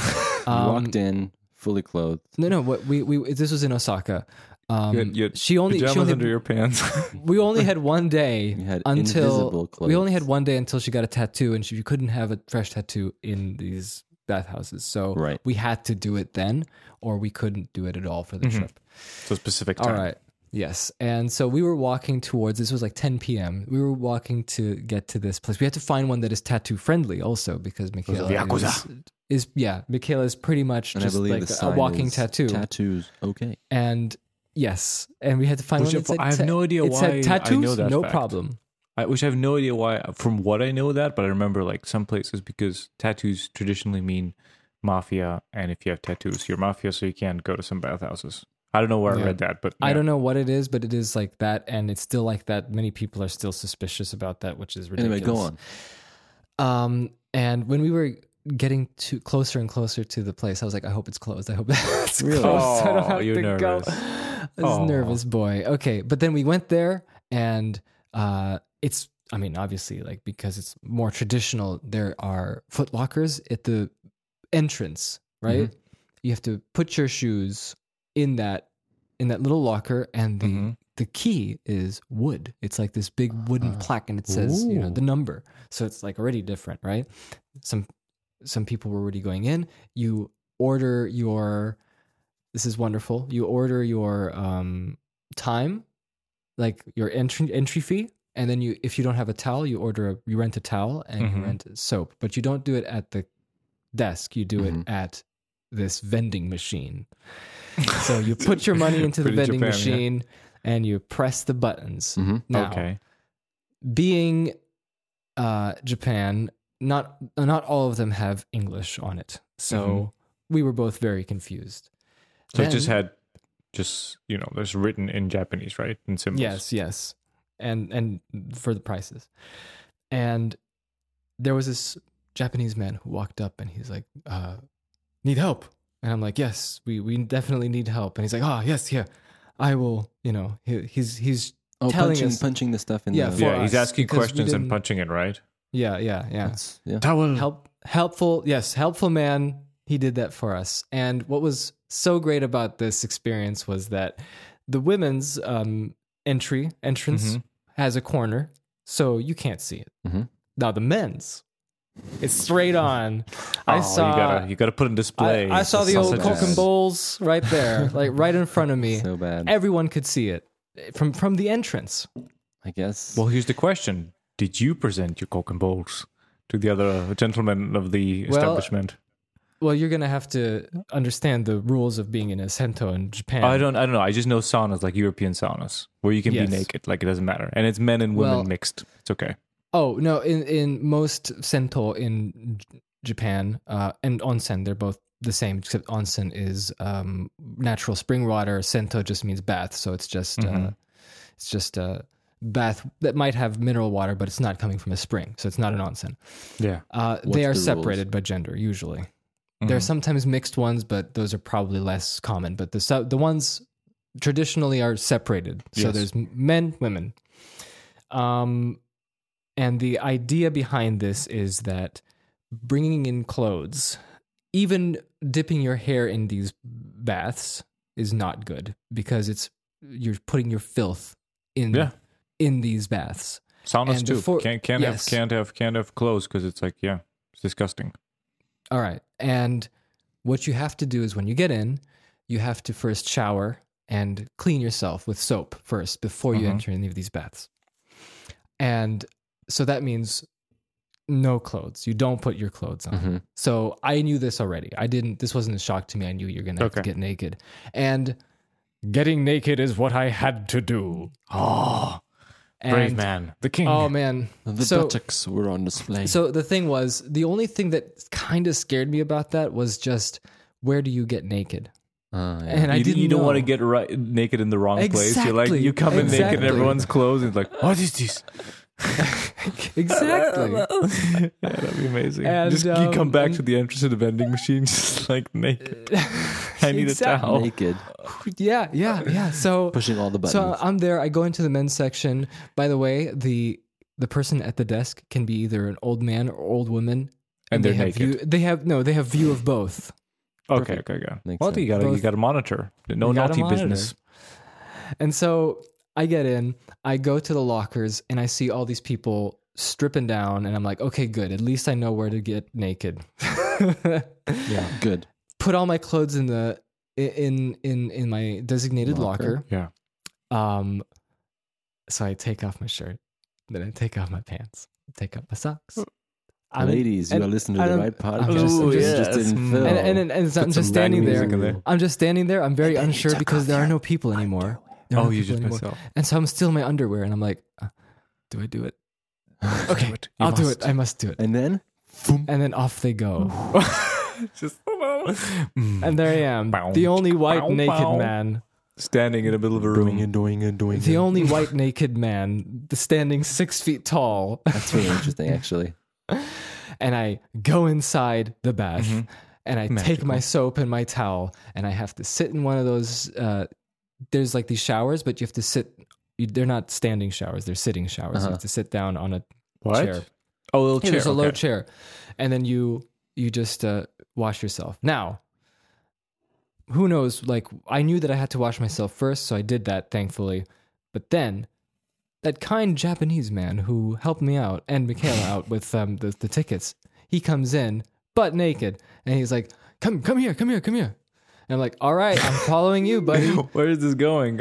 Speaker 2: You
Speaker 1: um,
Speaker 2: walked in fully clothed.
Speaker 1: No, no. What we we this was in Osaka. Um,
Speaker 3: You had, you had
Speaker 1: she only she
Speaker 3: pajamas
Speaker 1: only
Speaker 3: under your pants.
Speaker 1: we only had one day
Speaker 2: You had
Speaker 1: until
Speaker 2: invisible
Speaker 1: we only
Speaker 2: clothes.
Speaker 1: had one day until she got a tattoo, and she couldn't have a fresh tattoo in these bathhouses. So
Speaker 2: Right.
Speaker 1: we had to do it then, or we couldn't do it at all for the trip.
Speaker 3: Mm-hmm. so specific
Speaker 1: All
Speaker 3: time.
Speaker 1: right. Yes. And so we were walking towards this was like 10 p.m. We were walking to get to this place. We had to find one that is tattoo friendly also because Michaela is,
Speaker 3: Yakuza.
Speaker 1: is yeah, Michaela is pretty much
Speaker 2: And I
Speaker 1: just
Speaker 2: believe
Speaker 1: like
Speaker 2: the
Speaker 1: a
Speaker 2: sign
Speaker 1: walking
Speaker 2: is
Speaker 1: tattoo.
Speaker 2: Tattoos, okay.
Speaker 1: and yes, and we had to find
Speaker 3: Which
Speaker 1: one that
Speaker 3: I-
Speaker 1: said
Speaker 3: I have
Speaker 1: ta-
Speaker 3: no idea
Speaker 1: it
Speaker 3: why I
Speaker 1: said tattoos,
Speaker 3: know that
Speaker 1: no
Speaker 3: fact.
Speaker 1: problem.
Speaker 3: I, which I have no idea why. From what I know, that but I remember like some places because tattoos traditionally mean mafia, and if you have tattoos, you're mafia, so you can't go to some bathhouses. I don't know where
Speaker 1: Yeah.
Speaker 3: I read that, but
Speaker 1: I don't know what it is, but it is like that, and it's still like that. Many people are still suspicious about that, which is ridiculous.
Speaker 2: Anyway, go on.
Speaker 1: Um, and when we were getting to closer and closer to the place, I was like, I hope it's closed. I hope it's
Speaker 2: Really?
Speaker 1: closed. I don't
Speaker 3: Oh,
Speaker 1: have
Speaker 3: you're
Speaker 1: to go.
Speaker 3: nervous.
Speaker 1: I was
Speaker 3: Oh.
Speaker 1: nervous, boy. Okay, but then we went there, and uh, it's. I mean, obviously, like because it's more traditional, there are foot lockers at the entrance, right? You have to put your shoes in that in that little locker, and the
Speaker 3: Mhm.
Speaker 1: the key is wood. It's like this big wooden plaque, and it says you know
Speaker 3: Ooh.
Speaker 1: the number. So it's like already different, right? Some some people were already going in. You order your this is wonderful. You order your um time, like your entry entry fee, and then you if you don't have a towel, you order a, you rent a towel and
Speaker 3: Mhm.
Speaker 1: you rent soap, but you don't do it at the desk. You do it
Speaker 3: Mm-hmm.
Speaker 1: at this vending machine. So you put your money into the
Speaker 3: Pretty
Speaker 1: vending
Speaker 3: Japan, yeah. Mm,
Speaker 1: machine and you press the buttons.
Speaker 2: Mhm.
Speaker 1: Now,
Speaker 3: Okay,
Speaker 1: being uh, Japan, not not all of them have English on it, so we were both very confused.
Speaker 3: Mm-hmm. so it just
Speaker 1: Then-
Speaker 3: had just you know, there's written in Japanese, right? In symbols.
Speaker 1: yes, yes, and and for the prices, and there was this Japanese man who walked up and he's like, uh, "Need help?" And I'm like, "Yes, we we definitely need help." And he's like, "Ah, yes, yeah, I will." You know, he, he's he's
Speaker 2: Oh,
Speaker 1: telling
Speaker 2: punching,
Speaker 1: us-
Speaker 2: punching the stuff in
Speaker 1: Yeah,
Speaker 2: the.
Speaker 1: for
Speaker 3: Yeah, he's
Speaker 1: us,
Speaker 3: asking
Speaker 1: because we
Speaker 3: questions and
Speaker 1: didn't-
Speaker 3: punching it, right?
Speaker 1: yeah, yeah, yeah.
Speaker 2: That's- yeah.
Speaker 3: Towel.
Speaker 1: help helpful yes helpful man he did that for us and what was so great about this experience was that the women's um entry entrance
Speaker 3: Mhm.
Speaker 1: has a corner so you can't see it
Speaker 3: Mm-hmm.
Speaker 2: Mhm.
Speaker 1: now the men's it's straight on
Speaker 3: Oh,
Speaker 1: i saw
Speaker 3: you gotta you gotta put in display.
Speaker 1: uh, I, I saw the old
Speaker 2: sausages.
Speaker 1: coke and bowls right there like right in front of me
Speaker 2: So bad.
Speaker 1: everyone could see it from from the entrance
Speaker 2: I guess.
Speaker 3: Well, here's the question: Did you present your coke and bowls to the other gentlemen of the
Speaker 1: Well,
Speaker 3: establishment?
Speaker 1: well, you're gonna have to understand the rules of being in a sento in Japan.
Speaker 3: I don't. I don't know. I just know saunas, like European saunas, where you can
Speaker 1: Yes.
Speaker 3: be naked. Like it doesn't matter, and it's men and women
Speaker 1: Well-
Speaker 3: mixed. It's okay.
Speaker 1: Oh no! In in most sento in J- Japan uh, and onsen, they're both the same. Except onsen is um, natural spring water. Sento just means bath, so it's just uh,
Speaker 3: Mhm.
Speaker 1: it's just a bath that might have mineral water, but it's not coming from a spring, so it's not an onsen.
Speaker 3: Yeah.
Speaker 1: Uh,
Speaker 2: What's
Speaker 1: they
Speaker 2: the
Speaker 1: are
Speaker 2: rules?
Speaker 1: separated by gender usually.
Speaker 3: Mm-hmm.
Speaker 1: There are sometimes mixed ones, but those are probably less common. But the so- the ones traditionally are separated. So
Speaker 3: Yes.
Speaker 1: there's m- men, women. Um, and the idea behind this is that bringing in clothes, even dipping your hair in these baths, is not good because it's you're putting your filth in
Speaker 3: Yeah.
Speaker 1: in these baths.
Speaker 3: Saunas
Speaker 1: And
Speaker 3: too.
Speaker 1: before-
Speaker 3: can't can't
Speaker 1: yes.
Speaker 3: have can't have can't have clothes because it's like yeah, it's disgusting.
Speaker 1: All right. And what you have to do is when you get in, you have to first shower and clean yourself with soap first before you
Speaker 3: Mhm.
Speaker 1: enter any of these baths. And so that means no clothes. You don't put your clothes on.
Speaker 3: Mm-hmm.
Speaker 2: Mhm.
Speaker 1: So I knew this already. I didn't, this wasn't a shock to me. I knew you're going to have to
Speaker 3: Okay.
Speaker 1: get naked. And getting naked is what I had to do.
Speaker 3: Oh,
Speaker 1: And,
Speaker 3: man, the king.
Speaker 1: Oh, man.
Speaker 2: The
Speaker 1: So-
Speaker 2: buttocks were on display.
Speaker 1: So the thing was, the only thing that kind of scared me about that was just where do you get naked?
Speaker 2: Ah, yeah.
Speaker 1: And I
Speaker 3: you,
Speaker 1: didn't.
Speaker 3: you don't
Speaker 1: know.
Speaker 3: want to get right, naked in the wrong place. You're like
Speaker 1: Exactly.
Speaker 3: you come in naked, in
Speaker 1: Exactly.
Speaker 3: everyone's clothes, and it's like what is this?
Speaker 1: exactly.
Speaker 3: yeah, that'd be amazing.
Speaker 1: And,
Speaker 3: just you
Speaker 1: um,
Speaker 3: come back
Speaker 1: and-
Speaker 3: to the entrance of the vending machine, just like naked. I need
Speaker 1: Exactly.
Speaker 3: a towel.
Speaker 2: Oh. Naked,
Speaker 1: Yeah, yeah, yeah. So
Speaker 2: pushing all the buttons.
Speaker 1: so uh, I'm there. I go into the men's section. By the way, the the person at the desk can be either an old man or old woman,
Speaker 3: And
Speaker 1: they
Speaker 3: they're
Speaker 1: have
Speaker 3: naked.
Speaker 1: View, they have no. They have view of both.
Speaker 3: Okay, okay, okay.
Speaker 2: Makes
Speaker 3: well, you
Speaker 2: sense.
Speaker 3: gotta you
Speaker 1: Both-
Speaker 3: gotta monitor. No
Speaker 1: You gotta
Speaker 3: naughty
Speaker 1: monitor.
Speaker 3: business.
Speaker 1: And so I get in, I go to the lockers, and I see all these people stripping down, and I'm like, okay, good. At least I know where to get naked.
Speaker 2: yeah, good.
Speaker 1: Put all my clothes in the in in in my designated
Speaker 2: Locker.
Speaker 1: locker.
Speaker 3: Yeah.
Speaker 1: Um, so I take off my shirt, then I take off my pants, take off my socks. I'm-
Speaker 2: Ladies, you
Speaker 1: and-
Speaker 2: are listening to
Speaker 1: and I'm-
Speaker 2: the right podcast.
Speaker 1: I'm just- I'm
Speaker 2: You
Speaker 1: just-
Speaker 2: didn't
Speaker 3: yes. Mm.
Speaker 2: fill.
Speaker 1: and and, and, so I'm
Speaker 3: Put
Speaker 1: just
Speaker 3: some bang
Speaker 1: standing there.
Speaker 3: music in there.
Speaker 1: I'm just standing there. I'm very
Speaker 2: And then you
Speaker 1: unsure
Speaker 2: took
Speaker 1: because
Speaker 2: off
Speaker 1: there are
Speaker 2: your
Speaker 1: no people anymore. There are
Speaker 3: Oh,
Speaker 1: no
Speaker 3: you
Speaker 1: people
Speaker 3: just
Speaker 1: anymore.
Speaker 3: myself.
Speaker 1: And so I'm still in my underwear, and I'm like, uh, do I do it? Okay,
Speaker 3: it. You
Speaker 1: I'll do
Speaker 3: must.
Speaker 1: it. I must do it.
Speaker 2: And then
Speaker 1: And then off they go.
Speaker 3: just
Speaker 1: And there I am,
Speaker 3: Mm. Bow.
Speaker 1: the only white
Speaker 3: Bow,
Speaker 1: naked
Speaker 3: bow.
Speaker 1: man,
Speaker 3: standing in the middle of a
Speaker 2: doing
Speaker 3: room.
Speaker 2: and doing and doing.
Speaker 1: the
Speaker 2: it.
Speaker 1: only white naked man, standing six feet tall.
Speaker 2: That's really interesting, actually.
Speaker 1: and I go inside the bath and I take my soap and my towel and I have to sit in one of those. Uh, there's like these showers, but you have to sit. You, they're not standing showers; they're sitting showers. You
Speaker 2: Uh-huh.
Speaker 1: have to sit down on a
Speaker 3: What?
Speaker 1: chair.
Speaker 3: Oh, little
Speaker 1: Yeah,
Speaker 3: chair.
Speaker 1: there's a low
Speaker 3: okay.
Speaker 1: chair, and then you you just uh, wash yourself. Now, who knows? Like I knew that I had to wash myself first, so I did that, thankfully. But then, that kind Japanese man who helped me out and Michaela out with um, the the tickets, he comes in butt naked, and he's like, "Come, come here, come here, come here." And I'm like, "All right, I'm following you, buddy."
Speaker 3: Where is this going?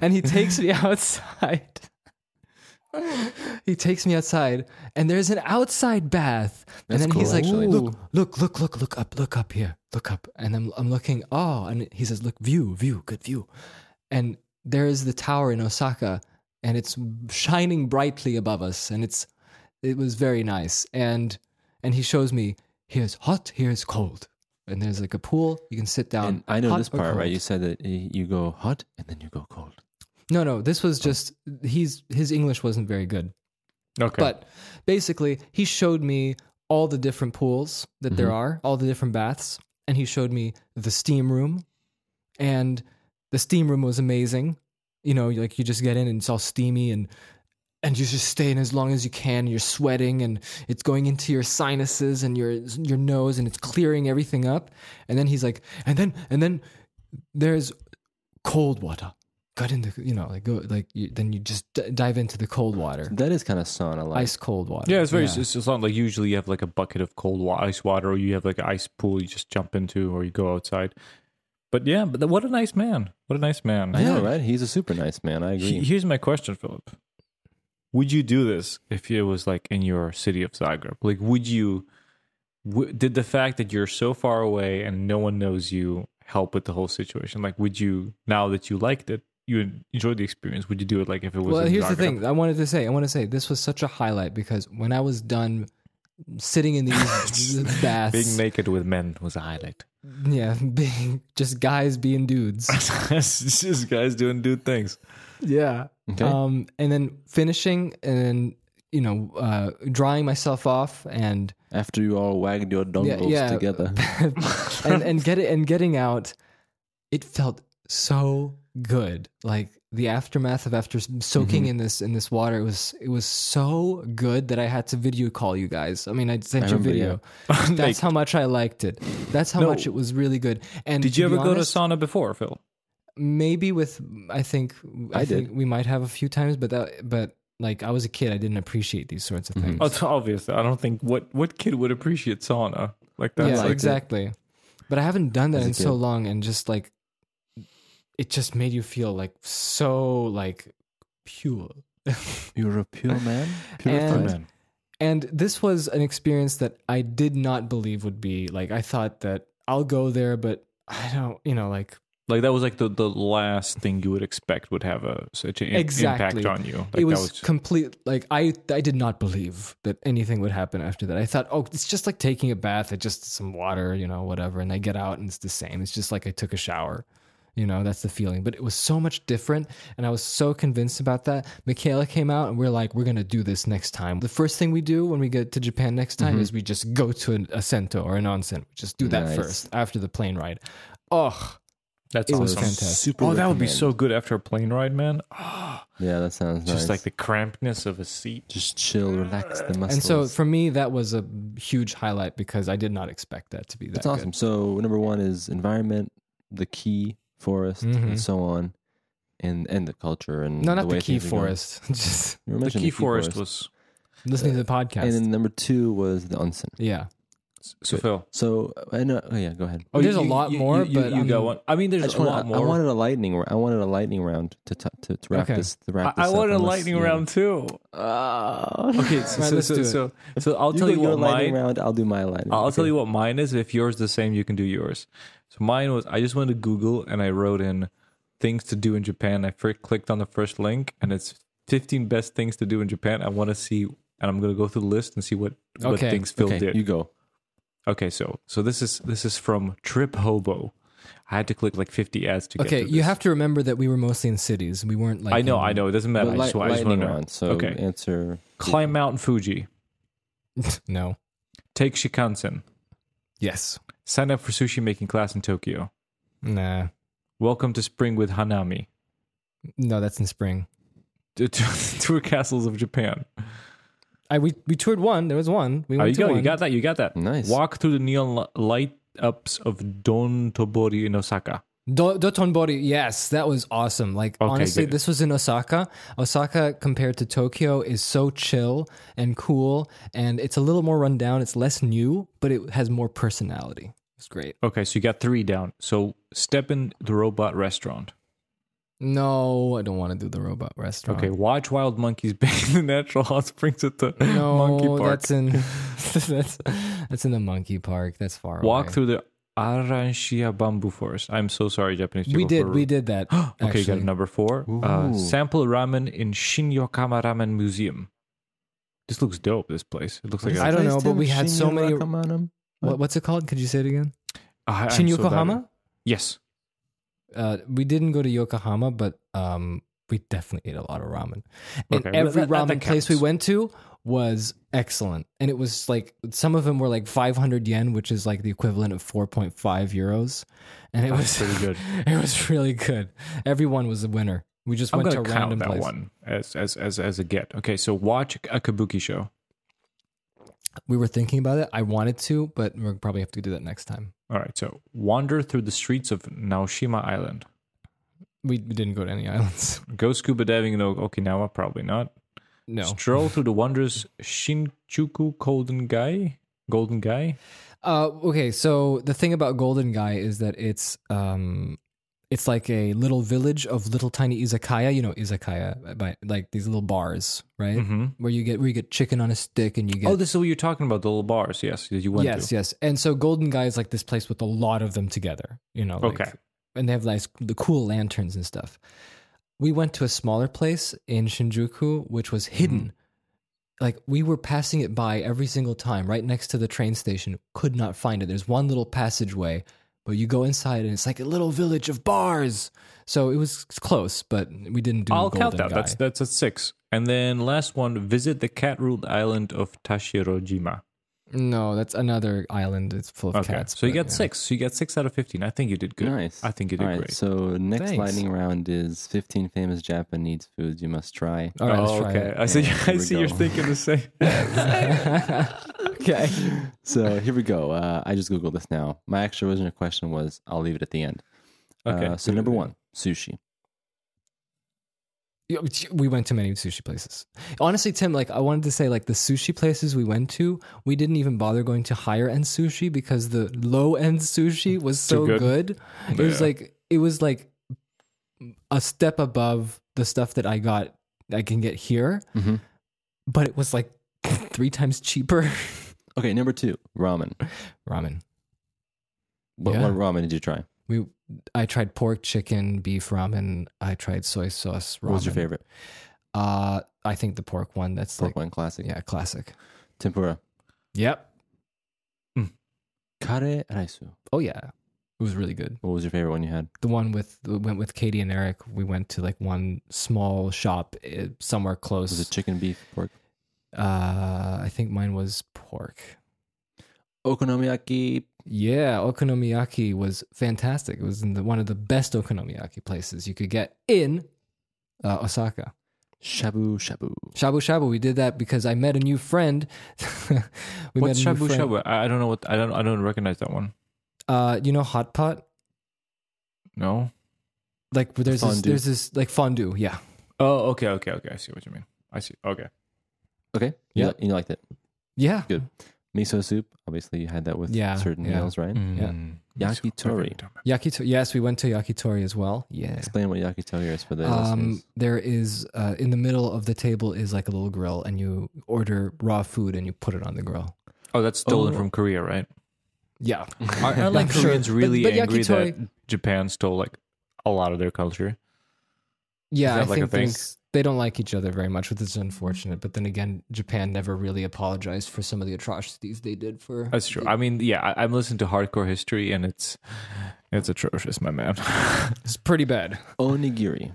Speaker 1: and he takes me outside. he takes me outside, and there's an outside bath. and
Speaker 2: That's
Speaker 1: then
Speaker 2: cool,
Speaker 1: he's like,
Speaker 2: actually.
Speaker 1: look, look, look, look, look up, look up here, look up. And I'm, I'm looking, oh, and he says, look, view, view, good view. And there is the tower in Osaka, and it's shining brightly above us, and it's it was very nice. And and he shows me here's hot, here's cold, and there's like a pool you can sit down.
Speaker 2: And I know
Speaker 1: Um, hot
Speaker 2: this
Speaker 1: or
Speaker 2: part, right?
Speaker 1: cold.
Speaker 2: You said that uh, you go hot and then you go cold.
Speaker 1: No, no, this was just he's his English wasn't very good.
Speaker 3: okay.
Speaker 1: But basically, he showed me all the different pools that there are, all the different baths, and he showed me the steam room. And the steam room was amazing. You know, like you just get in and it's all steamy and and you just stay in as long as you can. You're sweating and it's going into your sinuses and your your nose and it's clearing everything up. And then he's like, and then and then there's cold water. Got in the you know like go like you, then you just d- dive into the cold water
Speaker 2: That is kind of sauna like.
Speaker 1: ice cold water.
Speaker 3: yeah, it's very. It's, it's not like usually you have like a bucket of cold wa- ice water, or you have like an ice pool you just jump into, or you go outside. But yeah, but th- what a nice man! What a nice man!
Speaker 2: I know, right? He's a super nice man. I
Speaker 3: He-
Speaker 2: agree.
Speaker 3: Here's my question, Philip. Would you do this if it was like in your city of Zagreb? Like, would you w- did the fact that you're so far away and no one knows you help with the whole situation? Like, would you now that you liked it, you enjoyed the experience? Would you do it like if it was?
Speaker 1: Well,
Speaker 3: in
Speaker 1: here's the
Speaker 3: Zagreb?
Speaker 1: thing. I wanted to say, I want to say this was such a highlight because when I was done sitting in these baths,
Speaker 3: Being naked with men was a highlight.
Speaker 1: yeah, being just guys being dudes,
Speaker 3: it's just guys doing dude things.
Speaker 1: yeah.
Speaker 2: Okay.
Speaker 1: Um, and then finishing, and then you know, uh, drying myself off, and
Speaker 2: After you all wagged your dongles
Speaker 1: yeah.
Speaker 2: together.
Speaker 1: and and get it and getting out, it felt so good. Like the aftermath of after soaking
Speaker 3: Mm-hmm.
Speaker 1: in this in this water, it was it was so good that I had to video call you guys. I mean, I sent you a
Speaker 2: remember,
Speaker 1: video. That's how much I liked it. That's how much it was really good. And
Speaker 3: Did you
Speaker 1: be
Speaker 3: ever go to
Speaker 1: honest,
Speaker 3: sauna before, Phil?
Speaker 1: Maybe with I think I,
Speaker 2: I did.
Speaker 1: think we might have a few times, but that but like I was a kid, I didn't appreciate these sorts of things.
Speaker 3: Oh, it's obvious. I don't think what what kid would appreciate sauna like that.
Speaker 1: yeah,
Speaker 2: liked it.
Speaker 1: exactly. But I haven't done that
Speaker 2: As a
Speaker 1: in so
Speaker 2: kid.
Speaker 1: long, and just like it just made you feel like so like pure.
Speaker 2: You're a pure man?
Speaker 1: and, and this was an experience that I did not believe would be like I thought that I'll go there, but I don't, you know, like
Speaker 3: Like that was like the, the last thing you would expect would have a such an
Speaker 1: Exactly.
Speaker 3: impact on you. Like
Speaker 1: it was,
Speaker 3: that was just-
Speaker 1: complete. Like I, I did not believe that anything would happen after that. I thought, oh, it's just like taking a bath. It's just some water, you know, whatever. And I get out, and it's the same. It's just like I took a shower. You know, that's the feeling. But it was so much different, and I was so convinced about that. Michaela came out, and we're like, we're gonna do this next time. The first thing we do when we get to Japan next
Speaker 3: Mm-hmm.
Speaker 1: time is we just go to an, a sento or an onsen. Just do that
Speaker 2: Nice.
Speaker 1: first after the plane ride. Oh,
Speaker 3: that's
Speaker 1: it
Speaker 3: awesome.
Speaker 1: was fantastic.
Speaker 2: Super
Speaker 3: Oh, that would be
Speaker 2: recommend.
Speaker 3: so good after a plane ride, man. Ah,
Speaker 2: Yeah, that sounds nice.
Speaker 3: Just like the crampness of a seat.
Speaker 2: Just chill, relax the muscles.
Speaker 1: And so for me, that was a huge highlight because I did not expect that to be that
Speaker 2: That's awesome. So number one is environment, the key forest,
Speaker 1: Mhm.
Speaker 3: Mm-hmm.
Speaker 2: and so on, and and the culture and
Speaker 1: good. No,
Speaker 2: the
Speaker 1: not
Speaker 2: way
Speaker 1: the key
Speaker 2: things are going.
Speaker 1: forest. Just
Speaker 2: You were
Speaker 3: The
Speaker 2: mentioning
Speaker 3: key forest was
Speaker 1: listening to the
Speaker 3: Uh,
Speaker 1: podcast.
Speaker 2: and then number two was the onsen.
Speaker 1: yeah.
Speaker 3: so Phil.
Speaker 2: So I know. Oh yeah, go ahead.
Speaker 1: Oh, there's a lot more,
Speaker 3: you,
Speaker 1: but um,
Speaker 3: you
Speaker 1: I
Speaker 3: got
Speaker 1: mean-
Speaker 3: one. I mean, there's
Speaker 2: I just
Speaker 3: a lot
Speaker 2: wanted,
Speaker 3: more.
Speaker 2: I wanted a lightning. ra- I wanted a lightning round to t- to, to wrap
Speaker 1: Okay.
Speaker 2: this. To
Speaker 3: I,
Speaker 2: wrap
Speaker 3: I
Speaker 2: this up,
Speaker 3: wanted a
Speaker 2: unless
Speaker 3: lightning
Speaker 2: you-
Speaker 3: round too. okay, so
Speaker 1: Right,
Speaker 3: so,
Speaker 1: let's
Speaker 3: so,
Speaker 1: do it.
Speaker 3: so so I'll
Speaker 2: You
Speaker 3: tell
Speaker 2: go
Speaker 3: you
Speaker 2: your
Speaker 3: what
Speaker 2: lightning
Speaker 3: mine.
Speaker 2: round. I'll do my lightning.
Speaker 3: I'll
Speaker 2: Okay.
Speaker 3: tell you what mine is. If yours the same, you can do yours. So mine was I just went to Google and I wrote in things to do in Japan. I first clicked on the first link and it's 15 best things to do in Japan. I want to see and I'm going to go through the list and see what, what
Speaker 1: Okay.
Speaker 3: things Phil
Speaker 2: Okay,
Speaker 3: did.
Speaker 2: you go.
Speaker 3: okay, so so this is this is from Trip Hobo. I had to click like 50 ads to
Speaker 1: Okay,
Speaker 3: get to
Speaker 1: you
Speaker 3: this.
Speaker 1: have to remember that we were mostly in cities. We weren't like
Speaker 3: I know,
Speaker 1: in-
Speaker 3: I know. It doesn't matter.
Speaker 2: But
Speaker 3: I just,
Speaker 2: light-
Speaker 3: want- I just want
Speaker 2: lightning
Speaker 3: to know.
Speaker 2: round. So
Speaker 3: Okay.
Speaker 2: answer.
Speaker 3: Climb Mount Fuji.
Speaker 1: no.
Speaker 3: Take Shikansen.
Speaker 1: Yes.
Speaker 3: Sign up for sushi making class in Tokyo.
Speaker 1: Nah.
Speaker 3: Welcome to spring with Hanami.
Speaker 1: No, that's in spring.
Speaker 3: to- to- tour castles of Japan.
Speaker 1: I we, we toured one. There was one. We
Speaker 3: Oh,
Speaker 1: went
Speaker 3: you
Speaker 1: to
Speaker 3: go.
Speaker 1: one.
Speaker 3: You got that. You got that.
Speaker 2: Nice.
Speaker 3: Walk through the neon li- light ups of Don Tobori in Osaka.
Speaker 1: Do- Dotonbori, yes, that was awesome. Like
Speaker 3: Okay,
Speaker 1: honestly,
Speaker 3: good.
Speaker 1: this was in Osaka. Osaka compared to Tokyo is so chill and cool, and it's a little more run down. It's less new, but it has more personality. It's great.
Speaker 3: Okay, so you got three down. So step in the robot restaurant.
Speaker 1: No, I don't want to do the robot restaurant.
Speaker 3: Okay, watch wild monkeys bathe in the natural hot springs at the
Speaker 1: no,
Speaker 3: monkey park.
Speaker 1: that's in that's that's in the monkey park. That's far away.
Speaker 3: Walk through the Arancia bamboo forest. I'm so sorry, Japanese people.
Speaker 1: We did
Speaker 3: for-
Speaker 1: we did that.
Speaker 3: Okay,
Speaker 1: actually.
Speaker 3: you got number four. Uh,
Speaker 2: Ooh.
Speaker 3: sample ramen in Shinyokama Ramen Museum. This looks dope. This place. It looks like a-
Speaker 1: I don't know, but we had so many-
Speaker 2: What's
Speaker 1: What, what's it called? Could you say it again?
Speaker 3: Ah, I- I'm so
Speaker 1: Shin
Speaker 3: bad at-
Speaker 1: Yokohama.
Speaker 3: yes.
Speaker 1: uh, we didn't go to Yokohama, but um, we definitely ate a lot of ramen. And
Speaker 3: Okay, well,
Speaker 1: every
Speaker 3: that- that-
Speaker 1: ramen
Speaker 3: that
Speaker 1: place we
Speaker 3: counts.
Speaker 1: went to was excellent. And it was like some of them were like 500 yen, which is like the equivalent of 4.5 euros. And it was
Speaker 3: pretty good.
Speaker 1: It was really good. Everyone was a winner. We just
Speaker 3: I'm
Speaker 1: went
Speaker 3: going
Speaker 1: to
Speaker 3: to
Speaker 1: a
Speaker 3: count
Speaker 1: random
Speaker 3: that
Speaker 1: place.
Speaker 3: one as, as as as a get. Okay, so watch a kabuki show.
Speaker 1: We were thinking about it. I wanted to, but we'll probably have to do that next time.
Speaker 3: All right, so wander through the streets of Naoshima Island.
Speaker 1: We, we didn't go to any islands.
Speaker 3: Go scuba diving in Ok- Okinawa, probably not.
Speaker 1: No.
Speaker 3: Stroll through the wondrous Shinjuku Golden Guy. Golden Guy.
Speaker 1: Uh, okay, so the thing about Golden Guy is that it's um, it's like a little village of little tiny izakaya. You know, izakaya, by, like these little bars, right? Where you get where you get chicken on a stick, and you get
Speaker 3: Mm-hmm. Oh, this is what you're talking about—the little bars. Yes, that you went
Speaker 1: yes,
Speaker 3: to.
Speaker 1: yes. And so Golden Guy is like this place with a lot of them together. You know, like-
Speaker 3: Okay.
Speaker 1: and they have nice the cool lanterns and stuff. We went to a smaller place in Shinjuku, which was
Speaker 3: Mm-hmm.
Speaker 1: hidden. Like we were passing it by every single time, right next to the train station. Could not find it. There's one little passageway, but you go inside and it's like a little village of bars. So it was close, but we didn't do.
Speaker 3: I'll
Speaker 1: Golden
Speaker 3: count that.
Speaker 1: Guy.
Speaker 3: That's that's at six. And then last one: visit the cat-ruled island of Tashirojima.
Speaker 1: no, that's another island. It's full of
Speaker 3: Okay,
Speaker 1: cats.
Speaker 3: so you
Speaker 1: but,
Speaker 3: got
Speaker 1: yeah.
Speaker 3: six. So you got six out of fifteen. I think you did good.
Speaker 2: Nice.
Speaker 3: I think you did
Speaker 2: All right,
Speaker 3: great.
Speaker 2: So next
Speaker 1: Thanks.
Speaker 2: lightning round is 15 famous Japanese foods you must try.
Speaker 1: All right, let's
Speaker 3: oh,
Speaker 1: try
Speaker 3: okay.
Speaker 1: it.
Speaker 3: I see.
Speaker 2: Yeah,
Speaker 3: I
Speaker 2: here we
Speaker 3: see. You're
Speaker 2: go.
Speaker 3: thinking the same.
Speaker 1: Okay.
Speaker 2: So here we go. Uh, I just googled this now. My actual original question was, I'll leave it at the end.
Speaker 3: Okay.
Speaker 2: Uh, so number one, sushi.
Speaker 1: Yeah, but we went to many sushi places. Honestly, Tim, like I wanted to say, like the sushi places we went to, we didn't even bother going to higher end sushi because the low end sushi was so
Speaker 3: good.
Speaker 1: good. It was like it was like a step above the stuff that I got I can get here,
Speaker 2: Mhm.
Speaker 1: but it was like three times cheaper.
Speaker 2: Okay, number two, ramen.
Speaker 1: Ramen.
Speaker 2: What,
Speaker 1: Yeah.
Speaker 2: what ramen did you try?
Speaker 1: We I tried pork, chicken, beef ramen. I tried soy sauce. Ramen.
Speaker 2: What was your favorite?
Speaker 1: Uh, I think the pork one. That's
Speaker 2: Pork
Speaker 1: like
Speaker 2: one classic.
Speaker 1: yeah, classic.
Speaker 2: Tempura.
Speaker 1: Yep.
Speaker 2: Kare raisu.
Speaker 1: Oh yeah, it was really good.
Speaker 2: What was your favorite one you had?
Speaker 1: The one with we went with Katie and Eric. We went to like one small shop eh, somewhere close.
Speaker 2: Was it chicken, beef, pork?
Speaker 1: uh, I think mine was pork.
Speaker 2: Okonomiyaki.
Speaker 1: Yeah, okonomiyaki was fantastic. It was in the, one of the best okonomiyaki places you could get in uh, Osaka.
Speaker 2: Shabu shabu.
Speaker 1: Shabu shabu. We did that because I met a new friend. we
Speaker 3: What's
Speaker 1: met a new
Speaker 3: shabu
Speaker 1: friend.
Speaker 3: shabu? I I don't know what. I don't. I don't recognize that one.
Speaker 1: Uh, you know hot pot.
Speaker 3: No.
Speaker 1: Like there's this,
Speaker 2: Fondue.
Speaker 1: there's this like fondue. Yeah.
Speaker 3: Oh, okay, okay, okay. I see what you mean. I see. Okay.
Speaker 2: Okay. You
Speaker 1: Yeah.
Speaker 2: li- You liked it.
Speaker 1: Yeah.
Speaker 2: Good. Miso soup. Obviously, you had that with
Speaker 1: Yeah,
Speaker 2: certain
Speaker 1: yeah. Mm-hmm.
Speaker 2: meals, right?
Speaker 3: Yeah.
Speaker 2: Yakitori.
Speaker 1: Yakitori. Yes, we went to yakitori as well. Yeah.
Speaker 2: Explain what yakitori is for the
Speaker 1: Um,
Speaker 2: listeners.
Speaker 1: there is uh, in the middle of the table is like a little grill, and you order raw food and you put it on the grill.
Speaker 3: Oh, that's stolen
Speaker 2: Oh.
Speaker 3: from Korea, right?
Speaker 1: Yeah,
Speaker 3: Aren't, aren't like
Speaker 1: Not sure.
Speaker 3: Koreans
Speaker 1: But-
Speaker 3: really
Speaker 1: but
Speaker 3: angry that
Speaker 1: yakitori-
Speaker 3: Japan stole like a lot of their culture?
Speaker 1: yeah.
Speaker 3: that
Speaker 1: I
Speaker 3: like a
Speaker 1: think
Speaker 3: thing?
Speaker 1: things, they don't like each other very much, which is unfortunate. But then again, Japan never really apologized for some of the atrocities they did for.
Speaker 3: That's true. I mean, yeah, I, I'm listening to hardcore history, and it's it's atrocious, my man.
Speaker 1: It's pretty bad.
Speaker 2: Onigiri.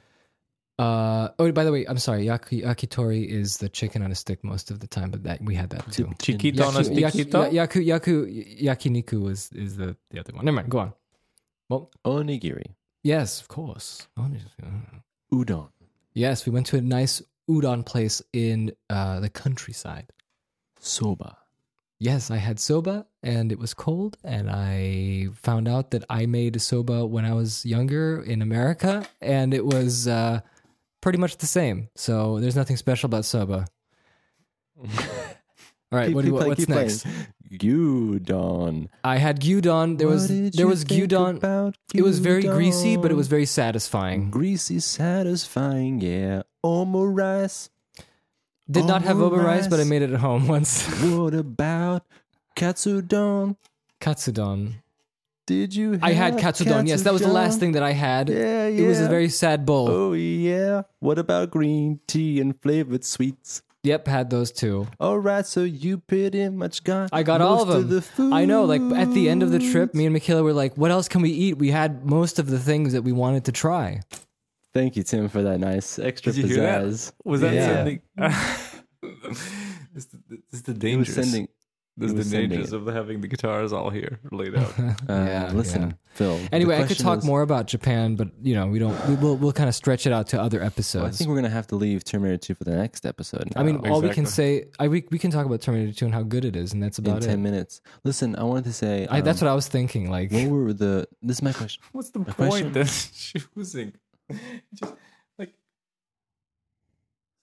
Speaker 1: Uh, oh, by the way, I'm sorry. Yaki, yakitori is the chicken on a stick most of the time, but that we had that too.
Speaker 3: Chiquito
Speaker 1: Yaki-
Speaker 3: on a
Speaker 1: yaki-
Speaker 3: stiquito?
Speaker 1: ya- yaku, yaku, yakiniku is is the the other one. Never mind. Go on.
Speaker 2: Onigiri.
Speaker 1: Yes, of course. Honest-
Speaker 2: Udon.
Speaker 1: Yes, we went to a nice udon place in uh, the countryside.
Speaker 2: Soba.
Speaker 1: Yes, I had soba and it was cold, and I found out that I made soba when I was younger in America, and it was uh, pretty much the same. So there's nothing special about soba. All right,
Speaker 2: Keep-
Speaker 1: what do you,
Speaker 2: keep playing,
Speaker 1: what's
Speaker 2: keep
Speaker 1: next?
Speaker 2: playing. Gyudon.
Speaker 1: I had gyudon. There was
Speaker 2: What did
Speaker 1: there
Speaker 2: you
Speaker 1: was
Speaker 2: think
Speaker 1: gyudon.
Speaker 2: about
Speaker 1: It was very greasy, but it
Speaker 2: gyudon?
Speaker 1: was very satisfying.
Speaker 2: greasy, satisfying. Yeah, omurice.
Speaker 1: Did not have
Speaker 2: Omurice.
Speaker 1: overrice, but I made it at home once.
Speaker 2: What about katsudon?
Speaker 1: Katsudon.
Speaker 2: Did you? Have
Speaker 1: I had katsudon. Yes, that was the last
Speaker 2: katsudon?
Speaker 1: thing that I had.
Speaker 2: Yeah,
Speaker 1: It was a
Speaker 2: yeah.
Speaker 1: very sad bowl.
Speaker 2: Oh yeah. What about green tea and flavored sweets?
Speaker 1: Yep, had those two.
Speaker 2: All right, so you pretty much got.
Speaker 1: I got all of
Speaker 2: most
Speaker 1: them.
Speaker 2: the
Speaker 1: I know. Like at the end of the trip,
Speaker 2: foods.
Speaker 1: me and Michaela were like, "What else can we eat?" We had most of the things that we wanted to try.
Speaker 2: Thank you, Tim, for that nice extra pizzazz.
Speaker 3: Was that
Speaker 2: Yeah.
Speaker 3: sending? it's, the, it's the
Speaker 2: It was
Speaker 3: dangers.
Speaker 2: sending.
Speaker 3: This
Speaker 2: it
Speaker 3: is
Speaker 2: was
Speaker 3: the
Speaker 2: sending
Speaker 3: dangers
Speaker 2: it.
Speaker 3: of having the guitars all here laid out.
Speaker 2: Uh,
Speaker 1: Yeah,
Speaker 2: listen,
Speaker 1: yeah.
Speaker 2: Phil. the
Speaker 1: Anyway, I could
Speaker 2: question
Speaker 1: talk
Speaker 2: is-
Speaker 1: more about Japan, but you know, we don't. We, we'll we'll kind of stretch it out to other
Speaker 2: I
Speaker 1: episodes.
Speaker 2: think we're gonna have to leave Terminator Two for the next episode.
Speaker 1: I mean,
Speaker 2: now.
Speaker 1: all we can say, I, we we can talk about Terminator Two and how good it is, and that's
Speaker 2: in
Speaker 1: about it.
Speaker 2: ten minutes. Listen, I wanted to say
Speaker 1: I, that's
Speaker 2: um,
Speaker 1: what I was thinking. Like,
Speaker 2: what were the. This is my question.
Speaker 3: What's the
Speaker 2: question-
Speaker 3: point then choosing? Just like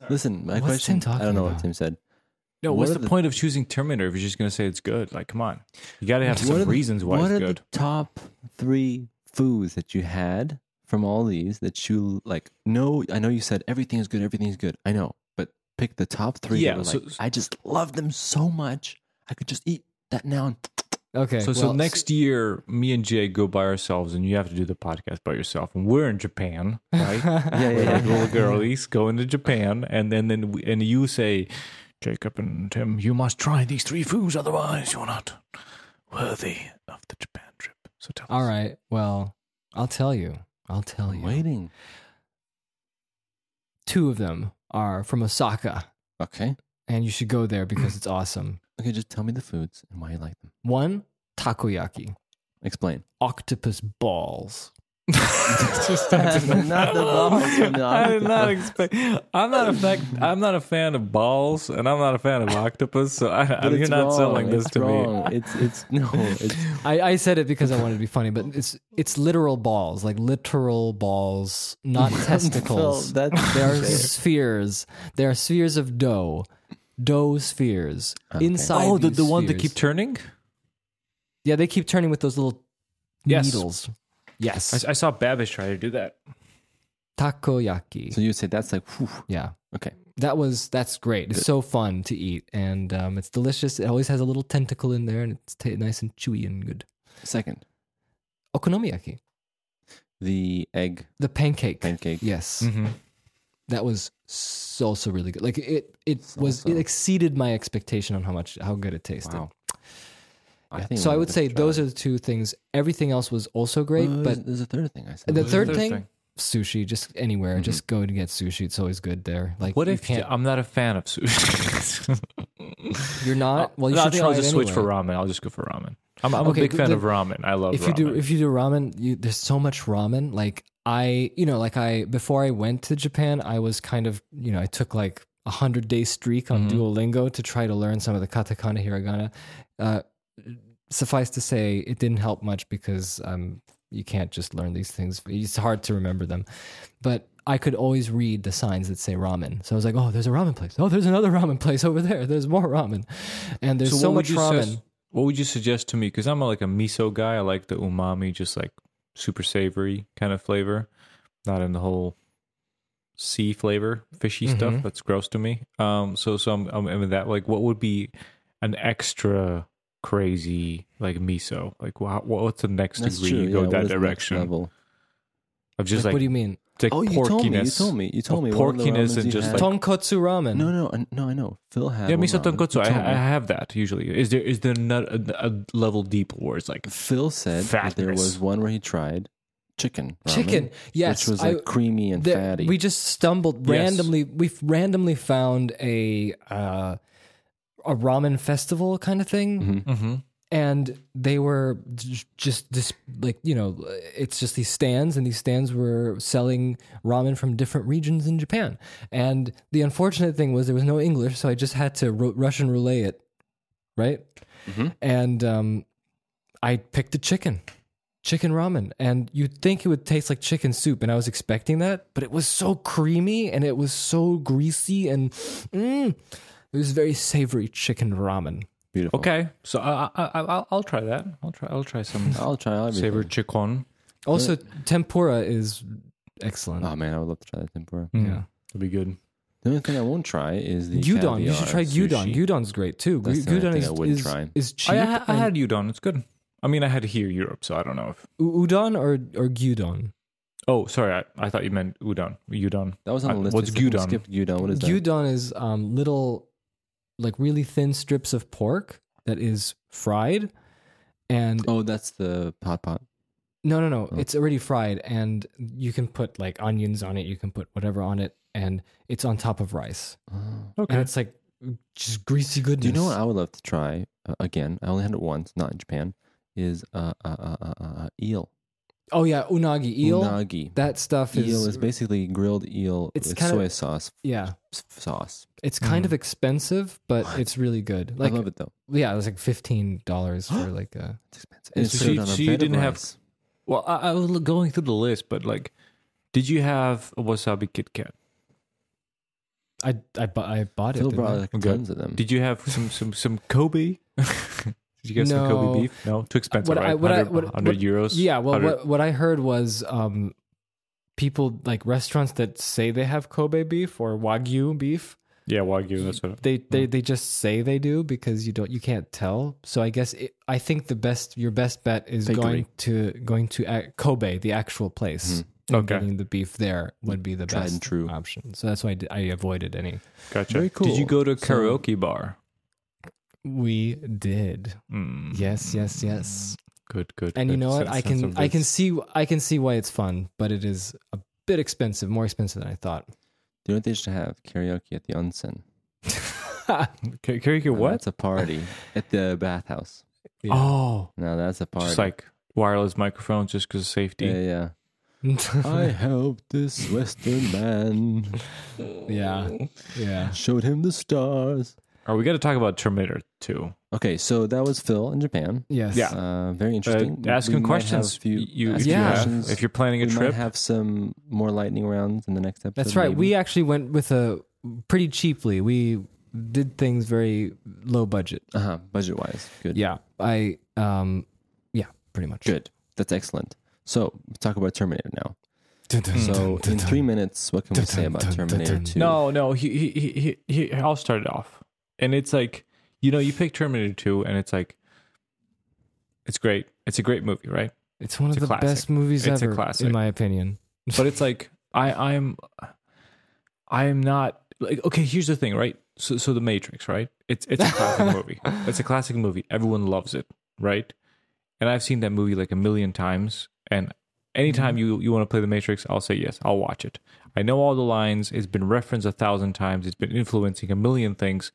Speaker 2: Listen, my
Speaker 1: What's
Speaker 2: question.
Speaker 1: Tim talking
Speaker 2: I don't know what
Speaker 1: about?
Speaker 2: Tim said.
Speaker 3: no.
Speaker 2: What
Speaker 3: what's
Speaker 2: are
Speaker 3: the,
Speaker 2: the-
Speaker 3: point of choosing Terminator if you're just gonna say it's good? Like, come on, you gotta have some
Speaker 2: are the-
Speaker 3: reasons why
Speaker 2: what
Speaker 3: it's
Speaker 2: are
Speaker 3: good.
Speaker 2: the top three foods that you had from all these that you like? No, I know you said everything is good, everything is good. I know, but pick the top three. that
Speaker 3: Yeah,
Speaker 2: were
Speaker 3: so-
Speaker 2: like, I just love them so much. I could just eat that now. And
Speaker 1: Okay.
Speaker 3: So,
Speaker 1: well,
Speaker 3: so next year, me and Jay go by ourselves, and you have to do the podcast by yourself. And we're in Japan, right?
Speaker 2: yeah,
Speaker 3: We're like
Speaker 2: yeah,
Speaker 3: little girlies going to Japan, and then then we, and you say, Jacob and Tim, you must try these three foods, otherwise you're not worthy of the Japan trip. So tell
Speaker 1: All
Speaker 3: us.
Speaker 1: right. Well, I'll tell you. I'll tell
Speaker 2: I'm
Speaker 1: you.
Speaker 2: waiting.
Speaker 1: Two of them are from Osaka,
Speaker 2: Okay,
Speaker 1: and you should go there because it's awesome.
Speaker 2: okay. Just tell me the foods and why you like them.
Speaker 1: One, takoyaki,
Speaker 2: Explain.
Speaker 1: octopus balls.
Speaker 2: not the balls.
Speaker 3: I did not expect. I'm not a fan. I'm not a fan of balls, and I'm not a fan of octopus. So I, I,
Speaker 2: But
Speaker 3: you're
Speaker 2: it's
Speaker 3: not
Speaker 2: wrong.
Speaker 3: selling this
Speaker 2: It's
Speaker 3: to me.
Speaker 2: wrong. It's it's no. It's,
Speaker 1: I, I said it because I wanted to be funny, but it's it's literal balls, like literal balls, not testicles.
Speaker 2: Well, that's
Speaker 1: They are
Speaker 2: fair.
Speaker 1: spheres. They are spheres of dough. Dough spheres. Inside.
Speaker 3: Oh, the,
Speaker 1: these
Speaker 3: the ones that
Speaker 1: spheres-
Speaker 3: keep turning.
Speaker 1: Yeah, they keep turning with those little
Speaker 3: Yes.
Speaker 1: needles. Yes.
Speaker 3: I, I saw Babish try to do that.
Speaker 1: Takoyaki.
Speaker 2: So you would say that's like whew,
Speaker 1: yeah.
Speaker 2: okay.
Speaker 1: That was that's great. It's so fun to eat, and um, it's delicious. It always has a little tentacle in there, and it's ta nice and chewy and good.
Speaker 2: Second,
Speaker 1: Okonomiyaki,
Speaker 2: the egg
Speaker 1: the pancake.
Speaker 2: pancake.
Speaker 1: Yes,
Speaker 3: Mm-hmm.
Speaker 1: that was so also really good. Like it, it was
Speaker 2: Salsa.
Speaker 1: it exceeded my expectation on how much how good it tasted.
Speaker 2: Wow. I
Speaker 1: Yeah.
Speaker 2: think
Speaker 1: so I would say those are the two things. Everything else was also great, but
Speaker 2: there's, Uh, there's a third thing I said.
Speaker 1: the
Speaker 3: the
Speaker 1: third,
Speaker 3: third
Speaker 1: thing,
Speaker 3: thing?
Speaker 1: sushi. Just anywhere, just go to get sushi. It's always good there. Like
Speaker 3: What
Speaker 1: you
Speaker 3: if
Speaker 1: can't,
Speaker 3: I'm not a fan of sushi?
Speaker 1: you're not? Well, you
Speaker 3: I'll,
Speaker 1: should try
Speaker 3: I'll just
Speaker 1: it
Speaker 3: switch
Speaker 1: anyway.
Speaker 3: for ramen. I'll just go for ramen. I'm, I'm
Speaker 1: Okay,
Speaker 3: a big fan
Speaker 1: the-
Speaker 3: of ramen. I love
Speaker 1: if
Speaker 3: ramen.
Speaker 1: you do if you do ramen you, there's so much ramen like i you know like i before i went to japan i was kind of you know i took like a hundred day streak on
Speaker 3: Mm-hmm.
Speaker 1: duolingo to try to learn some of the katakana hiragana uh, suffice to say it didn't help much because um, you can't just learn these things it's hard to remember them but I could always read the signs that say ramen. So I was like, oh, there's a ramen place. Oh, there's another ramen place over there. There's more ramen. And there's so,
Speaker 3: what would
Speaker 1: much
Speaker 3: you
Speaker 1: ramen.
Speaker 3: sus- what would you suggest to me? Because I'm a, like a miso guy. I like the umami, just like super savory kind of flavor, not in the whole sea flavor, fishy
Speaker 2: Mm-hmm.
Speaker 3: stuff. That's gross to me. Um, so so I'm, I'm in that. Like, what would be an extra crazy like miso? Like, wow, what's the next
Speaker 2: That's
Speaker 3: degree
Speaker 2: true.
Speaker 3: you go
Speaker 2: yeah, what
Speaker 3: that
Speaker 2: is the next
Speaker 3: direction
Speaker 2: Level?
Speaker 3: of just
Speaker 1: like,
Speaker 3: like,
Speaker 1: what do you mean?
Speaker 3: like
Speaker 2: Oh, you
Speaker 3: porkiness?
Speaker 2: told me. You told me. You told me.
Speaker 3: of
Speaker 2: one of the
Speaker 3: porkiness
Speaker 2: ramens
Speaker 3: and
Speaker 2: you
Speaker 3: just,
Speaker 2: had-
Speaker 3: like-
Speaker 1: Tonkotsu ramen.
Speaker 2: no, no, I- no. I know. Phil had
Speaker 3: Yeah,
Speaker 2: one
Speaker 3: miso
Speaker 2: ramen.
Speaker 3: tonkotsu.
Speaker 2: You
Speaker 3: I,
Speaker 2: told
Speaker 3: I
Speaker 2: me.
Speaker 3: have that usually. Is there is there not a, a level deep where it's like
Speaker 2: Phil said that there
Speaker 3: Fatness.
Speaker 2: was one where he tried chicken. ramen,
Speaker 1: Chicken. Yes.
Speaker 2: which was
Speaker 1: I-
Speaker 2: like creamy and
Speaker 1: there-
Speaker 2: fatty.
Speaker 1: We just stumbled
Speaker 3: Yes.
Speaker 1: randomly. We randomly found a uh, a ramen festival kind of thing,
Speaker 2: Mm-hmm.
Speaker 1: and they were j- just this like you know, it's just these stands, and these stands were selling ramen from different regions in Japan. And the unfortunate thing was there was no English, so I just had to ru- Russian roulette it, right?
Speaker 2: Mm-hmm.
Speaker 1: And um, I picked a chicken chicken ramen and you'd think it would taste like chicken soup and i was expecting that but it was so creamy and it was so greasy and mm, it was very savory chicken ramen
Speaker 2: Beautiful.
Speaker 3: Okay, so I, I, I, I'll, I'll try that. I'll try. I'll try some
Speaker 2: I'll try everything.
Speaker 3: savory chicken.
Speaker 1: also
Speaker 2: Uh,
Speaker 1: tempura is excellent
Speaker 2: Oh man, I would love to try that tempura.
Speaker 1: Yeah.
Speaker 3: It'll be good.
Speaker 2: The only thing I won't try is mm, the
Speaker 1: gyudon you
Speaker 2: caviar
Speaker 1: should try
Speaker 2: sushi.
Speaker 1: gyudon gyudon's great too
Speaker 2: That's the only
Speaker 1: gyudon
Speaker 2: thing
Speaker 1: is,
Speaker 2: I wouldn't
Speaker 1: is,
Speaker 2: try.
Speaker 1: is cheap
Speaker 3: Oh, I, I, I
Speaker 1: and-
Speaker 3: had udon. It's good. I mean, I had here Europe, so I don't know if.
Speaker 1: U- udon or, or gyudon
Speaker 3: Oh, sorry. I, I thought you meant udon. Udon.
Speaker 2: That was on the
Speaker 3: I-
Speaker 2: list.
Speaker 3: Uh, What's
Speaker 2: I think we
Speaker 3: gyudon?
Speaker 2: Skipped gyudon. What is that?
Speaker 1: gyudon is um, little like really thin strips of pork that is fried and
Speaker 2: Oh, that's the pot pot.
Speaker 1: No, no,
Speaker 2: Oh.
Speaker 1: no. It's already fried, and you can put like onions on it. You can put whatever on it, and it's on top of rice, and
Speaker 3: Okay.
Speaker 1: it's like just greasy goodness.
Speaker 2: Do you know what I would love to try uh, again? I only had it once, not in Japan. Is uh, uh, uh, uh, uh, uh, eel
Speaker 1: oh yeah, unagi eel.
Speaker 2: Unagi.
Speaker 1: That stuff is,
Speaker 2: eel is basically grilled eel
Speaker 1: It's
Speaker 2: with
Speaker 1: kinda-
Speaker 2: soy sauce
Speaker 1: yeah.
Speaker 2: s- sauce.
Speaker 1: It's kind of expensive, but it's really good. Like
Speaker 2: Mm. I love it though.
Speaker 1: yeah, it was like fifteen dollars for like a.
Speaker 2: It's expensive.
Speaker 1: And
Speaker 2: It's
Speaker 1: so
Speaker 2: served
Speaker 3: you-
Speaker 2: on a
Speaker 3: so you
Speaker 2: bed of
Speaker 3: didn't have-
Speaker 2: rice.
Speaker 3: Well, I, I was look- going through the list, but like, did you have a wasabi Kit Kat?
Speaker 1: I I, bu- I bought it.
Speaker 2: Phil
Speaker 1: didn't I?
Speaker 2: brought like
Speaker 3: Okay.
Speaker 2: tons of them.
Speaker 3: Did you have some some some Kobe? did you get some Kobe
Speaker 1: No.
Speaker 3: beef? No, too expensive.
Speaker 1: What
Speaker 3: right?
Speaker 1: I- what I-
Speaker 3: 100,
Speaker 1: what-
Speaker 3: 100 euros.
Speaker 1: Yeah, well,
Speaker 3: 100
Speaker 1: what what I heard was um, people like restaurants that say they have Kobe beef or Wagyu beef.
Speaker 3: Yeah, Wagyu. That's what.
Speaker 1: They they
Speaker 2: Hmm.
Speaker 1: they just say they do because you don't you can't tell. So I guess it, I think the best your best bet is going to going to ac Kobe, the actual place. and
Speaker 3: Okay.
Speaker 1: getting the beef there would be the
Speaker 2: Hmm. Tried
Speaker 1: best
Speaker 2: and true.
Speaker 1: option. So that's why I, d- I avoided any.
Speaker 3: Gotcha.
Speaker 2: Very cool.
Speaker 3: Did you go to a
Speaker 2: So-
Speaker 3: karaoke bar? Hmm.
Speaker 1: We did.
Speaker 2: Hmm.
Speaker 1: Yes, yes, yes.
Speaker 3: Good, good.
Speaker 1: And you
Speaker 3: good.
Speaker 1: know what?
Speaker 3: Sen-
Speaker 1: I
Speaker 3: sense
Speaker 1: can
Speaker 3: of
Speaker 1: I can
Speaker 3: this.
Speaker 1: see I can see why it's fun, but it is a bit expensive, more expensive than I thought.
Speaker 2: Do you know what they should have? Karaoke at the onsen.
Speaker 3: Ka- karaoke.
Speaker 2: Now,
Speaker 3: What?
Speaker 2: That's a party at the bathhouse.
Speaker 1: Yeah.
Speaker 3: Oh,
Speaker 2: Now that's a party.
Speaker 3: just like wireless microphones, just because of safety.
Speaker 2: yeah, yeah. I helped this Western man,
Speaker 1: yeah. Yeah.
Speaker 2: showed him the stars.
Speaker 3: Or we got to talk about Terminator Two.
Speaker 2: Okay, so that was Phil in Japan.
Speaker 1: Yes.
Speaker 3: Yeah.
Speaker 2: Uh, very
Speaker 3: Uh,
Speaker 2: interesting.
Speaker 3: ask
Speaker 2: We
Speaker 3: him
Speaker 2: might
Speaker 3: questions.
Speaker 2: have a few-
Speaker 3: Y- you,
Speaker 2: ask
Speaker 3: if,
Speaker 2: you
Speaker 1: yeah.
Speaker 3: you have-
Speaker 2: questions.
Speaker 3: if you're planning
Speaker 2: we
Speaker 3: a
Speaker 2: might
Speaker 3: trip,
Speaker 2: have some more lightning rounds in the next episode.
Speaker 1: That's right.
Speaker 2: maybe.
Speaker 1: We actually went with a pretty cheaply. We did things very low budget.
Speaker 2: uh-huh, budget wise, good.
Speaker 1: Yeah. I um yeah, pretty much.
Speaker 2: good. That's excellent. So let's talk about Terminator now.
Speaker 1: Dun, dun, dun,
Speaker 2: So
Speaker 1: dun,
Speaker 2: in
Speaker 1: dun.
Speaker 2: three minutes, what can we say about Terminator Two?
Speaker 3: No, no. He, he, he, he, he, I'll start it off. And it's like, you know, you pick Terminator 2, and it's like, it's great. It's a great movie, right?
Speaker 1: it's one of
Speaker 3: it's
Speaker 1: the
Speaker 3: a classic.
Speaker 1: best movies
Speaker 3: It's a
Speaker 1: ever
Speaker 3: classic.
Speaker 1: in my opinion.
Speaker 3: But it's like, I, I'm, I am not like, okay, here's the thing, right? So, so The Matrix, right? It's, it's a classic movie. It's a classic movie. Everyone loves it, right? And I've seen that movie like a million times. And anytime you, you want to play The Matrix, I'll say yes, I'll watch it. I know all the lines. It's been referenced a thousand times. It's been influencing a million things,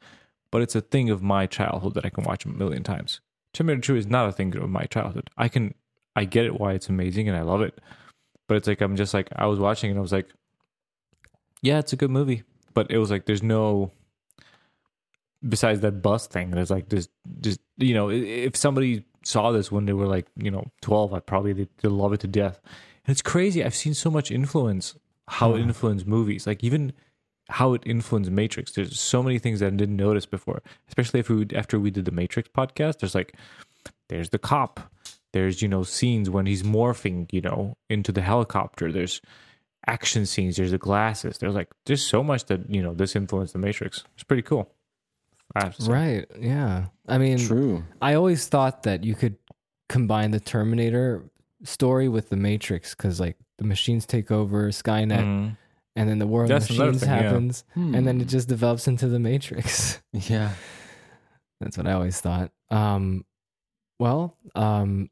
Speaker 3: but it's a thing of my childhood that I can watch a million times. Terminator 2 is not a thing of my childhood. I can, I get it why it's amazing and I love it. But it's like, I'm just like, I was watching and I was like, yeah, it's a good movie. But it was like, there's no, besides that bus thing, there's like this, just, you know, i- if somebody saw this when they were like, you know, 12, I probably, they, they love it to death. And it's crazy. I've seen so much influence, how it influenced movies. Like even how it influenced Matrix. There's so many things that I didn't notice before, especially if we after we did the Matrix podcast. There's like, there's the cop. There's you know scenes when he's morphing, you know, into the helicopter. There's action scenes. There's the glasses. There's like there's so much that you know this influenced the Matrix. It's pretty cool. I have to say.
Speaker 1: Right. Yeah. I mean
Speaker 2: True.
Speaker 1: I always thought that you could combine the Terminator story with the Matrix because like the machines take over Skynet,
Speaker 3: Mhm.
Speaker 1: and then the war of the
Speaker 3: That's another
Speaker 1: machines
Speaker 3: thing, yeah.
Speaker 1: happens, and then
Speaker 2: Hmm.
Speaker 1: it just develops into the Matrix.
Speaker 2: Yeah.
Speaker 1: That's what I always thought. Um, well, um,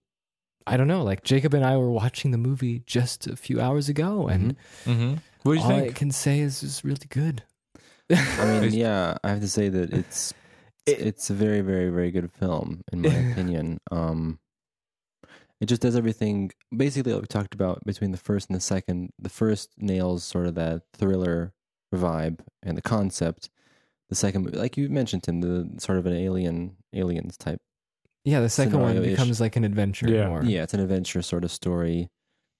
Speaker 1: I don't know. Like Jacob and I were watching the movie just a few hours ago, and
Speaker 3: Mhm. What Mm-hmm. do you
Speaker 1: all I
Speaker 3: think?
Speaker 1: can say is it's really good.
Speaker 2: I mean, yeah, I have to say that it's it's a very, very, very good film in my opinion. Um, it just does everything basically what we talked about between the first and the second. The first nails sort of that thriller vibe and the concept. The second, movie, like you mentioned, Tim, the sort of an alien aliens type.
Speaker 1: Yeah, the second one
Speaker 2: Scenario-ish.
Speaker 1: becomes like an adventure.
Speaker 3: Yeah.
Speaker 1: More.
Speaker 2: Yeah, it's an adventure sort of story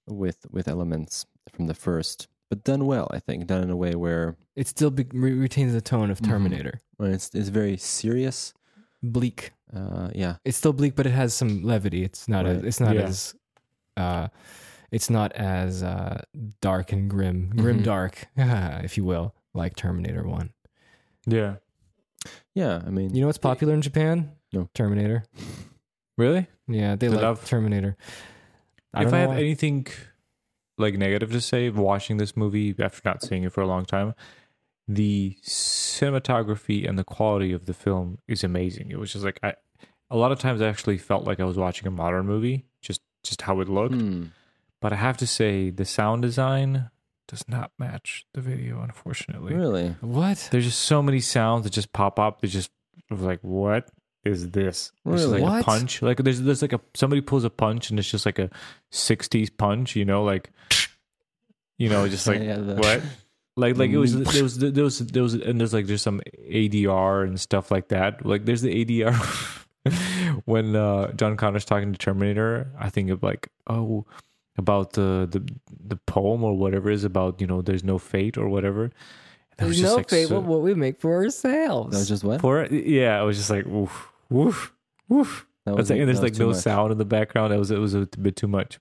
Speaker 2: with with elements from the first, but done well. I think done in a way where
Speaker 1: It still be- re- retains the tone of
Speaker 2: Mhm.
Speaker 1: Terminator.
Speaker 2: where it's it's very serious.
Speaker 1: Bleak.
Speaker 2: Uh, yeah,
Speaker 1: it's still bleak, but it has some levity. It's not as
Speaker 2: Right.
Speaker 1: it's not
Speaker 3: Yeah.
Speaker 1: as uh, it's not as uh, dark and grim, grim
Speaker 2: Mhm.
Speaker 1: dark, if you will, like Terminator One.
Speaker 3: Yeah.
Speaker 2: yeah. I mean,
Speaker 1: You know what's popular in Japan?
Speaker 2: No.
Speaker 1: Terminator.
Speaker 3: Really?
Speaker 1: Yeah, they
Speaker 3: They
Speaker 1: love
Speaker 3: love-
Speaker 1: Terminator. I
Speaker 3: if
Speaker 1: don't
Speaker 3: I
Speaker 1: know
Speaker 3: have
Speaker 1: why.
Speaker 3: anything like negative to say of watching this movie after not seeing it for a long time, the cinematography and the quality of the film is amazing. It was just like I a lot of times I actually felt like I was watching a modern movie, just just how it looked.
Speaker 2: hmm.
Speaker 3: But I have to say the sound design does not match the video, unfortunately.
Speaker 2: Really?
Speaker 1: what?
Speaker 3: There's just so many sounds that just pop up. They just I was like, what is this? This is
Speaker 2: Really?
Speaker 3: like
Speaker 1: What?
Speaker 3: a punch. Like there's there's like a somebody pulls a punch and it's just like a '60s punch. You know, like you know, just like
Speaker 2: Yeah, the-
Speaker 3: what? Like like it was there was there was there was and there's like there's some ADR and stuff like that. Like there's the ADR when uh John Connor's talking to Terminator. I think of like oh about the the the poem or whatever is about you know there's no fate or whatever. And I was just, like, so-
Speaker 1: what we make for
Speaker 2: That was
Speaker 1: ourselves.
Speaker 2: just what?
Speaker 3: for yeah, I was just like woof woof woof.
Speaker 2: That
Speaker 3: I was like, and
Speaker 2: that
Speaker 3: there's like
Speaker 2: too
Speaker 3: no
Speaker 2: much.
Speaker 3: sound in the background. It was it was a bit too much.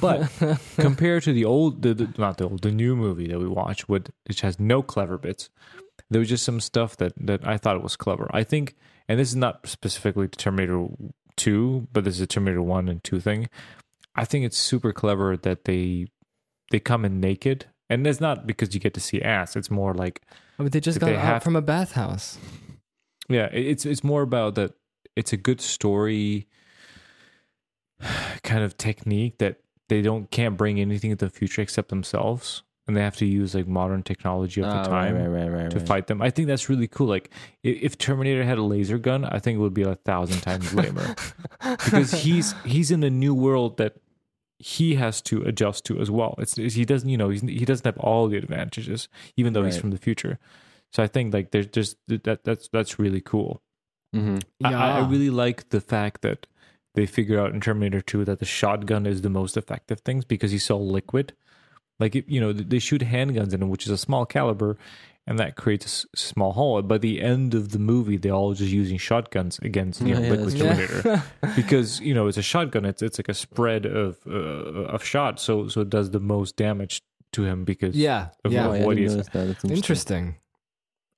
Speaker 3: But compared to the old, the, the, not the old, the new movie that we watched, with, which has no clever bits, there was just some stuff that that I thought was clever. I think, and this is not specifically to Terminator Two, but this is a Terminator One and Two thing. I think it's super clever that they they come in naked, and it's not because you get to see ass. It's more like
Speaker 1: I mean, Oh, they just got
Speaker 3: Did they
Speaker 1: out
Speaker 3: have-
Speaker 1: from a bathhouse.
Speaker 3: yeah, it- it's it's more about that. It's a good story kind of technique that they don't can't bring anything to the future except themselves, and they have to use like modern technology of the
Speaker 2: Ah,
Speaker 3: time
Speaker 2: right, right, right, right,
Speaker 3: to
Speaker 2: right.
Speaker 3: fight them. I think that's really cool. Like i- if Terminator had a laser gun, I think it would be a thousand times lamer because he's he's in a new world that he has to adjust to as well. It's, it's- he doesn't you know he's, he doesn't have all the advantages even though he's
Speaker 2: Right.
Speaker 3: from the future. So I think like there's just that that's that's really cool.
Speaker 2: Mhm.
Speaker 3: I- I, I
Speaker 1: Yeah.
Speaker 3: really like the fact that they figure out in Terminator 2 that the shotgun is the most effective things because he's so liquid. Like, it, you know, th- they shoot handguns in him, which is a small caliber, and that creates a s- small hole. By the end of the movie, they're all just using shotguns against you know,
Speaker 2: Oh, Yeah, yeah,
Speaker 3: liquid
Speaker 2: that's
Speaker 3: Terminator. because, you know, it's a shotgun. It's it's like a spread of uh, of shot, so so it does the most damage to him because
Speaker 1: yeah,
Speaker 3: Of
Speaker 1: yeah.
Speaker 2: Oh, I
Speaker 3: what
Speaker 2: didn't
Speaker 3: is-
Speaker 2: notice that. That's
Speaker 1: Interesting.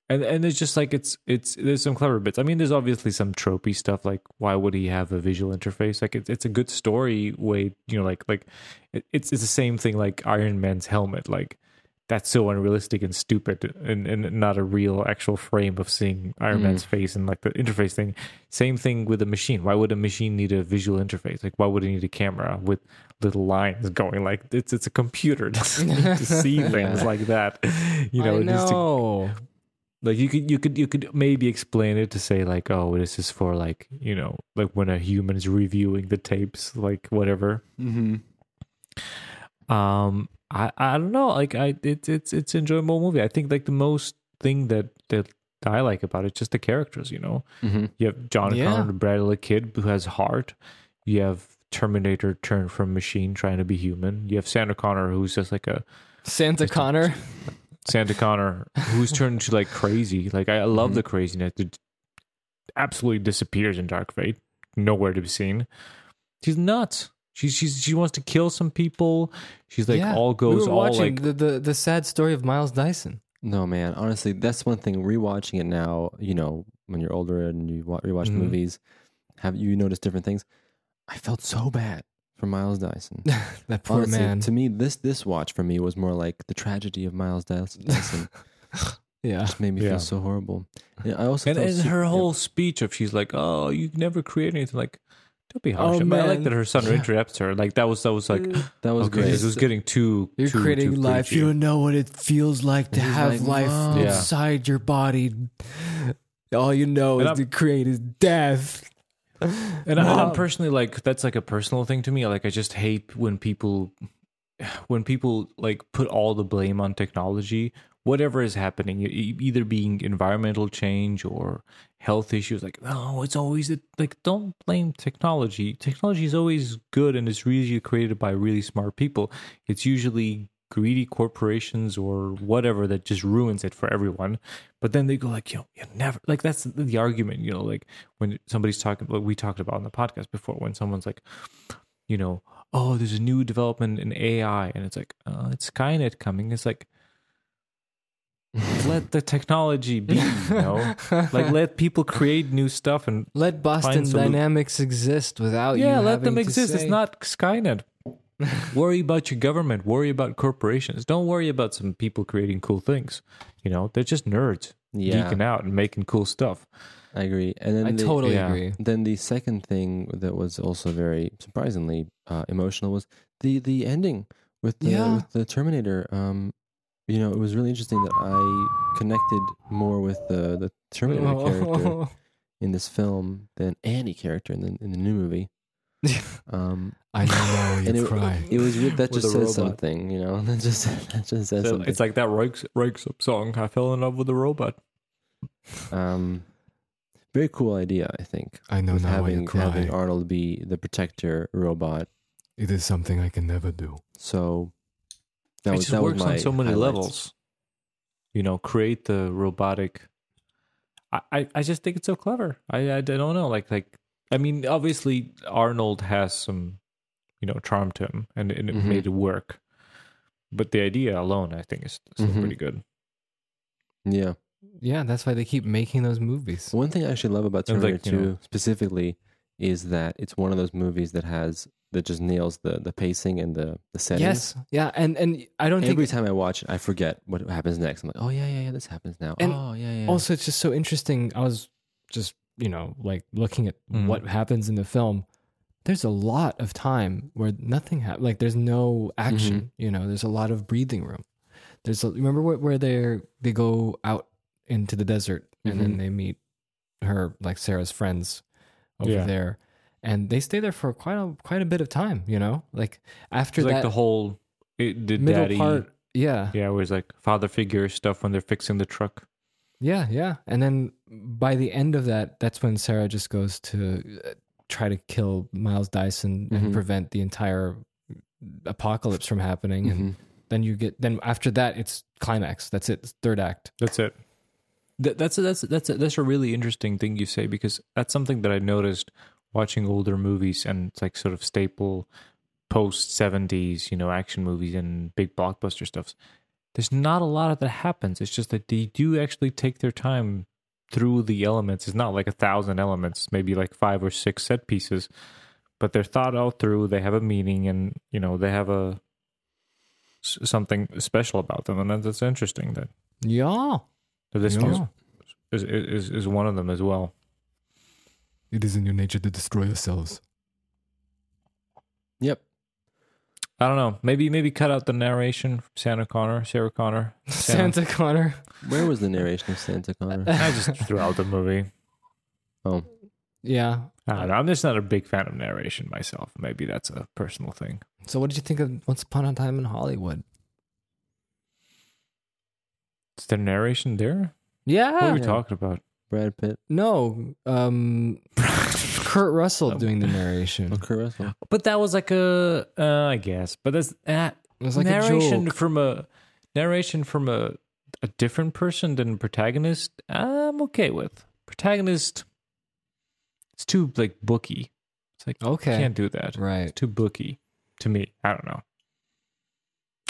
Speaker 3: and and it's just like it's it's there's some clever bits. I mean, there's obviously some tropey stuff like why would he have a visual interface? Like it's it's a good story way, you know, like like it- it's it's the same thing like Iron Man's helmet. Like that's so unrealistic and stupid and, and not a real actual frame of seeing Iron Man's face and like the interface thing. Same thing with a machine. Why would a machine need a visual interface? Like why would it need a camera with little lines going like it's it's a computer it doesn't need to see things like that. You know,
Speaker 1: I
Speaker 3: it needs to
Speaker 1: know.
Speaker 3: like you could you could you could maybe explain it to say like oh this is for like you know like when a human is reviewing the tapes like whatever
Speaker 2: Mm-hmm.
Speaker 3: um i i don't know like i it's it's it's an enjoyable movie i think like the most thing that that i like about it just the characters you know
Speaker 2: Mm-hmm.
Speaker 3: you have john
Speaker 1: Yeah.
Speaker 3: connor bradley kid who has heart you have terminator turned from machine trying to be human you have sandra connor who's just like a
Speaker 1: Santa Connor.
Speaker 3: Santa Connor, who's turned into like crazy. Like I I love the craziness. It absolutely disappears in Dark Fate. Nowhere to be seen. She's nuts. She's she's she wants to kill some people. She's like
Speaker 1: yeah.
Speaker 3: all goes
Speaker 1: we were
Speaker 3: all
Speaker 1: watching
Speaker 3: like
Speaker 1: the, the the sad story of Miles Dyson.
Speaker 2: No, man. Honestly, that's one thing. Rewatching it now, you know, when you're older and you wa- rewatch
Speaker 3: Mhm.
Speaker 2: movies, have you noticed different things? I felt so bad for Miles Dyson.
Speaker 1: That poor
Speaker 2: Honestly,
Speaker 1: man.
Speaker 2: to me, this this watch for me was more like the tragedy of Miles Dys- Dyson.
Speaker 1: yeah.
Speaker 2: Just made me
Speaker 3: Yeah.
Speaker 2: feel so horrible. And I also
Speaker 3: and,
Speaker 2: felt
Speaker 3: and
Speaker 2: su-
Speaker 3: her
Speaker 2: yeah.
Speaker 3: whole speech of she's like, Oh, you never create anything like don't be harsh.
Speaker 1: Oh,
Speaker 3: I, mean, I like
Speaker 1: man.
Speaker 3: that her son interrupts her. Like that was that was like
Speaker 2: that was
Speaker 3: okay,
Speaker 2: great.
Speaker 3: this was getting too
Speaker 1: You're
Speaker 3: too-
Speaker 1: creating
Speaker 3: too
Speaker 1: life.
Speaker 3: preachy.
Speaker 1: You don't know what it feels like to
Speaker 2: He's
Speaker 1: have
Speaker 2: like,
Speaker 1: life
Speaker 2: "Mom."
Speaker 3: Yeah.
Speaker 1: inside your body. All you know
Speaker 3: And
Speaker 1: is
Speaker 3: I'm-
Speaker 1: to create is death.
Speaker 3: and, I, and I'm
Speaker 1: Wow.
Speaker 3: personally like that's like a personal thing to me like i just hate when people when people like put all the blame on technology whatever is happening e- e- either being environmental change or health issues like oh it's always a, like don't blame technology technology is always good and it's usually created by really smart people it's usually greedy corporations or whatever that just ruins it for everyone but then they go like yo you never like that's the argument you know like when somebody's talking like we talked about on the podcast before when someone's like you know oh there's a new development in ai and it's like uh, it's skynet coming it's like let the technology be you know like let people create new stuff and
Speaker 1: Let Boston
Speaker 3: find solu-
Speaker 1: Dynamics exist without you.
Speaker 3: yeah let
Speaker 1: having
Speaker 3: them
Speaker 1: to
Speaker 3: exist
Speaker 1: say-
Speaker 3: it's not skynet worry about your government worry about corporations don't worry about some people creating cool things you know they're just nerds
Speaker 2: Yeah.
Speaker 3: geeking out and making cool stuff
Speaker 2: I agree. And then
Speaker 1: I
Speaker 2: the-
Speaker 1: totally
Speaker 3: yeah.
Speaker 1: agree.
Speaker 2: Then the second thing that was also very surprisingly uh, emotional was the the ending with the
Speaker 1: Yeah.
Speaker 2: with the Terminator. Um, you know, it was really interesting that I connected more with the the Terminator character in this film than any character in the in the new movie. Um,
Speaker 1: I don't know
Speaker 2: and
Speaker 1: you
Speaker 2: it,
Speaker 1: cry.
Speaker 2: it was re- that
Speaker 3: With
Speaker 2: just
Speaker 3: the
Speaker 2: says
Speaker 3: robot.
Speaker 2: something, you know. That just that just says
Speaker 3: So
Speaker 2: something.
Speaker 3: it's like that Roik Roik song. I fell in love with a robot.
Speaker 2: um, very cool idea, I think.
Speaker 1: I know
Speaker 2: with
Speaker 1: now why you
Speaker 2: having
Speaker 1: cry.
Speaker 2: having Arnold be the protector robot
Speaker 1: It is something I can never do.
Speaker 2: So that
Speaker 3: it
Speaker 2: was
Speaker 3: just
Speaker 2: that was
Speaker 3: works
Speaker 2: my
Speaker 3: on so many
Speaker 2: highlights.
Speaker 3: levels. You know, create the robotic. I, I, I just think it's so clever. I, I don't know. Like like I mean, obviously Arnold has some you know, charm to him, and, and it
Speaker 2: Mhm.
Speaker 3: made it work. But the idea alone, I think, is still
Speaker 2: Mhm.
Speaker 3: pretty good.
Speaker 2: Yeah.
Speaker 1: Yeah, that's why they keep making those movies.
Speaker 2: One thing I actually love about
Speaker 3: And,
Speaker 2: Terminator
Speaker 3: like,
Speaker 2: 2
Speaker 3: you know-
Speaker 2: specifically is that it's one of those movies that has that just nails the the pacing and the the settings.
Speaker 1: Yes, yeah, and and I don't
Speaker 2: Every
Speaker 1: think
Speaker 2: time I watch it, I forget what happens next. I'm like, oh yeah, yeah, yeah, this happens now.
Speaker 1: And
Speaker 2: oh yeah, yeah.
Speaker 1: also it's just so interesting. I was just you know like looking at
Speaker 3: Mhm.
Speaker 1: what happens in the film. There's a lot of time where nothing happens. Like there's no action.
Speaker 3: Mm-hmm.
Speaker 1: You know, there's a lot of breathing room. There's a, remember where, where they they go out into the desert and
Speaker 3: Mm-hmm.
Speaker 1: then
Speaker 2: Mhm.
Speaker 1: they meet her like Sarah's friends over
Speaker 3: Yeah.
Speaker 1: there, and they stay there for quite a quite a bit of time. You know, like after
Speaker 3: It's like
Speaker 1: that
Speaker 3: the whole it, the
Speaker 1: middle
Speaker 3: daddy,
Speaker 1: part. Yeah,
Speaker 3: yeah, where it's like father figure stuff when they're fixing the truck.
Speaker 1: Yeah, yeah. And then by the end of that, that's when Sarah just goes to uh, try to kill Miles Dyson and
Speaker 3: Mm-hmm.
Speaker 2: Mhm.
Speaker 1: prevent the entire apocalypse from happening. And
Speaker 2: Mhm.
Speaker 3: Mm-hmm.
Speaker 1: then you get then after that, it's climax. That's it. It's third act.
Speaker 3: That's it. That, that's a, that's a, that's a, that's a really interesting thing you say because that's something that I noticed watching older movies and it's like sort of staple post seventies you know action movies and big blockbuster stuffs. There's not a lot of that happens. It's just that they do actually take their time through the elements. It's not like a thousand elements, maybe like five or six set pieces, but they're thought out through. They have a meaning, and you know they have a s- something special about them, and that's, that's interesting. That
Speaker 1: Yeah.
Speaker 3: so this
Speaker 1: Yeah.
Speaker 3: is, is is is one of them as well.
Speaker 1: It is in your nature to destroy yourselves.
Speaker 2: yep.
Speaker 3: I don't know. Maybe maybe cut out the narration from Santa Connor, Sarah Connor.
Speaker 1: Santa Connor.
Speaker 2: Where was the narration of Santa Connor?
Speaker 3: I just threw out the movie.
Speaker 2: Oh,
Speaker 1: Yeah.
Speaker 3: I don't know. I'm just not a big fan of narration myself. Maybe that's a personal thing.
Speaker 1: So what did you think of Once Upon a Time in Hollywood?
Speaker 3: Is there narration there? What are
Speaker 1: Yeah.
Speaker 3: we talking about?
Speaker 2: Brad Pitt,
Speaker 1: No. Um Kurt Russell doing the narration.
Speaker 2: oh, Kurt Russell.
Speaker 3: But that was like a, uh, I guess. But that's uh,
Speaker 1: It was like a
Speaker 3: narration
Speaker 1: joke.
Speaker 3: from a narration from a a different person than protagonist. I'm okay with protagonist. It's too like booky. It's like
Speaker 1: Okay.
Speaker 3: can't do that.
Speaker 1: Right.
Speaker 3: It's too booky to me. I don't know.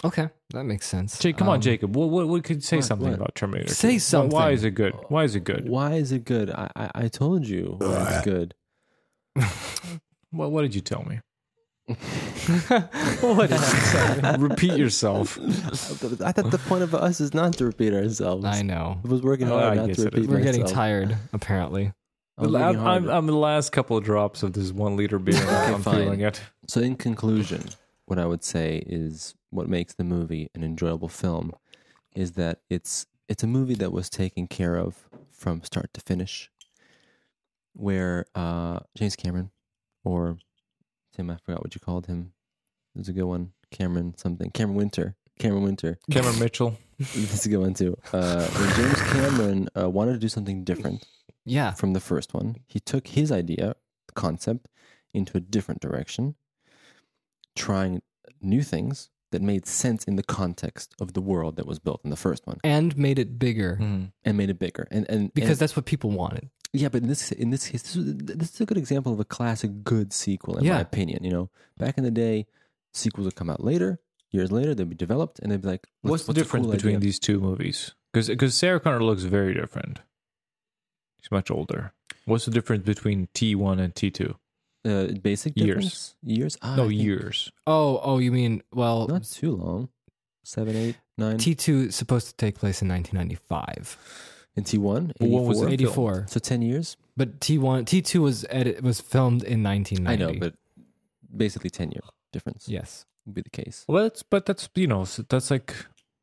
Speaker 1: Okay, that makes sense.
Speaker 3: Jake, come on,
Speaker 1: Um,
Speaker 3: Jacob. What what, what could say
Speaker 2: What?
Speaker 3: something
Speaker 2: What?
Speaker 3: about Terminator?
Speaker 1: Say
Speaker 3: 2? Why- Why
Speaker 1: something.
Speaker 3: is it good? Why is it good?
Speaker 2: Why is it good? I I, I told you why it's good.
Speaker 3: What what did you tell me?
Speaker 1: what is
Speaker 3: Repeat yourself.
Speaker 2: I thought the point of us is not to repeat ourselves.
Speaker 1: I know.
Speaker 2: I was working
Speaker 3: Oh,
Speaker 2: hard
Speaker 3: I
Speaker 2: not
Speaker 3: guess
Speaker 2: to
Speaker 3: it is.
Speaker 2: repeat
Speaker 1: We're getting
Speaker 2: myself.
Speaker 1: tired, apparently.
Speaker 2: I was
Speaker 3: I'm,
Speaker 2: working hard.
Speaker 3: I'm, I'm the last couple of drops of this one liter beer.
Speaker 2: Okay,
Speaker 3: I'm feeling
Speaker 2: fine.
Speaker 3: it.
Speaker 2: So, in conclusion, what I would say is what makes the movie an enjoyable film is that it's it's a movie that was taken care of from start to finish, where uh, James Cameron or Tim, I forgot what you called him. There's a good one, Cameron something, Cameron Winter, Cameron Winter.
Speaker 3: Cameron Mitchell.
Speaker 2: This is a good one too. Uh, when James Cameron uh, wanted to do something different
Speaker 1: Yeah.
Speaker 2: from the first one. He took his idea, the concept, into a different direction, trying new things that made sense in the context of the world that was built in the first one,
Speaker 1: And made it bigger
Speaker 2: and made it bigger. And and
Speaker 1: because
Speaker 2: Mm. and,
Speaker 1: that's what people wanted.
Speaker 2: yeah, but in this in this case, this, was- this is a good example of a classic good sequel, in
Speaker 1: Yeah.
Speaker 2: my opinion. You know, back in the day, sequels would come out later. Years later, they'd be developed, and they'd be like, let's-
Speaker 3: What's the
Speaker 2: a
Speaker 3: difference
Speaker 2: cool
Speaker 3: between
Speaker 2: idea?
Speaker 3: these two movies? Because Sarah Connor looks very different. She's much older. What's the difference between T1 and T2?
Speaker 2: uh, basic
Speaker 3: Years.
Speaker 2: difference? years? Ah, I
Speaker 3: no,
Speaker 2: think
Speaker 3: years.
Speaker 1: Oh, oh, you mean, well,
Speaker 2: Not too long, seven, eight, nine,
Speaker 1: T2 is supposed to take place in 1995.
Speaker 2: and T one.
Speaker 3: But what was it?
Speaker 1: 84.
Speaker 2: So ten years.
Speaker 1: But T1 T2 was edit, was filmed in 1990.
Speaker 2: I know, but basically ten year difference
Speaker 1: yes.
Speaker 2: would be the case.
Speaker 3: Well, that's, but that's, you know, s- that's like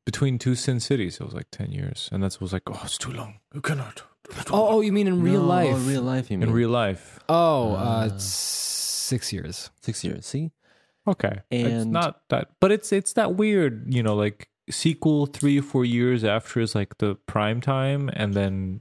Speaker 3: between two Sin Cities. It was like 10 years. And that was like, oh, it's too long. You cannot.
Speaker 1: Oh, oh, you mean in real
Speaker 2: No,
Speaker 1: life?
Speaker 2: real life, you mean?
Speaker 3: In real life.
Speaker 1: oh, uh,
Speaker 2: Ah.
Speaker 1: s- 6 years.
Speaker 2: six years. See,
Speaker 3: Okay. it's
Speaker 2: And-
Speaker 3: not that, but it's, it's that weird, you know, like sequel three or four years after is like the prime time. And then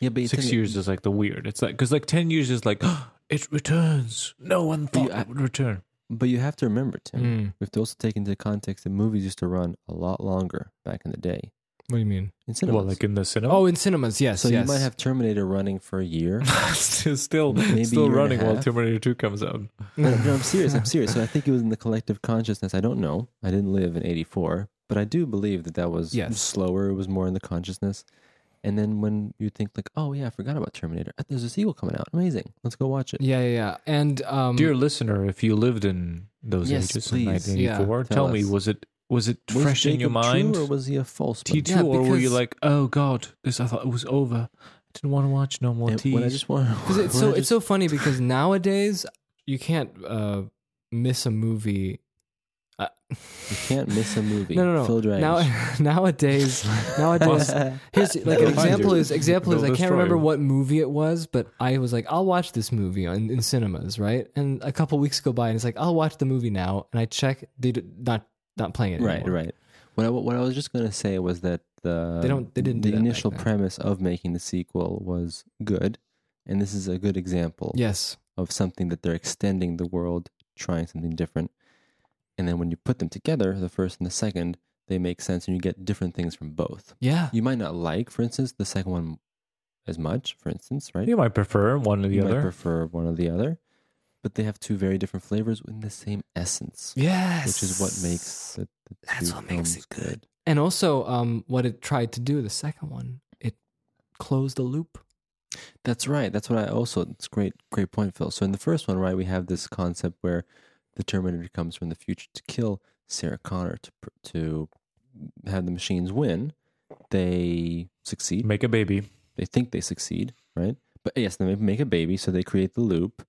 Speaker 2: yeah, but you
Speaker 3: six
Speaker 2: tend-
Speaker 3: years is like the weird. It's like because like ten years is like it returns. No one thought
Speaker 2: I-
Speaker 3: it would return.
Speaker 2: But you have to remember, Tim.
Speaker 1: Mm.
Speaker 2: We have to also take into context that movies used to run a lot longer back in the day.
Speaker 1: What do you mean?
Speaker 2: in cinemas.
Speaker 3: Well, like in the cinema.
Speaker 1: Oh, in cinemas, yes,
Speaker 2: so
Speaker 1: yes.
Speaker 2: you might have Terminator running for a year.
Speaker 3: still still,
Speaker 2: Maybe a year
Speaker 3: still
Speaker 2: and a
Speaker 3: running while
Speaker 2: half.
Speaker 3: Terminator 2 comes out.
Speaker 2: No, no, I'm serious. I'm serious. So I think it was in the collective consciousness. I don't know. I didn't live in '84, but I do believe that that was
Speaker 1: Yes.
Speaker 2: slower. It was more in the consciousness. And then when you think like, oh yeah, I forgot about Terminator. Ah, There's a sequel coming out. Amazing. Let's go watch it.
Speaker 1: yeah, yeah, yeah. And um,
Speaker 3: Dear listener, if you lived in those
Speaker 2: Hmm. Yes,
Speaker 3: ages
Speaker 2: please.
Speaker 3: in 1984,
Speaker 2: Yeah,
Speaker 3: tell
Speaker 2: tell
Speaker 3: me,
Speaker 2: us.
Speaker 3: was it was it
Speaker 2: Was
Speaker 3: fresh in your
Speaker 2: Jacob
Speaker 3: mind?
Speaker 2: true or was he a false? one?
Speaker 3: T2,
Speaker 1: Yeah,
Speaker 3: or were you
Speaker 1: because-
Speaker 3: like, oh god, this I thought it was over. I didn't want to watch no more
Speaker 2: And
Speaker 3: T.
Speaker 2: What I just want.
Speaker 1: Because it's
Speaker 2: what
Speaker 1: so
Speaker 2: I
Speaker 1: it's so funny because nowadays you can't uh, miss a movie. Uh,
Speaker 2: just- you can't miss a movie.
Speaker 1: no, no,
Speaker 2: Phil
Speaker 1: no.
Speaker 2: Dragish.
Speaker 1: Now, nowadays, nowadays, here's like an
Speaker 3: They'll find
Speaker 1: example
Speaker 3: you.
Speaker 1: is example is
Speaker 3: They'll
Speaker 1: I can't
Speaker 3: destroy
Speaker 1: remember
Speaker 3: you.
Speaker 1: what movie it was, but I was like, I'll watch this movie in, in cinemas, right? And a couple weeks go by, and it's like, I'll watch the movie now, and I check they d- not not playing it
Speaker 2: Right,
Speaker 1: anymore.
Speaker 2: right. What I, what I was just gonna say was that the
Speaker 1: They don't- they didn't do
Speaker 2: the
Speaker 1: that back
Speaker 2: initial
Speaker 1: then.
Speaker 2: premise of making the sequel was good, and this is a good example
Speaker 1: Yes,
Speaker 2: of something that they're extending the world, trying something different, and then when you put them together, the first and the second, they make sense, and you get different things from both.
Speaker 1: yeah,
Speaker 2: You might not like, for instance, the second one as much, for instance, right?
Speaker 3: you might prefer one or the
Speaker 2: you might
Speaker 3: other.
Speaker 2: prefer one or the other, but they have two very different flavors in the same essence,
Speaker 1: yes,
Speaker 2: which is what makes the, the
Speaker 1: That's
Speaker 2: two
Speaker 1: what makes
Speaker 2: films
Speaker 1: it good. and also um, what it tried to do the second one it closed the loop
Speaker 2: That's right. That's what I also. It's a great, great point, Phil. So in the first one, right, we have this concept where the Terminator comes from the future to kill Sarah Connor to pr- to have the machines win. They succeed.
Speaker 3: Make a baby.
Speaker 2: They think they succeed, right? But yes, they make a baby, so they create the loop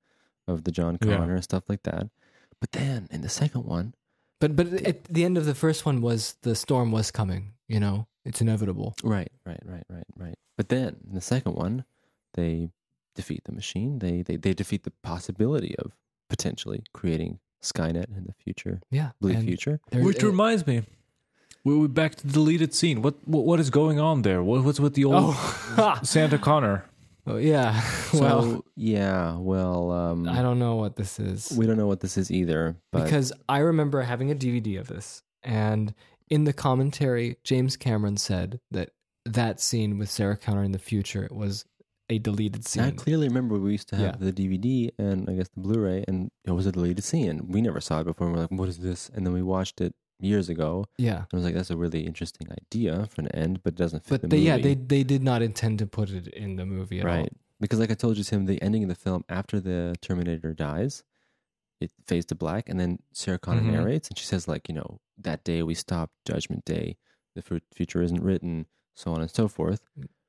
Speaker 2: of the John
Speaker 3: Yeah.
Speaker 2: Connor and stuff like that. But then in the second one,
Speaker 1: but but at the end of the first one was the storm was coming you know it's inevitable
Speaker 2: Right, right, right, right, right. But then in the second one, they defeat the machine. They they, they defeat the possibility of potentially creating Skynet in the future,
Speaker 1: yeah
Speaker 2: blue
Speaker 1: and
Speaker 2: future.
Speaker 1: there-
Speaker 3: Which
Speaker 1: uh,
Speaker 3: reminds me, we we're back to the deleted scene. What what, what is going on there? What, what's with the old
Speaker 1: oh,
Speaker 3: Santa Connor?
Speaker 1: Oh, yeah
Speaker 2: So
Speaker 1: well
Speaker 2: yeah, well, um,
Speaker 1: i don't know what this is
Speaker 2: we don't know what this is either. But
Speaker 1: because i remember having a dvd of this and in the commentary james cameron said that that scene with sarah connor in the future was a deleted
Speaker 2: And I
Speaker 1: scene
Speaker 2: clearly remember we used to have the DVD and I guess the Blu-ray, and it was a deleted scene. We never saw it before. And we're like, "What is this?" And then we watched it years ago,
Speaker 1: yeah
Speaker 2: and I was like, "That's a really interesting idea for an end, but it doesn't fit."
Speaker 1: but
Speaker 2: the
Speaker 1: they, yeah
Speaker 2: movie.
Speaker 1: they they did not intend to put it in the movie at all
Speaker 2: Right. Because like I told you, Tim, the ending of the film after the Terminator dies, it fades to black, and then Sarah Connor
Speaker 1: Mm-hmm.
Speaker 3: Mhm.
Speaker 2: narrates, and she says like, you know, that day we stopped, Judgment Day, the fu- future isn't written, so on and so forth.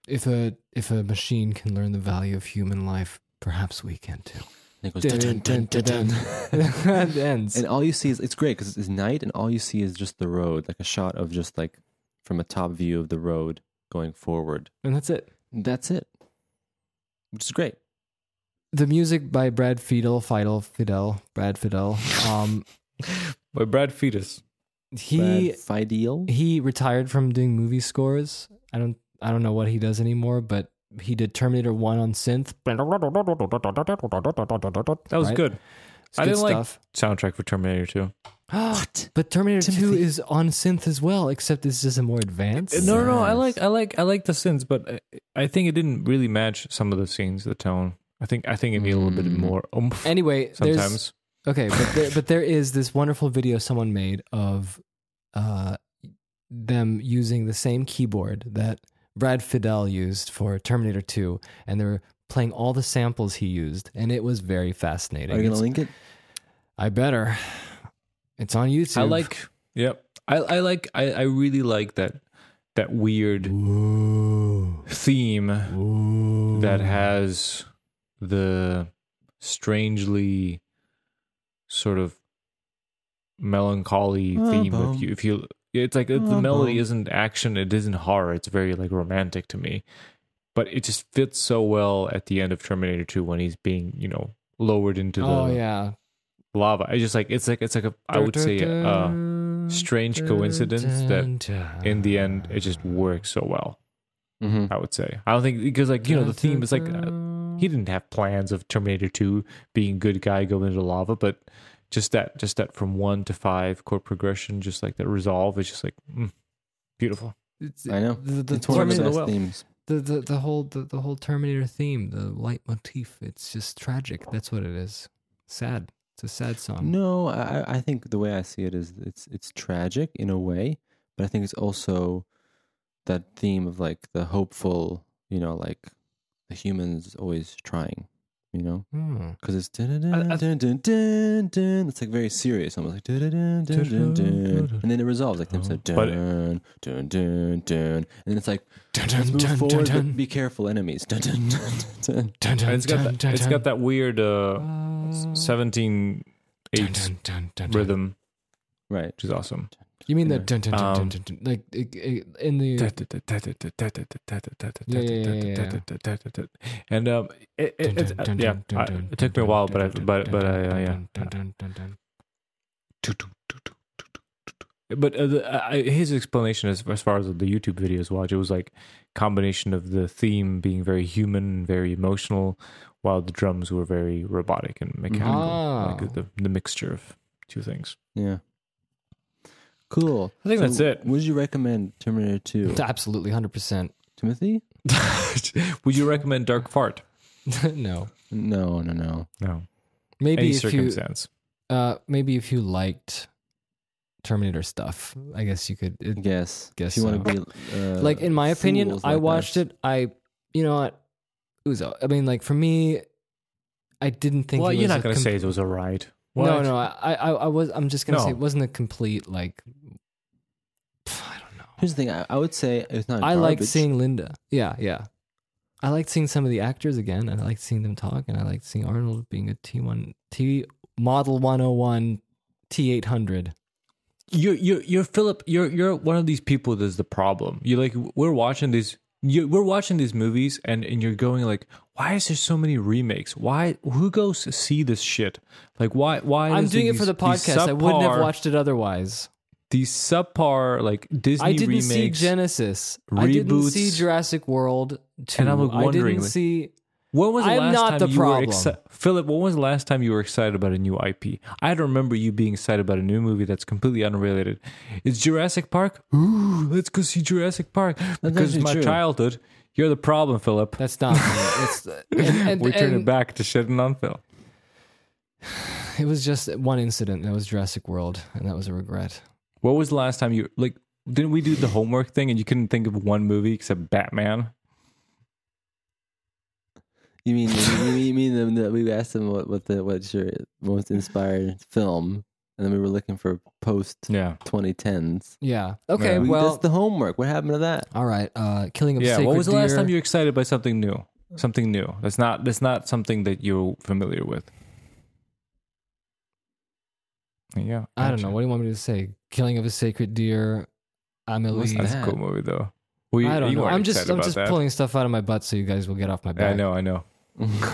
Speaker 1: If a if a machine can learn the value of human life, perhaps we can too.
Speaker 2: And it goes,
Speaker 1: Dun, dun, dun, dun. That ends.
Speaker 2: and all you see is it's great because it's night, and all you see is just the road, like a shot of just like from a top view of the road going forward.
Speaker 1: and that's it.
Speaker 2: That's it, which is great.
Speaker 1: The music by Brad Fiedel, Fidel, Fidel, Brad Fidel. Um,
Speaker 3: By Brad Fetus.
Speaker 1: he
Speaker 2: Brad Fideal.
Speaker 1: he retired from doing movie scores. I don't I don't know what he does anymore, but he did Terminator One on synth.
Speaker 3: That was
Speaker 1: Right?
Speaker 3: good.
Speaker 1: It's
Speaker 3: I
Speaker 1: good
Speaker 3: didn't like-
Speaker 1: stuff.
Speaker 3: Soundtrack for Terminator 2.
Speaker 1: what? But Terminator Two
Speaker 2: Timothy.
Speaker 1: is on synth as well, except it's just a more advanced.
Speaker 3: No, no, no. I
Speaker 2: Yes.
Speaker 3: like, I like, I like the scenes, but I, I think it didn't really match some of the scenes, the tone. I think, I think it needed a little bit
Speaker 2: Mm.
Speaker 3: more oomph
Speaker 1: Anyway, there's
Speaker 3: sometimes.
Speaker 1: Okay, but there, but there is this wonderful video someone made of uh, them using the same keyboard that Brad Fidel used for Terminator 2, and they were playing all the samples he used, and it was very fascinating.
Speaker 2: Are you gonna
Speaker 1: It's-
Speaker 2: link it?
Speaker 1: I better. It's on YouTube.
Speaker 3: I like, yep. I, I like, I, I really like that, that weird theme
Speaker 2: Mm.
Speaker 3: that has the strangely sort of melancholy
Speaker 2: Ah,
Speaker 3: theme.
Speaker 2: bum.
Speaker 3: If you, if you, it's like if the
Speaker 2: Ah,
Speaker 3: melody
Speaker 2: bum.
Speaker 3: isn't action, it isn't horror. It's very like romantic to me, but it just fits so well at the end of Terminator Two when he's being you know lowered into the
Speaker 1: Oh, yeah.
Speaker 3: lava. I just like it's like it's like a I would say a strange coincidence that in the end it just works so well.
Speaker 2: Mm-hmm.
Speaker 3: I would say. I don't think because like you know the theme is like uh, he didn't have plans of Terminator Two being good guy going into lava, but just that just that from one to five chord progression, just like that resolve is just like mm, beautiful.
Speaker 1: It's,
Speaker 2: I know.
Speaker 1: The, the,
Speaker 2: it's one of the
Speaker 1: Terminator-
Speaker 2: best
Speaker 3: well.
Speaker 2: themes.
Speaker 1: the, the, the whole the, the whole Terminator theme, the leitmotif, it's just tragic. That's what it is. Sad. It's a sad song.
Speaker 2: No, I, I think the way I see it is it's it's tragic in a way, but I think it's also that theme of like the hopeful, you know, like the humans always trying, you know,
Speaker 1: Hmm.
Speaker 2: because it's
Speaker 3: I- I-
Speaker 2: dun, dun, dun, dun. it's like very serious, almost like dun, dun, dun, dun, dun, dun. and then it resolves like them so
Speaker 3: But-
Speaker 2: dun, dun, dun, dun, and then it's like
Speaker 1: Dun,
Speaker 2: let's
Speaker 1: dun,
Speaker 2: move
Speaker 1: dun, dun,
Speaker 2: forward, but
Speaker 1: dun,
Speaker 2: be careful, enemies. Dun, dun, dun, dun,
Speaker 1: dun,
Speaker 2: dun.
Speaker 1: dun,
Speaker 3: It's got
Speaker 1: dun,
Speaker 3: that,
Speaker 1: dun,
Speaker 3: it's got that weird uh,
Speaker 1: dun. Uh,
Speaker 3: 17
Speaker 1: dun,
Speaker 3: 8
Speaker 1: dun, dun, dun, dun.
Speaker 3: rhythm,
Speaker 2: Right.
Speaker 3: which is awesome.
Speaker 1: You mean
Speaker 2: Anyway.
Speaker 1: that dun dun dun dun
Speaker 3: Um,
Speaker 1: dun, dun, like it- it- in the
Speaker 3: And um, it, it, it's, uh, yeah, I, it took me a while, but I, but but I, uh, yeah. But uh, the, I, his explanation, as, as far as the YouTube videos watch, it was like combination of the theme being very human, very emotional, while the drums were very robotic and mechanical.
Speaker 1: Ah.
Speaker 3: Like the, the mixture of two things.
Speaker 2: Yeah. Cool.
Speaker 3: I think that's it.
Speaker 2: Would you recommend Terminator 2?
Speaker 1: absolutely hundred percent.
Speaker 2: Timothy?
Speaker 3: Would you recommend Dark Fart?
Speaker 1: No,
Speaker 2: No, no, no.
Speaker 3: No,
Speaker 1: maybe
Speaker 3: any
Speaker 1: if you
Speaker 3: circumstance.
Speaker 1: uh, maybe if you liked Terminator stuff, I guess you could. It,
Speaker 2: Guess.
Speaker 1: Guess
Speaker 2: you
Speaker 1: so.
Speaker 2: want to be. Uh,
Speaker 1: like in my opinion,
Speaker 2: fools
Speaker 1: I
Speaker 2: like
Speaker 1: watched
Speaker 2: us.
Speaker 1: it. I you know what it was. a- I mean, like for me, I didn't think.
Speaker 3: well,
Speaker 1: it
Speaker 3: you're
Speaker 1: was
Speaker 3: not
Speaker 1: a
Speaker 3: going to
Speaker 1: com-
Speaker 3: say it was alright.
Speaker 1: No, no, I, I, I was. I'm just gonna
Speaker 3: No.
Speaker 1: say it wasn't a complete like. pff, I don't know.
Speaker 2: Here's the thing I, I would say it's not.
Speaker 1: I liked
Speaker 2: garbage.
Speaker 1: seeing Linda. Yeah, yeah. I liked seeing some of the actors again, and I liked seeing them talk, and I liked seeing Arnold being a T one T model one hundred one T eight hundred.
Speaker 3: you're you're you're Philip. You're you're one of these people that's the problem. You like we're watching these. You, we're watching these movies, and and you're going like, why is there so many remakes? Why who goes to see this shit? Like why why?
Speaker 1: I'm
Speaker 3: is
Speaker 1: doing
Speaker 3: there
Speaker 1: it for
Speaker 3: these-
Speaker 1: the
Speaker 3: these
Speaker 1: podcast. I wouldn't have
Speaker 3: subpar-
Speaker 1: watched it otherwise.
Speaker 3: these subpar like Disney
Speaker 1: I didn't
Speaker 3: remakes.
Speaker 1: see Genesis. I didn't
Speaker 3: reboots.
Speaker 1: see Jurassic World. 2.
Speaker 3: And I'm
Speaker 1: I
Speaker 3: wondering,
Speaker 1: didn't
Speaker 3: like-
Speaker 1: see.
Speaker 3: When was the
Speaker 1: I'm
Speaker 3: last
Speaker 1: not
Speaker 3: time
Speaker 1: the
Speaker 3: you
Speaker 1: problem.
Speaker 3: were exci- Philip? When was the last time you were excited about a new IP? I don't remember you being excited about a new movie that's completely unrelated. It's Jurassic Park. Ooh, let's go see Jurassic Park because
Speaker 2: actually
Speaker 3: it's my
Speaker 2: true.
Speaker 3: childhood. You're the problem, Philip.
Speaker 1: That's not. me. it's and, and,
Speaker 3: we turn
Speaker 1: and
Speaker 3: it back to shitting on Phil.
Speaker 1: It was just one incident. That was Jurassic World, and that was a regret.
Speaker 3: What was the last time you like? Didn't we do the homework thing and you couldn't think of one movie except Batman?
Speaker 2: You mean you mean, you mean them that we asked them what, what the what's your most inspired film, and then we were looking for post
Speaker 3: Yeah,
Speaker 2: 2010s.
Speaker 1: Yeah. Okay.
Speaker 3: Yeah.
Speaker 2: We,
Speaker 1: Well.
Speaker 2: that's the homework. What happened to that?
Speaker 1: all right. Uh, killing of a
Speaker 3: yeah.
Speaker 1: sacred
Speaker 3: What was the last
Speaker 1: deer.
Speaker 3: time you were excited by something new? Something new. That's not. That's not something that you're familiar with. Yeah,
Speaker 1: I don't know. What do you want me to say? Killing of a sacred deer. I'm at
Speaker 2: What's
Speaker 1: least.
Speaker 3: That's
Speaker 2: that?
Speaker 3: a cool movie though. We,
Speaker 1: I don't
Speaker 3: you
Speaker 1: know.
Speaker 3: weren't
Speaker 1: I'm just.
Speaker 3: excited
Speaker 1: I'm
Speaker 3: about
Speaker 1: just
Speaker 3: that.
Speaker 1: pulling stuff out of my butt so you guys will get off my
Speaker 3: Yeah,
Speaker 1: back.
Speaker 3: I know. I know.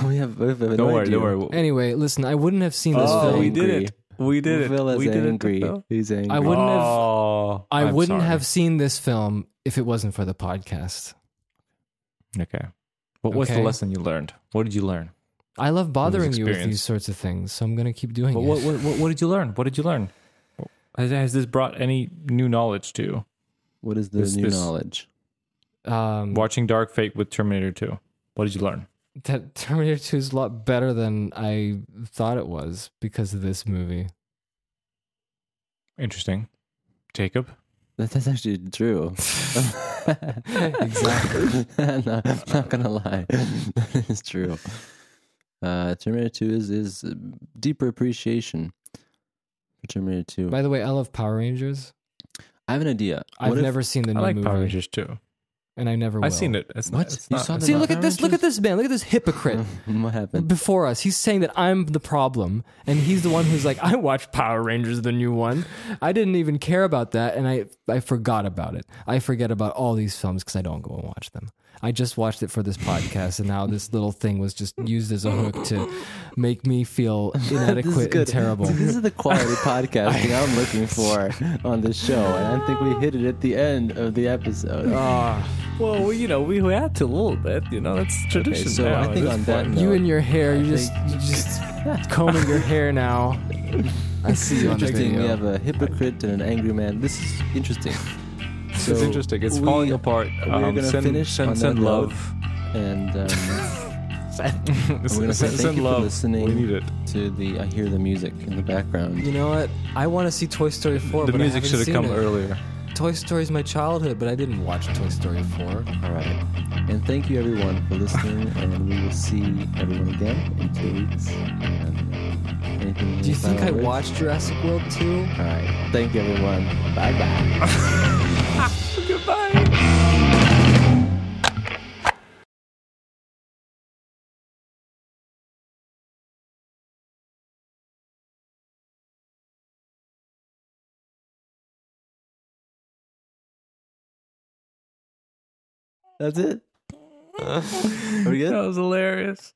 Speaker 2: we have. We have no
Speaker 3: Don't worry.
Speaker 2: idea.
Speaker 3: Don't worry.
Speaker 1: Anyway, listen. I wouldn't have seen this
Speaker 2: Oh,
Speaker 1: film.
Speaker 2: we did it.
Speaker 3: We
Speaker 2: Phil is angry. He's angry.
Speaker 1: I wouldn't have-
Speaker 3: Oh,
Speaker 1: I
Speaker 3: I'm
Speaker 1: wouldn't
Speaker 3: sorry.
Speaker 1: have seen this film if it wasn't for the podcast.
Speaker 3: Okay. What was the
Speaker 1: Okay.
Speaker 3: lesson you learned? What did you learn?
Speaker 1: I love bothering you with
Speaker 3: experience.
Speaker 1: these sorts of things, so I'm going to keep doing
Speaker 3: What,
Speaker 1: it.
Speaker 3: what, what, what, what did you learn? What did you learn? Has, has this brought any new knowledge to you?
Speaker 2: What is the
Speaker 3: This-
Speaker 2: new
Speaker 3: this-
Speaker 2: knowledge?
Speaker 1: um,
Speaker 3: Watching Dark Fate with Terminator 2. What did you learn?
Speaker 1: that Terminator 2 is a lot better than I thought it was because of this movie.
Speaker 3: Interesting. Jacob?
Speaker 2: That, that's actually true. exactly. no, I'm not gonna lie. That is true. Uh, Terminator Two is is deeper appreciation for Terminator Two.
Speaker 1: By the way, I love Power Rangers.
Speaker 2: I have an idea.
Speaker 1: I've
Speaker 2: What if-
Speaker 1: never seen the
Speaker 3: I
Speaker 1: new
Speaker 3: like
Speaker 1: movie,
Speaker 3: Power Rangers 2.
Speaker 1: and I never.
Speaker 3: I've
Speaker 1: will.
Speaker 3: seen it. It's
Speaker 2: What?
Speaker 3: Not, it's
Speaker 2: You
Speaker 3: not-
Speaker 2: saw
Speaker 3: it's
Speaker 1: See,
Speaker 2: the-
Speaker 3: not-
Speaker 1: look at this. Look at this man. Look at this hypocrite.
Speaker 2: what happened.
Speaker 1: Before us, he's saying that I'm the problem, and he's the one who's like, "I watched Power Rangers, the new one. I didn't even care about that, and I I forgot about it. I forget about all these films because I don't go and watch them. I just watched it for this podcast, and now this little thing was just used as a hook to make me feel
Speaker 2: This is
Speaker 1: inadequate and
Speaker 2: good.
Speaker 1: terrible.
Speaker 2: See, This is the quality podcasting I'm looking for on the show, and I think we hit it at the end of the episode.
Speaker 3: Well, we, you know, we had to a little bit. You know, that's tradition.
Speaker 2: so
Speaker 3: now
Speaker 2: I
Speaker 3: at
Speaker 2: think
Speaker 3: this
Speaker 2: on that
Speaker 3: point.
Speaker 2: note-
Speaker 1: You and your hair, you just you just combing your hair now. I see you on the
Speaker 2: Interesting. We
Speaker 1: video.
Speaker 2: have a hypocrite and an angry man. This is interesting.
Speaker 3: This is
Speaker 2: So
Speaker 3: interesting. It's
Speaker 2: we-
Speaker 3: falling apart. Um,
Speaker 2: we are
Speaker 1: Um,
Speaker 2: gonna
Speaker 3: send,
Speaker 2: finish
Speaker 3: send,
Speaker 2: on that
Speaker 3: send
Speaker 2: note.
Speaker 3: love.
Speaker 2: And um,
Speaker 3: Send-
Speaker 2: gonna say
Speaker 3: send-
Speaker 2: thank
Speaker 3: send
Speaker 2: you for
Speaker 3: love.
Speaker 2: listening.
Speaker 3: We need it.
Speaker 2: to the I hear the music in the background.
Speaker 1: You know what? I want to see Toy Story 4.
Speaker 3: The
Speaker 1: but
Speaker 3: music should have come
Speaker 1: earlier.
Speaker 3: earlier.
Speaker 1: Toy Story is my childhood, but I didn't watch Toy Story 4.
Speaker 2: All right. And thank you everyone for listening. and we will see everyone again in two weeks. And uh, anything
Speaker 1: Do you think I
Speaker 2: final words?
Speaker 1: watched Jurassic World 2?
Speaker 2: All right. Thank you everyone. Bye bye.
Speaker 3: Goodbye.
Speaker 2: That's it. Are we good?
Speaker 3: That was hilarious.